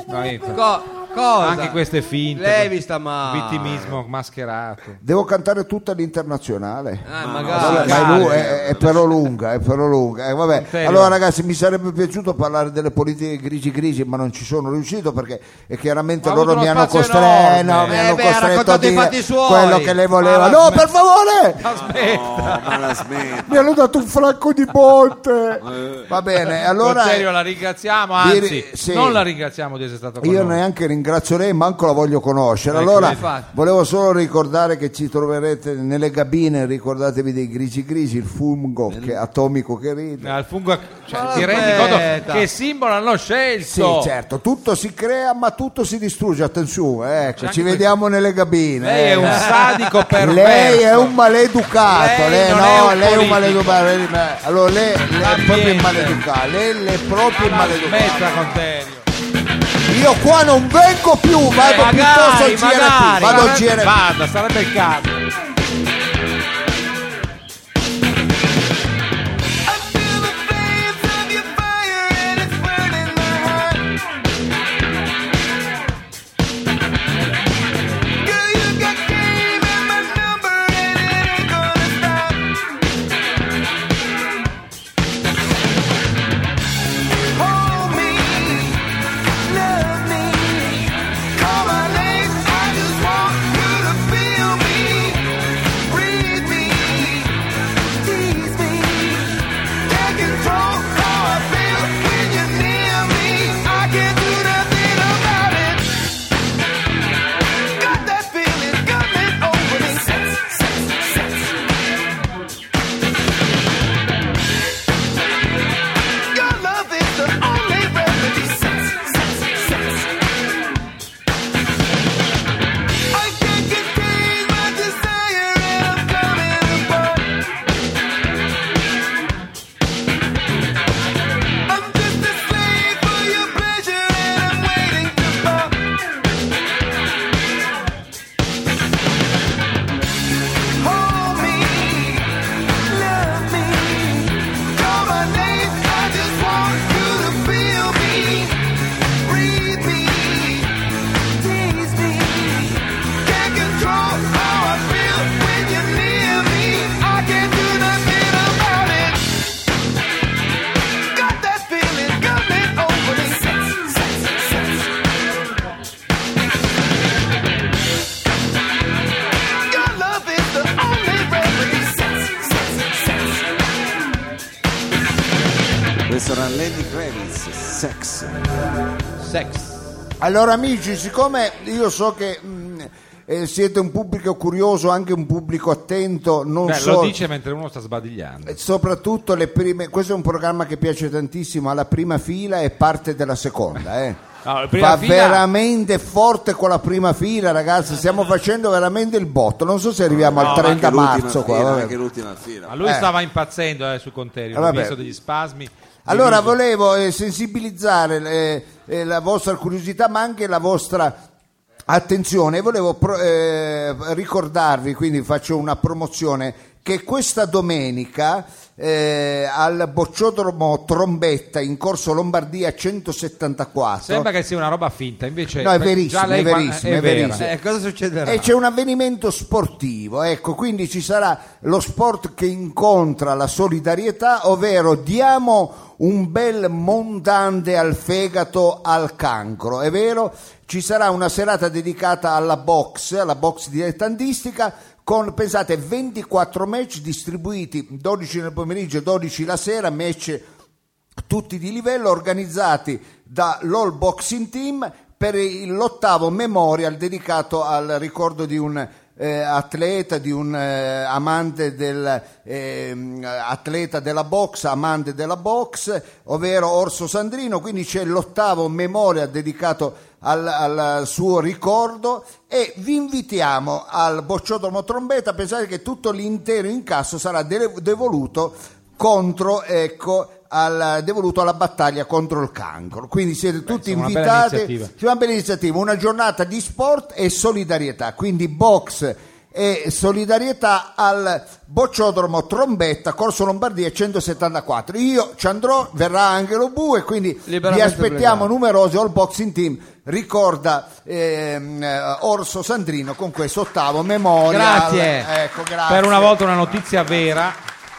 S3: No, infa-
S4: Co- cosa?
S3: anche queste finte.
S4: Lei mi sta male.
S3: Vittimismo mascherato.
S1: devo cantare tutta l'internazionale.
S4: Eh,
S1: Vabbè,
S4: magari.
S1: ma è, lu- è- è però lunga, è però lunga. Eh, vabbè.
S3: Confermo.
S1: Allora, ragazzi, mi sarebbe piaciuto parlare delle politiche grigi grigi, ma non ci sono riuscito perché e chiaramente
S3: Ma ha
S1: loro
S3: avuto
S1: mi
S3: uno
S1: hanno
S3: spazio
S1: costretto.
S3: enorme.
S1: mi
S4: Eh,
S1: hanno
S4: beh, ha
S1: costretto a
S4: raccontato i
S1: dire
S4: fatti suoi.
S1: quello che lei voleva.
S4: Ma la
S1: No,
S4: smet-
S1: per favore!
S3: Aspetta.
S2: No, ma la smetta.
S1: <laughs> Mi hanno dato un franco di
S4: Eh.
S1: botte. Va bene, allora.
S3: Rogerio, la ringraziamo,
S1: Dire-
S3: anzi,
S1: sì.
S3: non la ringraziamo di essere stato con
S1: Io
S3: noi.
S1: neanche ringrazio lei, manco la voglio conoscere.
S3: Ecco,
S1: allora,
S4: infatti.
S1: volevo solo ricordare che ci troverete nelle gabine, ricordatevi dei grigi grigi, il fungo che- atomico che ride.
S3: Eh, Al fungo, cioè,
S4: Ma
S3: ti rendi
S4: aspetta.
S3: conto che simbolo hanno
S1: Sì,
S3: scelto?
S1: certo, tutto si crea ma tutto si distrugge, attenzione, ecco, ci
S3: anche
S1: vediamo nelle gabine.
S3: Lei è
S1: eh.
S3: un sadico perverso.
S1: Lei è un maleducato,
S3: Lei
S1: lei,
S3: non
S1: no,
S3: è un
S1: lei è un
S3: politico.
S1: maleducato. lei- ma- Allora, lei, lei è proprio
S3: Ambiente.
S1: maleducato, lei è proprio
S3: Ma smetta
S1: maleducato.
S3: con Terio.
S1: Io qua non vengo più,
S3: Eh,
S1: vado piuttosto al
S4: magari,
S1: GRP,
S4: magari,
S1: vado al
S3: Sarebbe-
S1: GRP.
S3: Vada, sarebbe il caso.
S6: I feel the flames of your fire and it's burning my heart.
S2: Questo era Lenny Kravitz, Sex.
S4: Sex.
S1: Allora amici, siccome io so che mh, eh, siete un pubblico curioso, anche un pubblico attento, non
S3: Beh,
S1: so...
S3: lo dice mentre uno sta sbadigliando.
S1: e Soprattutto le prime, questo è un programma che piace tantissimo alla prima fila e parte della seconda. Eh.
S3: <laughs> No, la prima
S1: Va
S3: fila-
S1: veramente forte con la prima fila, ragazzi.
S3: Eh,
S1: Stiamo facendo veramente il botto. Non so se arriviamo al
S2: No, ma
S1: 30
S2: anche l'ultima
S1: marzo. Qua,
S2: fila,
S1: vabbè.
S2: anche l'ultima fila.
S3: Ma lui
S1: Eh.
S3: stava impazzendo eh, su Conterio, ho
S1: Vabbè.
S3: visto degli spasmi.
S1: Allora
S3: Deluso.
S1: volevo eh, sensibilizzare eh, eh, la vostra curiosità ma anche la vostra attenzione e volevo pro- eh, ricordarvi, quindi faccio una promozione, che questa domenica eh, al Bocciodromo Trombetta in Corso Lombardia 174
S3: Sembra che sia una roba finta, invece
S1: No, è
S3: beh,
S1: verissimo,
S3: già lei
S1: è
S3: qua-
S1: verissimo, è
S3: vera. Ecco,
S1: verissimo.
S4: Eh, cosa succederà?
S1: E c'è un avvenimento sportivo, ecco, quindi ci sarà lo sport che incontra la solidarietà, ovvero diamo un bel montante al fegato, al cancro, è vero? Ci sarà una serata dedicata alla box, alla box dilettantistica, con, pensate, 24 match distribuiti, 12 nel pomeriggio e 12 la sera, match tutti di livello organizzati dall'All Boxing Team per il- l'ottavo memorial dedicato al ricordo di un eh, atleta, di un eh, amante del ehm, atleta della box, amante della box, ovvero Orso Sandrino, quindi c'è l'ottavo memorial dedicato al, al suo ricordo e vi invitiamo al Bocciodromo Trombetta, pensate che tutto l'intero incasso sarà de- devoluto contro ecco al, devoluto alla battaglia contro il cancro quindi siete tutti
S3: insomma, una bella
S1: invitati
S3: iniziativa.
S1: c'è una bella iniziativa una giornata di sport e solidarietà quindi box e solidarietà al bocciodromo Trombetta Corso Lombardia 174 io ci andrò verrà anche lo bue quindi vi
S4: Liberamente
S1: aspettiamo
S4: obbligato.
S1: numerosi all boxing team ricorda ehm, eh, Orso Sandrino con questo ottavo memoria
S4: Grazie.
S1: ecco, grazie
S3: Per una volta una notizia vera,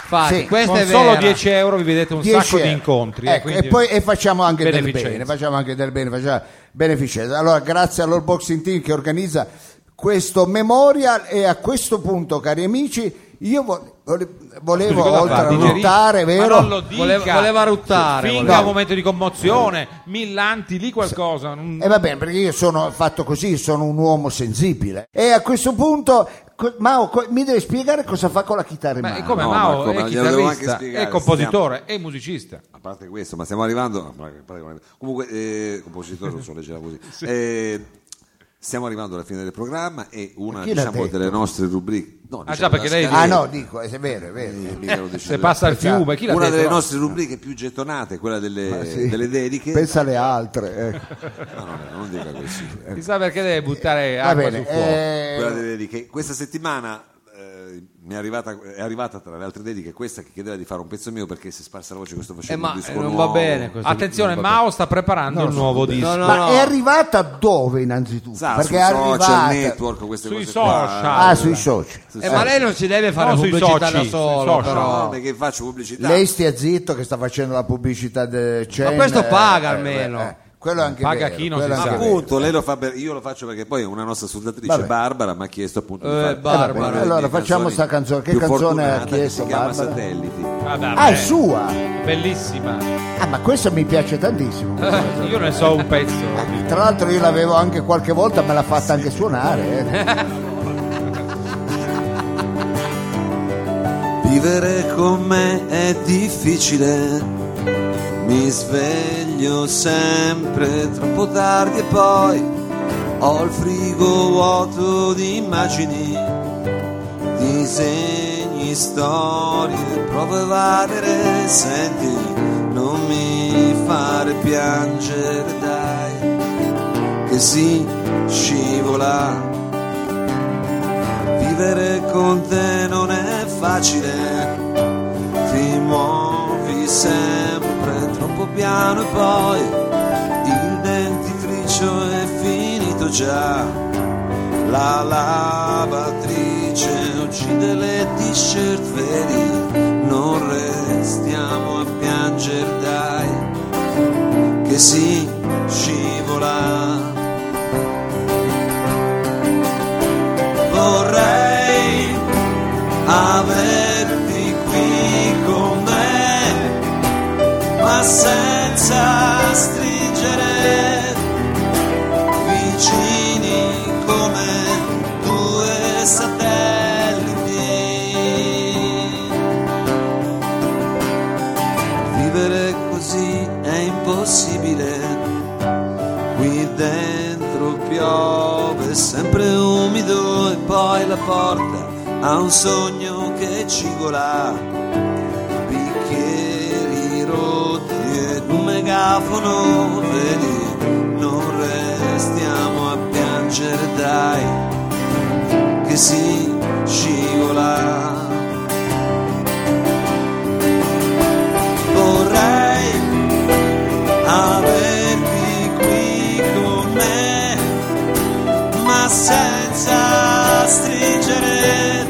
S4: Infatti,
S1: Sì,
S4: questa
S3: con
S4: è
S3: solo
S4: vera.
S3: 10 euro vi vedete un
S1: 10
S3: sacco di
S1: euro.
S3: incontri. eh,
S1: Ecco,
S3: quindi-
S1: e poi e facciamo anche del
S3: Beneficenza.
S1: bene facciamo anche del bene facciamo beneficenza allora grazie all'All Boxing Team che organizza questo memorial e a questo punto cari amici io vo- vole- volevo
S3: Cosa
S1: oltre
S3: fa?
S1: a
S3: Digerire?
S1: ruttare
S3: Ma
S1: vero
S3: non lo dica.
S4: Voleva- voleva ruttare,
S3: Finga
S4: voleva.
S3: un momento di commozione, millanti lì qualcosa. non-
S1: E Eh, va bene, perché io sono fatto così, sono un uomo sensibile. E a questo punto, co- Mao, co- mi deve spiegare cosa fa con la chitarra in
S3: Eh, Ma
S1: mano.
S3: come
S2: No,
S3: Mao
S2: Marco,
S3: è
S2: ma glielo devo anche
S3: chitarrista,
S2: spiegare,
S3: è compositore, è musicista.
S2: A parte questo, ma stiamo arrivando. Comunque, eh, compositore, non so
S1: <laughs>
S2: leggere così. Eh, stiamo arrivando alla fine del programma e una
S1: Chi l'ha
S2: diciamo,
S1: detto?
S2: delle nostre rubriche. No,
S3: Ah,
S2: diciamo,
S3: già, perché
S2: la
S3: lei-
S1: Ah
S2: scaletta.
S1: no, dico, è vero, è vero.
S2: Eh, mica lo decido
S3: Se
S2: io.
S3: passa il fiume, chi l'ha
S2: una
S3: detto?
S2: delle nostre rubriche più gettonate, quella delle, delle dediche.
S1: Pensa alle altre. ecco.
S2: No, no, no, non dica così.
S1: Eh.
S3: Chissà perché deve buttare
S1: Va
S3: acqua
S1: bene.
S3: sul fuoco.
S1: eh,
S2: Quella delle dediche. Questa settimana eh, mi è arrivata, è arrivata tra le altre dediche questa che chiedeva di fare un pezzo mio perché si è sparsa la voce questo
S4: Eh,
S2: facendo
S4: ma
S2: un disco
S4: eh, non va
S2: nuovo.
S4: bene questo.
S3: Attenzione,
S4: non va bene.
S3: Mao sta preparando un nuovo disco.
S4: No, no,
S1: Ma
S4: no.
S1: è arrivata dove innanzitutto?
S2: Sa,
S1: Perché
S2: sui
S1: è arrivata...
S2: social network queste
S3: Sui
S2: cose qua.
S3: social.
S1: Ah, sui social.
S4: Eh, ma lei non si deve fare
S3: No, sui
S4: pubblicità
S3: soci,
S4: da
S3: sui
S4: solo,
S3: social.
S4: però.
S2: No, perché faccio pubblicità.
S1: Lei stia zitto che sta facendo la pubblicità del Cen,
S4: questo
S1: eh,
S4: paga
S1: eh,
S4: almeno.
S1: eh, quello è anche
S3: Paga
S1: vero,
S3: chi non
S1: quello
S3: si
S1: è
S3: sa.
S1: anche vero.
S2: Appunto, lei lo fa per- io lo faccio perché poi una nostra sudatrice
S1: Vabbè.
S2: Barbara mi ha chiesto appunto
S4: Eh,
S2: di fare
S4: Barbara.
S2: una delle
S1: Allora,
S2: mie
S1: facciamo
S2: canzoni
S1: sta canzone. Che
S2: più
S1: canzone ha
S2: fortunata, che
S1: chiesto
S2: si chiama
S1: Barbara?
S2: Satelliti.
S3: Vabbè,
S1: Ah, è sua!
S3: Bellissima.
S1: Ah, ma questa mi piace tantissimo.
S3: <laughs> Eh, Io ne so un pezzo.
S1: <laughs> Tra l'altro io l'avevo anche qualche volta, me l'ha fatta anche suonare. eh.
S2: Vivere con me è difficile, mi sveglio sempre troppo tardi e poi ho il frigo vuoto di immagini, disegni, storie, prove varie, senti, non mi fare piangere dai, che si scivola. Vivere con te non è facile, ti muovi sempre troppo piano e poi il dentifricio è finito già. La lavatrice uccide le t-shirt, vedi, non restiamo a piangere, dai, che si scivola. vorrei averti qui con me, ma
S9: ma senza stringere vicini come due satelliti. Vivere così è impossibile qui dentro piove sempre umido e poi la porta ha un sogno che cigola bicchieri rotti ed un megafono vedi non restiamo a piangere dai che si scivola vorrei averti qui con me, ma senza stringere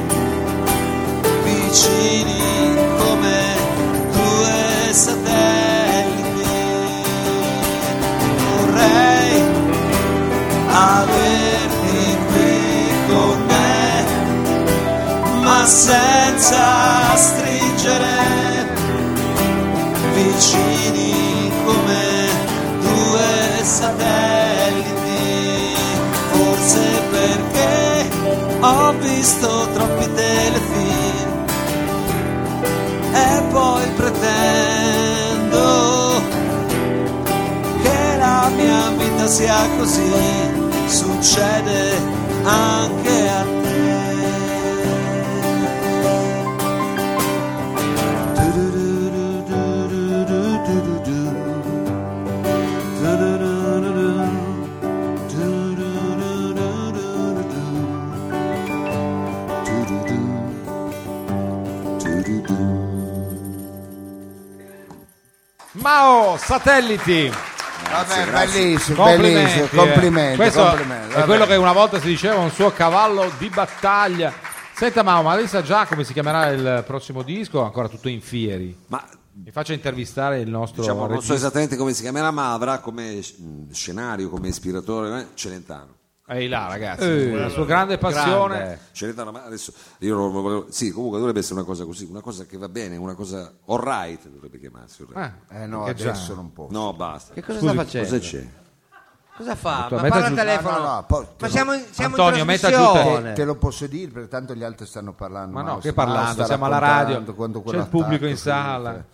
S9: vicini come due satelliti. Vorrei averti qui con me, ma senza stringere vicini come due satelliti. Forse perché ho visto troppi telefilm e poi pretendo che la mia vita sia così. Succede anche a te.
S3: Mao, satelliti.
S1: Vabbè, bellissimo,
S3: Complimenti,
S1: bellissimo,
S3: eh.
S1: complimenti,
S3: Questo
S1: complimenti,
S3: è
S1: vabbè.
S3: quello che una volta si diceva un suo cavallo di battaglia. Senta Mao, ma lei sa già come si chiamerà il prossimo disco? Ancora tutto in fieri.
S2: Ma
S3: Mi faccia intervistare il nostro
S2: diciamo, non so
S3: regista.
S2: esattamente come si chiamerà, ma avrà come mh, scenario, come ispiratore eh, Celentano.
S3: Ehi là, ragazzi, Eh, la sua grande passione.
S4: grande.
S2: Celentano, ma adesso io non volevo. Sì, comunque dovrebbe essere una cosa così, una cosa che va bene, una cosa all right dovrebbe chiamarsi. all right.
S3: Ah,
S1: Eh no,
S3: perché già-
S1: adesso non può.
S2: No, basta.
S4: Che cosa sta facendo?
S2: Cosa c'è?
S9: Cosa fa?
S3: Dottor,
S9: Ma
S3: metta
S9: parla al
S3: giù-
S9: telefono.
S1: No, no, no, poi-
S9: Ma siamo in, siamo
S3: Antonio,
S9: in
S3: metta giù
S9: trasmissione.
S3: telefono.
S1: Te lo posso dire, perché tanto gli altri stanno parlando.
S3: Eh. Ma no,
S1: Mao,
S3: che
S1: se- Mao
S3: parlando,
S1: sta
S3: siamo alla
S1: raccontando
S3: radio.
S1: quanto
S3: C'è il
S1: quell'attacco
S3: pubblico in
S1: si-
S3: sala.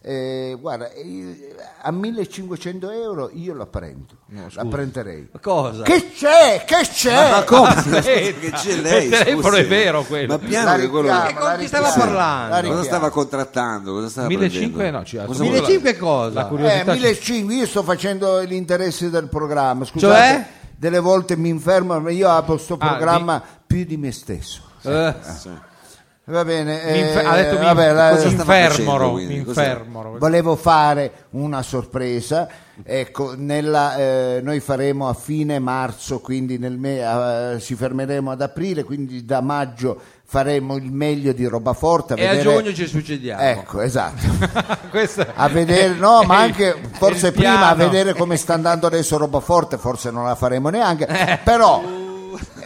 S1: Eh, guarda, io- a 1500 euro io la prendo, la prenderei.
S4: Cosa?
S1: Che c'è? Che c'è?
S2: Ma come?
S3: Senta,
S2: che c'è lei?
S3: il telefono
S2: scusi?
S3: è vero quello.
S2: Ma piano che quello.
S1: richiamo,
S4: E con
S1: la
S4: chi stava
S1: richiamo,
S4: parlando?
S1: la
S2: Cosa
S1: richiamo. Eh,
S2: stava contrattando? Cosa stava
S3: 1500
S2: prendendo?
S3: no, ci
S2: Cosa
S3: assolutamente.
S2: voleva?
S4: 1500 cosa?
S3: La
S1: Eh,
S3: curiosità. ci-
S1: 1500, io sto facendo l'interesse del programma. Scusate,
S4: Cioè?
S1: delle volte mi infermo, ma io apro sto
S3: Ah,
S1: programma più di me stesso.
S3: Eh,
S1: Va bene,
S3: mi infer-
S1: eh,
S3: ha detto mi,
S1: vabbè, la-
S2: cosa stava
S3: infermoro,
S2: facendo, quindi?
S3: mi
S2: Cos'è?
S3: infermoro. <laughs>
S1: Volevo fare una sorpresa, ecco, nella, eh, noi faremo a fine marzo, quindi nel me- eh, ci fermeremo ad aprile, quindi da maggio faremo il meglio di roba forte.
S4: E a giugno ci suicidiamo.
S1: Ecco, esatto.
S3: Questo
S1: A
S3: è-
S1: vedere, no, ma
S3: è il-
S1: anche
S3: è
S1: forse
S3: il
S1: prima a
S3: piano.
S1: vedere come sta andando adesso roba forte, forse non la faremo neanche, però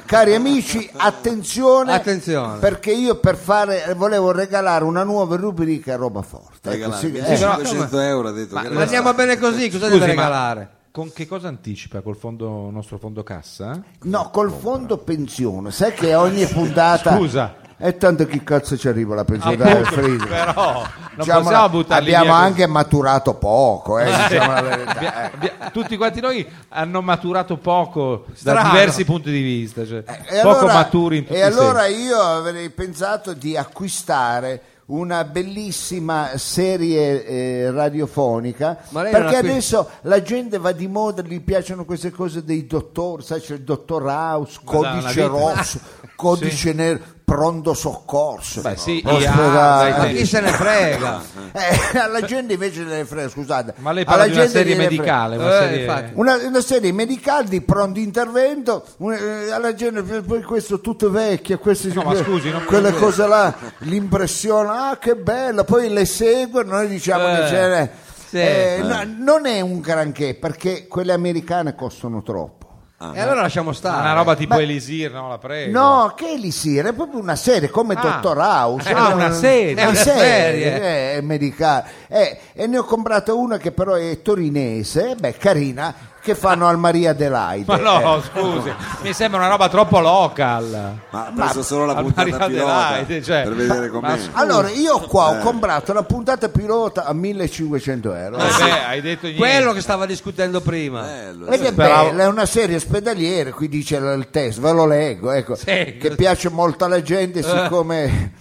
S1: cari amici, attenzione,
S4: Attenzione.
S1: perché io per fare volevo regalare una nuova rubrica a roba forte. Ecco,
S2: Regalare
S1: sì, eh,
S2: 1500 euro ha detto. che
S4: Ma
S2: era-
S4: andiamo bene così, cosa deve
S3: Scusi, ma
S4: regalare?
S3: Con che cosa anticipa col fondo, nostro fondo cassa?
S1: No, col fondo pensione, sai che ogni puntata
S3: Scusa.
S1: E tanto chi cazzo ci arriva la pensione da
S3: Appunto,
S1: Alfredo?
S3: però non
S1: Diciamola,
S3: possiamo buttarli
S1: diciamo abbiamo
S3: via
S1: anche maturato poco, eh, diciamo la
S3: <laughs>
S1: verità. ecco.
S3: Abbi- Tutti quanti noi hanno maturato poco da
S4: Strano.
S3: diversi punti di vista, cioè,
S1: Eh, E
S3: poco
S1: allora-
S3: maturi in tutti
S1: E
S3: i
S1: allora
S3: sensi.
S1: io avrei pensato di acquistare una bellissima serie eh, radiofonica
S4: Ma lei non
S1: perché
S4: ha qui-
S1: adesso la gente va di moda gli piacciono queste cose dei dottori sai c'è il dottor House
S3: Madonna,
S1: codice
S3: la vita. <laughs>
S1: rosso codice nero pronto soccorso
S3: Beh, sì,
S1: Ospedale.
S3: IA, dai,
S4: Ma
S3: Eh.
S4: chi se ne
S3: <laughs>
S4: frega?
S1: Eh, <laughs> alla gente invece ne frega scusate
S3: Ma lei parla
S1: alla
S3: di una
S1: gente
S3: serie
S1: gliene frega.
S3: medicale, una
S4: Eh,
S3: serie-
S4: infatti.
S1: Una, una serie medicale di pronto intervento, un- eh, alla gente poi questo tutto vecchio, queste,
S3: Eh, No, ma scusi, non
S1: quelle
S3: può-
S1: cose là, l'impressione, ah che bella, poi le seguono, noi diciamo che c'è...
S4: sì.
S1: eh, no, non è un granché perché quelle americane costano troppo.
S4: E allora lasciamo stare.
S3: una roba tipo
S1: Ma-
S3: Elisir, Eh, no, la prego.
S1: No, che elisir, è proprio una serie come
S3: Ah.
S1: Dottor House.
S3: Ah, una serie.
S4: È una serie.
S1: eh, medicale. Eh, e ne ho comprata una che però è torinese, beh, carina, che fanno al Maria Adelaide.
S3: Ma no,
S1: eh.
S3: scusi, mi sembra una roba troppo local.
S2: Ma ha preso solo la
S3: al
S2: puntata
S3: Mario
S2: pilota
S3: Adelaide, cioè,
S2: per vedere
S3: ma-
S2: com'è.
S3: ma-
S1: Allora, io qua ho comprato la puntata pilota a 1500 euro.
S3: Eh beh, hai detto niente. Eh.
S4: Quello che stava discutendo prima.
S2: Bello.
S1: Ed è
S3: Speravo-
S1: bella, Eh, è una serie ospedaliera, qui dice l- il testo, ve lo leggo, ecco,
S3: Sì.
S1: che piace molto alla gente siccome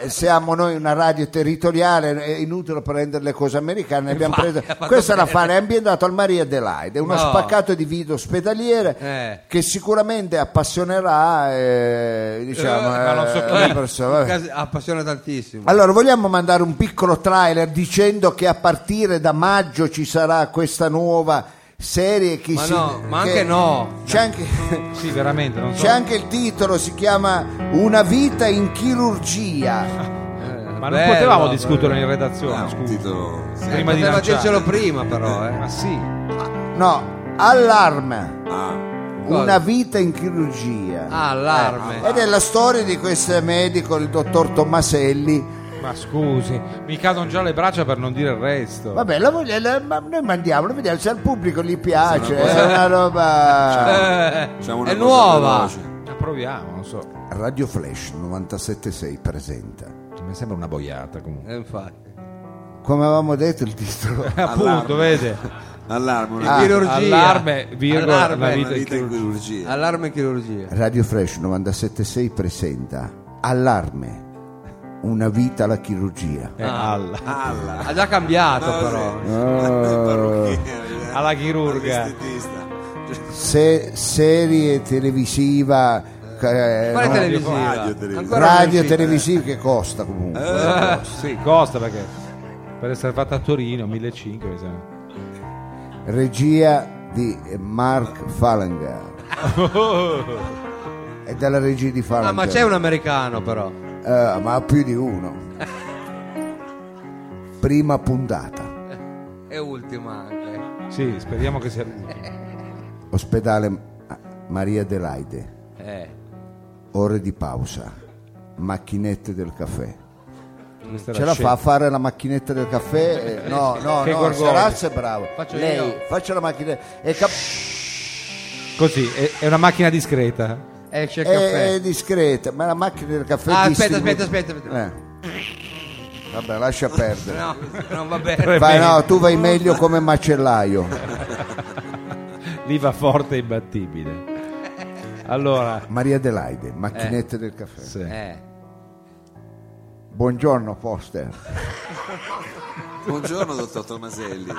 S1: eh, <laughs> siamo noi una radio territoriale, è inutile prendere le cose americane, ne abbiamo
S4: Infatti,
S3: <laughs>
S1: preso-
S4: ha fatto
S1: questa la
S4: bene.
S1: fa, è ambientata al Maria Adelaide, è uno
S4: No.
S1: spaccato di vita ospedaliere
S4: Eh.
S1: che sicuramente appassionerà eh, diciamo,
S3: Eh, ma non so
S1: eh,
S3: chi.
S1: le persone, vabbè.
S4: Cas- Appassiona tantissimo.
S1: Allora, vogliamo mandare un piccolo trailer dicendo che a partire da maggio ci sarà questa nuova serie. Chi
S4: Ma
S1: si-
S4: no, ma
S1: che-
S4: anche no.
S1: C'è anche, <laughs>
S3: Sì, veramente, non so.
S1: c'è anche il titolo, si chiama Una vita in chirurgia.
S3: Ma non
S4: Eh, Bello,
S3: potevamo
S4: proprio.
S3: discutere in redazione,
S2: Ah, un
S3: scusi.
S2: titolo. sì.
S3: Prima di
S4: Poteva
S3: lanciare.
S4: dircelo prima però, eh.
S3: Ma sì.
S1: No, allarme.
S2: Ah,
S4: Cosa?
S1: Una vita in chirurgia.
S4: Ah, allarme.
S1: Ed è la storia di questo medico, il dottor Tommaselli.
S3: Ma scusi, mi cadono già le braccia per non dire il resto.
S1: Vabbè, la voglia- la- ma noi mandiamola, vediamo se al pubblico gli piace. È una roba.
S4: Eh,
S2: facciamo una
S4: è
S2: cosa
S4: nuova.
S2: veloce.
S3: Ma Ah, Proviamo, non so.
S1: Radio Flash 976 presenta.
S3: Mi sembra una boiata comunque.
S4: Eh, infatti.
S1: Come avevamo detto il titolo. <laughs>
S3: Eh, Appunto, vede.
S2: Allarme, una
S1: Ah,
S4: chirurgia.
S3: Allarme, virgola,
S4: Allarme,
S3: la
S2: una
S3: vita è
S2: vita in
S3: chirurgia.
S2: chirurgia.
S4: Allarme in chirurgia.
S1: Radio Fresh 976 presenta Allarme, una vita alla chirurgia.
S3: Eh, alla,
S2: Alla.
S4: Ha già cambiato
S2: Ah,
S4: però.
S2: sì. Parrucchiere, eh.
S3: alla chirurga.
S2: All'estetista.
S1: Se- serie televisiva, eh,
S4: Quale
S1: no,
S4: televisiva?
S2: radio, televisiva.
S4: Ancora non è
S1: radio
S4: uscita. Eh.
S1: televisiva che costa comunque.
S3: Sì, costa perché per essere fatta a Torino 1500 mi sembra.
S1: Regia di Mark
S4: <laughs>
S1: Fallinger. È dalla regia di Fallinger.
S4: Ah, ma c'è un americano però.
S1: Eh, ma più di uno. Prima puntata.
S4: E ultima anche.
S3: Sì, speriamo che sia l'ultima.
S1: Ospedale Ma- Maria Adelaide.
S4: Eh.
S1: ore di pausa, macchinette del caffè.
S3: Questa è
S1: Ce la fa
S3: scelta.
S1: a fare la macchinetta del caffè? Eh, No, no,
S3: Che
S1: no,
S3: gorgogna.
S1: Sarazzo è bravo.
S4: Faccio
S1: Lei,
S4: io.
S1: faccia la macchinetta. È, cap-
S3: Così, è, è una macchina discreta.
S4: Esce il
S1: è-
S4: caffè.
S1: è
S2: Eh,
S1: discreta, ma la macchina del caffè
S4: Ah, aspetta,
S1: distribu-
S4: aspetta, aspetta, aspetta.
S1: Eh. Vabbè, lascia perdere.
S4: No, non va bene.
S3: Tre
S1: Vai,
S3: mesi.
S1: no, tu vai meglio come macellaio.
S3: Lì va forte e imbattibile. Allora,
S1: Maria Adelaide, macchinette del caffè.
S3: sì.
S4: Eh.
S1: Buongiorno, Foster.
S2: Buongiorno, dottor Tomaselli.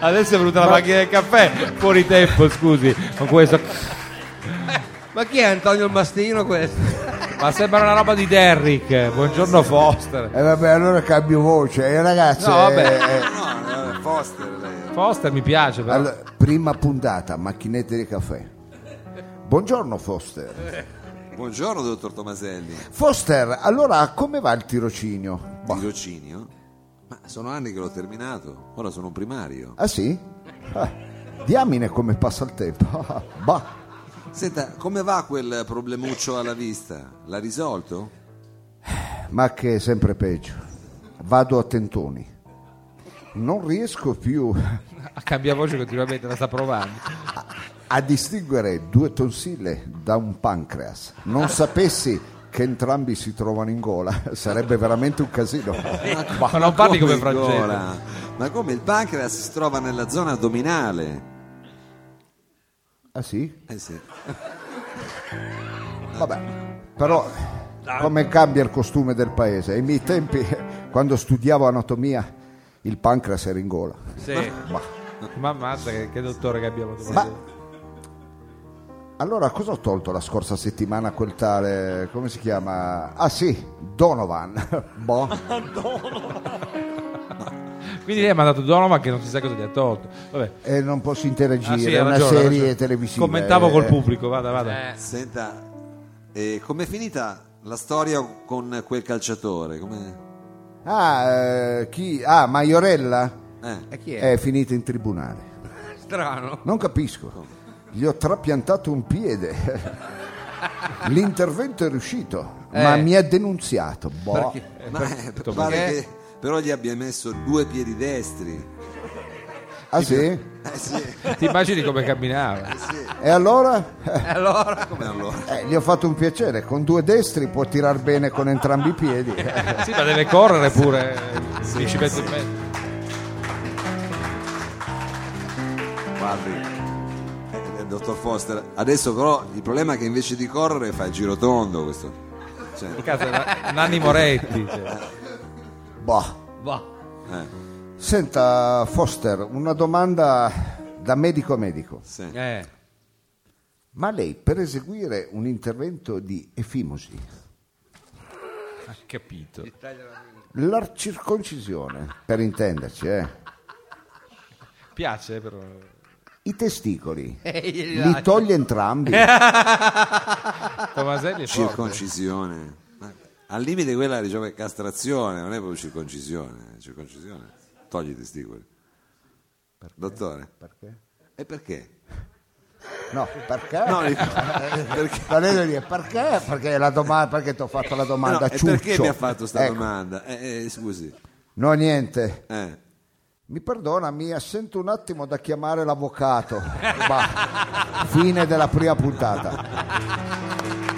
S3: adesso è venuta la macchina del caffè, fuori tempo, scusi, con questo.
S4: Ma chi è Antonio il Mastino questo?
S3: Ma sembra una roba di Derrick. Buongiorno Foster.
S1: E Eh, vabbè, allora cambio voce. Eh, ragazzi,
S3: No, vabbè.
S1: eh, eh,
S2: No, eh, Foster lei.
S3: Foster mi piace però.
S1: Allora, prima puntata, macchinette di caffè. Buongiorno Foster.
S2: Buongiorno, dottor Tomaselli.
S1: Foster, allora come va il tirocinio? Boh.
S2: Tirocinio? Ma sono anni che l'ho terminato, ora sono un primario.
S1: Ah sì? Ah, diamine come passa il tempo. <laughs> Bah.
S2: Senta, come va quel problemuccio alla vista? L'ha risolto?
S1: Ma che è sempre peggio. Vado a tentoni. Non riesco più
S3: Cambia voce continuamente, la sta provando.
S1: a distinguere due tonsille da un pancreas. Non sapessi che entrambi si trovano in gola, <laughs> sarebbe veramente un casino. Bah.
S3: Ma non parli come
S2: in
S3: Francesco.
S2: gola? Ma come il pancreas si trova nella zona addominale?
S1: Ah sì?
S2: Eh sì.
S1: Vabbè, però come cambia il costume del paese? Ai miei tempi, <laughs> quando studiavo anatomia, il pancreas era in gola.
S3: Sì.
S1: Ma,
S3: Ma ammazza che, che dottore che abbiamo trovato.
S1: ma- allora cosa ho tolto la scorsa settimana a quel tale, come si chiama? Ah sì, Donovan. <laughs> Boh.
S3: Quindi lei ha mandato Donovan che non si sa cosa gli ha tolto. Vabbè.
S1: E non posso
S3: Ah, sì,
S1: interagire, è
S3: ha
S1: una
S3: ragione, ha
S1: serie
S3: ragione.
S1: televisiva.
S3: Commentavo
S1: eh,
S3: col pubblico, vada, vada.
S2: Senta, e com'è finita la storia con quel calciatore? Com'è?
S1: Ah, eh, chi? Ah, Maiorella?
S2: Eh,
S4: E chi è?
S1: È finita in tribunale.
S4: Strano.
S1: Non capisco. Gli ho trapiantato un piede. L'intervento è riuscito, ma
S4: Eh.
S1: mi ha denunziato. Boh.
S2: Ma <laughs> eh, pare che però gli abbia messo due piedi destri.
S1: Ah sì?
S2: Eh sì,
S3: Ti immagini come <laughs> camminava?
S1: E allora?
S4: E allora
S2: come
S1: <laughs>
S2: allora?
S1: Eh, gli ho fatto un piacere, con due destri può tirar bene con entrambi i piedi.
S3: Sì, ma deve correre pure. eh, 10 metri e mezzo.
S2: Guardi. eh, eh, Dottor Foster, adesso però il problema è che invece di correre fa il giro tondo questo. Cioè,
S3: Cazzo, na- Nanni Moretti. cioè.
S1: Boh.
S2: eh,
S1: Senta, Foster, una domanda da medico a medico.
S2: sì.
S3: Eh,
S1: Ma lei per eseguire un intervento di efimosi,
S3: ha capito.
S1: la circoncisione, per intenderci, eh,
S3: Piace però.
S1: i testicoli,
S3: Eh,
S4: glieli
S1: li toglie entrambi?
S3: Tomaselli è forte.
S2: Circoncisione. Ma Al limite quella diciamo è castrazione, non è proprio circoncisione. eh, Circoncisione. Togli i testicoli. Dottore.
S1: Perché?
S2: E perché?
S1: No, perché? <laughs>
S2: No, li- <laughs> perché?
S1: La vedo lì, perché? Perché, la domanda, perché ti ho fatto la
S2: No,
S1: domanda?
S2: e perché
S1: ciuccio?
S2: mi ha fatto questa
S1: Ecco.
S2: domanda? Eh, eh, scusi.
S1: No, niente.
S2: Eh.
S1: Mi perdona, mi assento un attimo da chiamare l'avvocato. Bah, fine della prima puntata.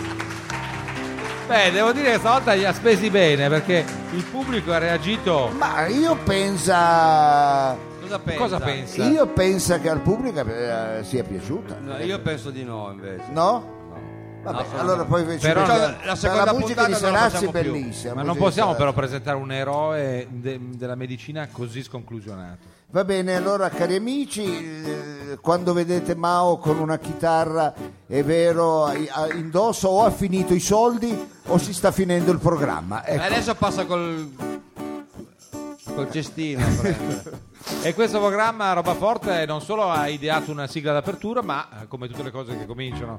S3: Beh, devo dire che stavolta li ha spesi bene perché il pubblico ha reagito.
S1: Ma io pensa.
S4: cosa pensa?
S3: Cosa pensi?
S1: Io penso che al pubblico eh, sia piaciuta.
S4: No, io penso di no invece.
S1: No? Vabbè, allora poi invece
S3: Però
S1: per-
S4: la- la
S1: per la,
S4: seconda
S1: musica di
S4: puntata non la
S1: Serazzi è
S4: facciamo più.
S1: bellissima. cioè.
S3: Ma
S1: la
S3: non
S1: musica di
S3: possiamo
S1: Serazzi.
S3: però presentare un eroe de- della medicina così sconclusionato.
S1: Va bene, allora cari amici, eh, quando vedete Mao con una chitarra, è vero, ai- a- indosso o ha finito i soldi o si sta finendo il programma.
S4: E
S1: Ecco.
S4: Eh, adesso passa col col cestino a prendere.
S3: E questo programma Roba Forte non solo ha ideato una sigla d'apertura, ma eh, come tutte le cose che cominciano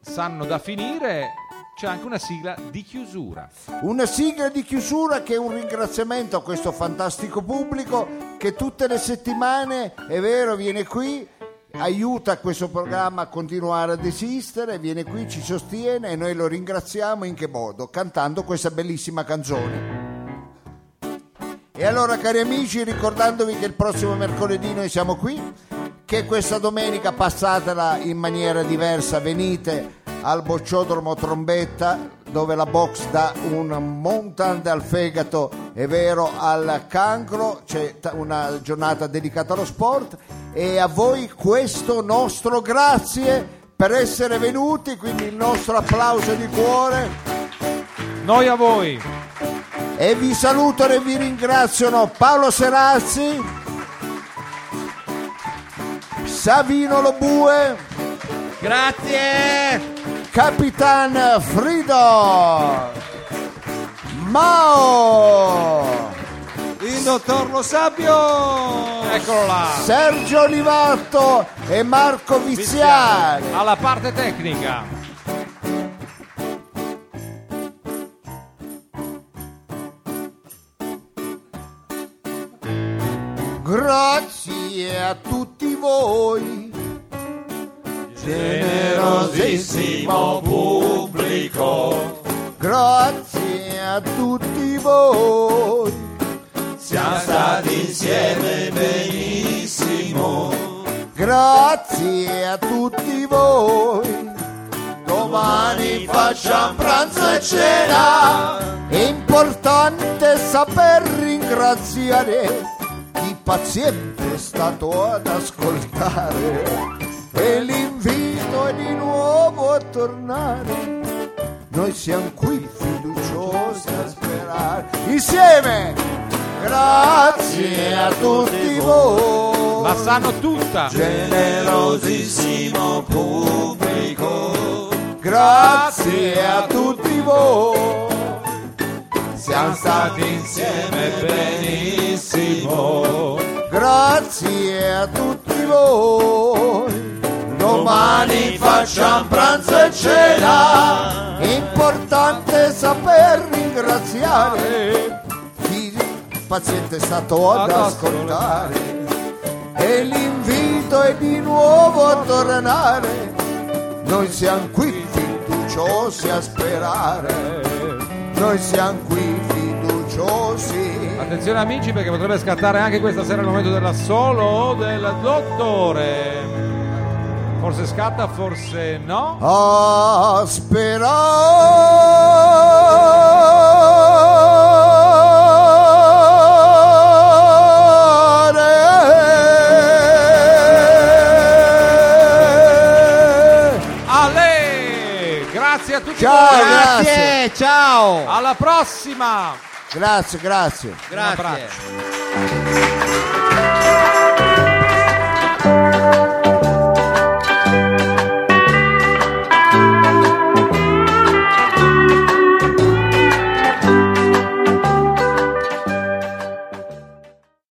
S3: sanno da finire, c'è anche una sigla di chiusura.
S1: Una sigla di chiusura che è un ringraziamento a questo fantastico pubblico che tutte le settimane, è vero, viene qui, aiuta questo programma a continuare ad esistere, viene qui, ci sostiene e noi lo ringraziamo in che modo? Cantando questa bellissima canzone. E allora cari amici, ricordandovi che il prossimo mercoledì noi siamo qui, che questa domenica passatela in maniera diversa, venite al bocciodromo Trombetta dove la box dà un mountain dal fegato, è vero, al cancro, c'è ta- una giornata dedicata allo sport e a voi questo nostro grazie per essere venuti, quindi il nostro applauso di cuore
S3: Noi a voi.
S1: e vi salutano e vi ringraziano Paolo Serazzi, Savino Lobue,
S4: Grazie!
S1: Capitan Frido Mao
S2: Il dottor Lo Sapio!
S3: Eccolo là.
S1: Sergio Olivato e Marco Viziale
S3: Alla parte tecnica.
S1: grazie a tutti voi
S9: Generosissimo pubblico,
S1: grazie a tutti voi
S9: siamo stati insieme benissimo.
S1: grazie a tutti voi
S9: Domani facciamo pranzo e cena.
S1: è importante saper ringraziare chi paziente è stato ad ascoltare e l'invito è di nuovo a tornare noi siamo qui fiduciosi a sperare insieme grazie a tutti voi
S3: La sanno tutta.
S9: Generosissimo pubblico,
S1: grazie a tutti voi siamo stati
S9: insieme benissimo.
S1: Grazie a tutti voi.
S9: Domani facciamo pranzo e cena.
S1: È importante saper ringraziare chi paziente è stato ad ascoltare. E l'invito è di nuovo a tornare. Noi siamo qui fiduciosi
S10: fiduciosi a sperare. Noi siamo qui fiduciosi.
S3: Attenzione amici perché potrebbe scattare anche questa sera il momento dell'assolo o del dottore. Forse scatta, forse no.
S10: A sperare.
S3: Ale! Grazie a tutti
S10: Ciao,
S3: voi.
S10: grazie.
S11: ciao!
S3: Alla prossima!
S10: Grazie, grazie.
S3: Un abbraccio.
S11: Grazie.